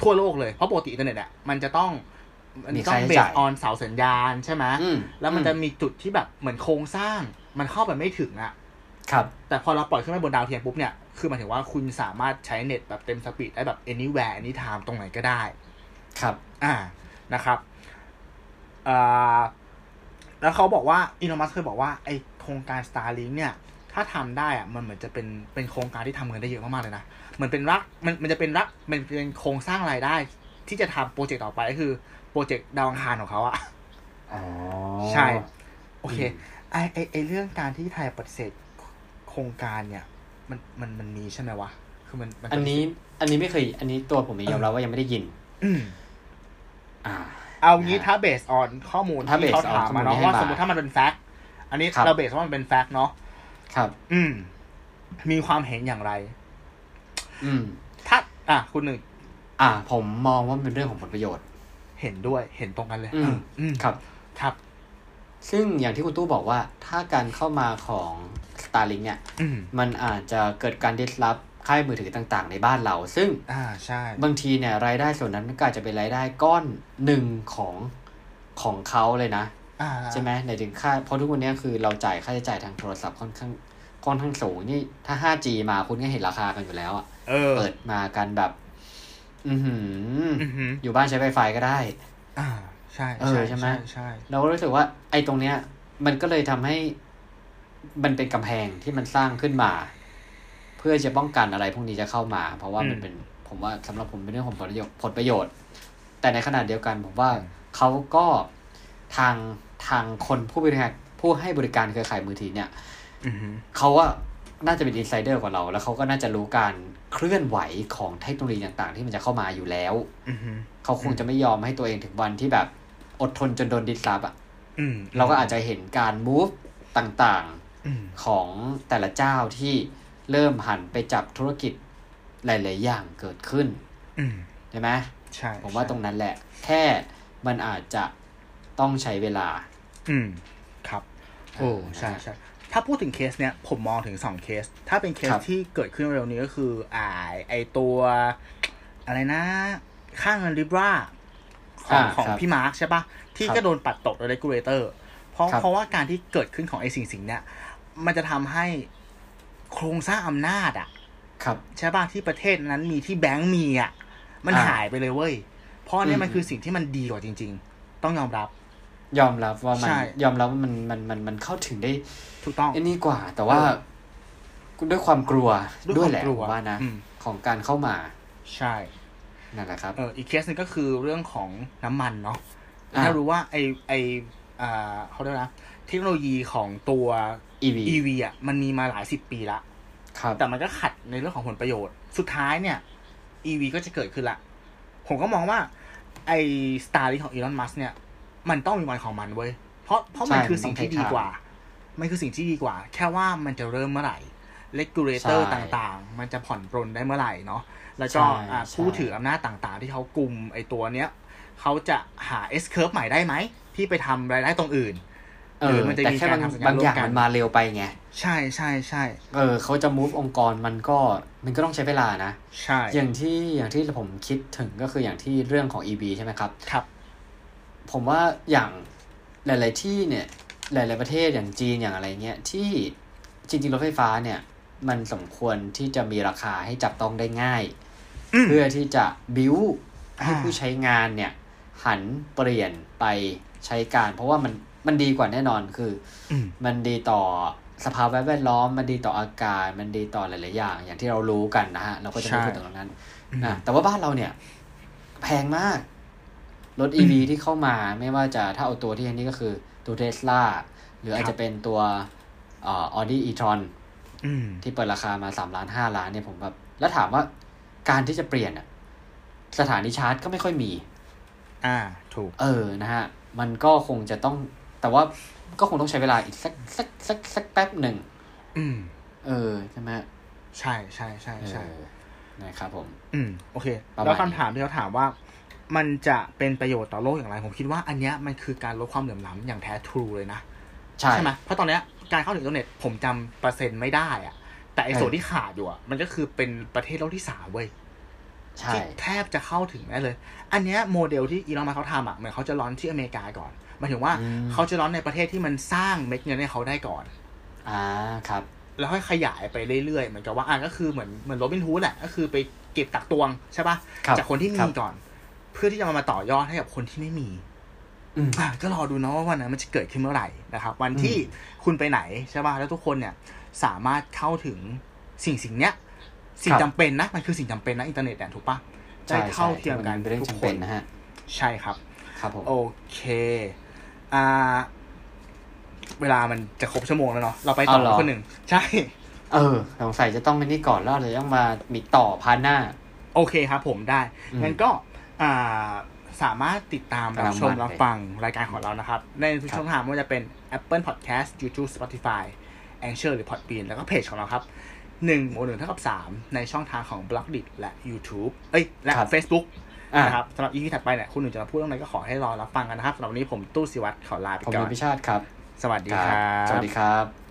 [SPEAKER 1] ทั่วโลกเลย เพราะปกติอินเทอร์เน็ตอะมันจะต้องมัน
[SPEAKER 2] มี
[SPEAKER 1] ต้อ
[SPEAKER 2] ค่าง ใช้
[SPEAKER 1] เบส
[SPEAKER 2] จ่าย
[SPEAKER 1] ออนเสาสัญญาณใช่ไหม
[SPEAKER 2] อืม
[SPEAKER 1] แล้วมัน
[SPEAKER 2] อื
[SPEAKER 1] จะมีจุดที่แบบเหมือนโครงสร้าง มันเข้าไปไม่ถึงอะ
[SPEAKER 2] ครับ
[SPEAKER 1] แต่พอเราปล่อยขึ้นไปบนดาวเทียมปุ๊บเนี่ย คือหมายถึงว่าคุณสามารถใช้เน็ตแบบเต็มสปีดได้แบบ anywhere anytime ตรงไหนก็ได้
[SPEAKER 2] ครับ
[SPEAKER 1] อ่า นะครับอ่าแล้วเขาบอกว่าอี o นมัสเคยบอกว่าไอโครงการ Starlink เนี่ย ถ้าทำได้อะมันเหมือนจะเป็น เป็นโครงการที่ทำเงินได้เยอะมากๆเลยนะ เหมือนเป็นรัก มัน มันจะเป็นรัก มันเป็นโครงสร้างรายได้ ที่จะทำโปรเจกต์ต่อไปก็คือโปรเจกต์ดาวอังคารของเขาอะ
[SPEAKER 2] อ๋อ
[SPEAKER 1] ใช่ โอเค ไอไอไอเรื่องการที่ไทยปฏิเสธโครงการเนี่ย มันมันมันมีใช่ไหมวะ คือมันมั
[SPEAKER 2] อันนี้ อันนี้ไม่เคย อันนี้ตัวผมเองยอมรับว่ายังไม่ได้ยิน
[SPEAKER 1] อืม
[SPEAKER 2] อ่า
[SPEAKER 1] เอางี้
[SPEAKER 2] นะฮะ
[SPEAKER 1] ถ้าเบสออนข้อมูล
[SPEAKER 2] ถ้า
[SPEAKER 1] ที่เขา
[SPEAKER 2] based on
[SPEAKER 1] ถามมาเนาะ
[SPEAKER 2] ข้อมูลที่ให้
[SPEAKER 1] ว่า
[SPEAKER 2] มา
[SPEAKER 1] สมมติถ้ามันเป็นแฟกต์ อันนี้
[SPEAKER 2] ครับ
[SPEAKER 1] เราเบสว่ามันเป็นแฟกต์เนาะ
[SPEAKER 2] ครับ
[SPEAKER 1] อืม มีความเห็นอย่างไร
[SPEAKER 2] อืม
[SPEAKER 1] ถ้า อ่ะ คุณหนึ่ง
[SPEAKER 2] อ่า ผมมองว่ามันเป็นเรื่องของผลประโยชน์
[SPEAKER 1] เห็นด้วยเห็นตรงกันเลย
[SPEAKER 2] อืม
[SPEAKER 1] อืม
[SPEAKER 2] ครับ
[SPEAKER 1] ครับ
[SPEAKER 2] ซึ่งอย่างที่คุณตู้บอกว่าถ้าการเข้ามาของ Starlink เนี่ย
[SPEAKER 1] อืม
[SPEAKER 2] มันอาจจะเกิดการดิสรับค่ายมือถือต่างๆ ในบ้านเรา ซึ่ง
[SPEAKER 1] อ่าใช่
[SPEAKER 2] บางทีเนี่ยรายได้ส่วนนั้นมันก็อาจจะเป็นรายได้ก้อนหนึ่งของของเขาเลยนะ
[SPEAKER 1] อ่า
[SPEAKER 2] ใช่ไหมในถึงค่าเพราะทุกวันเนี้ยคือเราจ่ายค่าใช้จ่ายทางโทรศัพท์ค่อนข้างค่อนข้างสูงนี่ถ้า 5G มาคุณก็เห็นราคากันอยู่แล้วอะ
[SPEAKER 1] เออ
[SPEAKER 2] เปิดมากันแบบ อือหือ
[SPEAKER 1] อือหือ
[SPEAKER 2] อยู่บ้านใช้ไวไฟก็ได้
[SPEAKER 1] อ่าใช่
[SPEAKER 2] เออใช่ไหม
[SPEAKER 1] ใช่
[SPEAKER 2] เราก็รู้สึกว่าไอ้ตรงเนี้ย มันก็เลยทำให้มันเป็นกำแพงที่มันสร้างขึ้นมา เพื่อจะป้องกันอะไรพวกนี้จะเข้ามา เพราะว่ามัน
[SPEAKER 1] อืม
[SPEAKER 2] เป็นผมว่าสำหรับผมเป็นเรื่องของผลประโยชน์ผลประโยชน์ แต่ในขณะเดียวกันผมว่า
[SPEAKER 1] อืม
[SPEAKER 2] เขาก็ทางทางคนผู้บริหารผู้ให้บริการเครือข่ายมือถือเนี่ย
[SPEAKER 1] อือหือ
[SPEAKER 2] เขาว่าน่าจะเป็นอินไซเดอร์กว่าเรา แล้วเขาก็น่าจะรู้การเคลื่อนไหวของเทคโนโลยีต่าง ๆ ที่มันจะเข้ามาอยู่แล้ว
[SPEAKER 1] อือหือ
[SPEAKER 2] เขาคงจะไม่ยอมให้ตัวเองถึงวันที่แบบอดทนจนโดนดิสรับอะ
[SPEAKER 1] อืม
[SPEAKER 2] เราก็อาจจะเห็นการ move ต่าง
[SPEAKER 1] อืม
[SPEAKER 2] ๆของแต่ละเจ้าที่เริ่มหันไปจับธุรกิจหลาย ๆ อย่างเกิดขึ้น
[SPEAKER 1] อืม
[SPEAKER 2] ใช่ไหม
[SPEAKER 1] ใช่
[SPEAKER 2] ผมว่า
[SPEAKER 1] ใช่
[SPEAKER 2] ตรงนั้นแหละ แค่มันอาจจะต้องใช้เวลา
[SPEAKER 1] อืมครับ โอ้ใช่ใช่ถ้าพูดถึงเคสเนี้ยผมมองถึงสองเคส ถ้าเป็นเคส
[SPEAKER 2] ครับ
[SPEAKER 1] ที่เกิดขึ้นเร็วนี้ก็คือ อ่าไอตัวอะไรนะ ข้างเงินลิบราของ
[SPEAKER 2] อ่า
[SPEAKER 1] ของ
[SPEAKER 2] ครับ
[SPEAKER 1] พี่มาร์คใช่ปะที่
[SPEAKER 2] ครับ
[SPEAKER 1] ก็โดนปัดตกโดย r รกูเลเตอร์เพราะ
[SPEAKER 2] ครับ
[SPEAKER 1] เพราะว่าการที่เกิดขึ้นของไอสิ่งสิ่งเนี้ยมันจะทำให้โครงสร้างอำนาจอ่ะ
[SPEAKER 2] ครับ
[SPEAKER 1] ใช่ป่ะที่ประเทศนั้นมีที่แบงก์มีอ่ะ มัน
[SPEAKER 2] อ่า
[SPEAKER 1] หายไปเลยเว้ย เพราะอันเนี่ยมัน
[SPEAKER 2] อืม
[SPEAKER 1] คือสิ่งที่มันดีกว่าจริง ๆ ต้องยอมรับ
[SPEAKER 2] ยอมรับว่ามัน
[SPEAKER 1] ใช่
[SPEAKER 2] ยอมรับว่ามันมันมันมันเข้าถึงได้
[SPEAKER 1] ถูกต้อง
[SPEAKER 2] ไอ้นี่กว่า แต่ว่าด้วยความกลัว
[SPEAKER 1] ด้
[SPEAKER 2] ด้ว
[SPEAKER 1] วย ยความ
[SPEAKER 2] แหละ
[SPEAKER 1] กลั
[SPEAKER 2] ผ
[SPEAKER 1] ว
[SPEAKER 2] มว่านะ
[SPEAKER 1] อืม
[SPEAKER 2] ของการเข้ามา
[SPEAKER 1] ใช่
[SPEAKER 2] นั่นแหละครับ
[SPEAKER 1] เอออีกเคสหนึงก็คือเรื่องของน้ำมันเนาะ
[SPEAKER 2] อ่า
[SPEAKER 1] ถ้ารู้ว่าไอไออ่าเขาเรียกว่านะเทคโนโลยีของตัว
[SPEAKER 2] EV
[SPEAKER 1] EV อ่ะมันมีมาหลายสิบปีละ
[SPEAKER 2] ครับ
[SPEAKER 1] แต่มันก็ขัดในเรื่องของผลประโยชน์ สุดท้ายเนี่ย EV ก็จะเกิดขึ้นละ ผมก็มองว่าไอ้ Starlink ของ Elon Musk เนี่ย มันต้องมีวันของมันเว้ย เพราะเพราะมัน
[SPEAKER 2] ใช่
[SPEAKER 1] คือสิ่งที่ดีกว่า มันคือสิ่งที่ดีกว่า แค่ว่ามันจะเริ่มเมื่อไหร่ regulator
[SPEAKER 2] ใช่
[SPEAKER 1] ต่างๆ มันจะผ่อนปรนได้เมื่อไหร่เนาะ แล้วก็
[SPEAKER 2] ใช่
[SPEAKER 1] อ่ะ
[SPEAKER 2] ใช่
[SPEAKER 1] ผู้ถืออำนาจต่างๆ ที่เขากลุ่มไอ้ตัวเนี้ย เขาจะหา S curve ใหม่ได้ไหม ที่ไปทำรายได้ตรงอื่น
[SPEAKER 2] เอ
[SPEAKER 1] หรือ อมันจะ
[SPEAKER 2] แต่
[SPEAKER 1] มี
[SPEAKER 2] แค่
[SPEAKER 1] การ
[SPEAKER 2] บาง
[SPEAKER 1] ทำสัญญา
[SPEAKER 2] บางอย่าง
[SPEAKER 1] ร่วมกัน
[SPEAKER 2] มันมาเร็วไปไง
[SPEAKER 1] ใช่ใช่ใช่
[SPEAKER 2] เออเขาจะ move องค์กรมันก็มันก็ต้องใช้เวลานะ
[SPEAKER 1] ใช่
[SPEAKER 2] อย่างที่อย่างที่ผมคิดถึงก็คืออย่างที่เรื่องของ EV ใช่ไหมครับ
[SPEAKER 1] ครับ
[SPEAKER 2] ผมว่าอย่างหลาย ๆ ที่เนี่ย หลาย ๆ ประเทศอย่างจีนอย่างอะไรเงี้ยที่จริง ๆ รถไฟฟ้าเนี่ย มันสมควรที่จะมีราคาให้จับต้องได้ง่าย
[SPEAKER 1] อืม
[SPEAKER 2] เพื่อที่จะบิวให้
[SPEAKER 1] อ่า
[SPEAKER 2] ผู้ใช้งานเนี่ย หันเปลี่ยนไปใช้การ เพราะว่ามันมันดีกว่าแน่นอนคือ
[SPEAKER 1] อืม
[SPEAKER 2] มันดีต่อสภาพแวดล้อม มันดีต่ออากาศ มันดีต่อหลาย ๆ อย่าง อย่างที่เรารู้กันนะฮะ เราก็จะไม่
[SPEAKER 1] ใช่
[SPEAKER 2] พูดถึงตรงนั้นนะแต่ว่าบ้านเราเนี่ย แพงมาก รถ EV ที่เข้ามาไม่ว่าจะถ้าเอาตัวที่อันนี้ก็คือตัวเทสลาหรืออาจจะเป็นตัวเออดี้อีทรอน
[SPEAKER 1] อืม
[SPEAKER 2] ที่เปิดราคามาสามล้านห้าล้านเนี่ยผมแบบ แล้วถามว่าการที่จะเปลี่ยนอะสถานีชาร์จก็ไม่ค่อยมี
[SPEAKER 1] อ่า ถูก
[SPEAKER 2] เออ นะฮะ มันก็คงจะต้อง แต่ว่าก็คงต้องใช้เวลาอีกสักสักสักสักแป๊บหนึ่ง
[SPEAKER 1] อืม
[SPEAKER 2] เออ ใช่ไหมฮะ
[SPEAKER 1] ใช่ใช่ใช่
[SPEAKER 2] เอ
[SPEAKER 1] ใช่
[SPEAKER 2] อนะครับผม
[SPEAKER 1] อืม โอเค
[SPEAKER 2] ประมาณ
[SPEAKER 1] แล้วคำถามที่เราถามว่า มันจะเป็นประโยชน์ต่อโลกอย่างไร ผมคิดว่าอันเนี้ยมันคือการลดความเหลื่อมล้ำอย่างแท้ทรูเลยนะ
[SPEAKER 2] ใช่
[SPEAKER 1] ใช่ไหมเพราะตอนเนี้ยการเข้าถึงอินเทอร์เน็ตผมจำเปอร์เซ็นต์ไม่ได้อะแต่ไอ้ส่วนที่ขาดอยู่อะมันก็คือเป็นประเทศโลกที่สามเว้ย
[SPEAKER 2] ใช่
[SPEAKER 1] ที่แทบจะเข้าถึงได้เลย อันเนี้ยโมเดลที่อีลอนมาเขาทำอะเหมือนเขาจะร้อนที่อเมริกาก่อนหมายถึงว่า
[SPEAKER 2] อืม
[SPEAKER 1] เขาจะร้อนในประเทศที่มันสร้างเม็ดเงินให้เขาได้ก่อน
[SPEAKER 2] อ่าครับ
[SPEAKER 1] แล้วค่อยขยายไปเรื่อยๆ เหมือนกับว่าอ่ะก็คือเหมือนเหมือนโรบินฮูดแหละ ก็คือไปเก็บตักตวงใช่ปะ
[SPEAKER 2] ครับ
[SPEAKER 1] ่ะ จากคนที่
[SPEAKER 2] ครั
[SPEAKER 1] มี
[SPEAKER 2] บ
[SPEAKER 1] ก่อน เพื่อที่จะมามาต่อยอดให้กับคนที่ไม่มี
[SPEAKER 2] อืม
[SPEAKER 1] อ่ะก็รอดูเนาะว่าวันนั้นมันจะเกิดขึ้นเมื่อไหร่นะครับ วันที่
[SPEAKER 2] อื
[SPEAKER 1] คุณไปไหนใช่ปะ่ะ แล้วทุกคนเนี่ยสามารถเข้าถึงสิ่งสิ่งเนี้ย สิ่ง
[SPEAKER 2] ครับ
[SPEAKER 1] จำเป็นนะ มันคือสิ่งจำเป็นนะอินเทอร์เน็ตเนี่ยถูกปะ่ะ
[SPEAKER 2] ใช่
[SPEAKER 1] ได้เท่าเทียมกัน
[SPEAKER 2] ใช่ที่เป็นเรื่อง
[SPEAKER 1] ทุกค
[SPEAKER 2] จำเป็น
[SPEAKER 1] น
[SPEAKER 2] นะฮะ
[SPEAKER 1] ใช่ครับ
[SPEAKER 2] ครับผม
[SPEAKER 1] โอเคอ่าเวลามันจะครบชั่วโมงแล้วเนาะ เราไปต่อคนหนึ่งใช่
[SPEAKER 2] เออสงสัยจะต้องไปนี่ก่อนแล้วเราจะต้องมามีต่อพาร์ทหน้า
[SPEAKER 1] โอเคครับผมได้
[SPEAKER 2] อืม
[SPEAKER 1] งั้นก็อ่า สามารถติดตามรับชมรับฟังรายการของเรานะครับ ในทุกช่องทางไม่ว่าจะเป็น Apple Podcast YouTube Spotify a n c h o r หรือ Podbean แล้วก็เพจของเราครับหนึ่งโมหนึ่งเท่ากับสามในช่องทางของ b l o g d i t และ YouTube เอ้ย และ
[SPEAKER 2] ครับ
[SPEAKER 1] Facebook
[SPEAKER 2] อ่ะ
[SPEAKER 1] นะครับสำหรับ EP ถัดไปเนี่ยคุณหนึ่งจะมาพูดเรื่องอะไรก็ขอให้รอรับฟังกันนะครับสำหรับวันนี้ผมตู้สิวัตรขอลาไป
[SPEAKER 2] ผม
[SPEAKER 1] ก่อ
[SPEAKER 2] มี
[SPEAKER 1] น
[SPEAKER 2] พิชาติครับ
[SPEAKER 1] สวัสดีครับ
[SPEAKER 2] สวัสดีครับ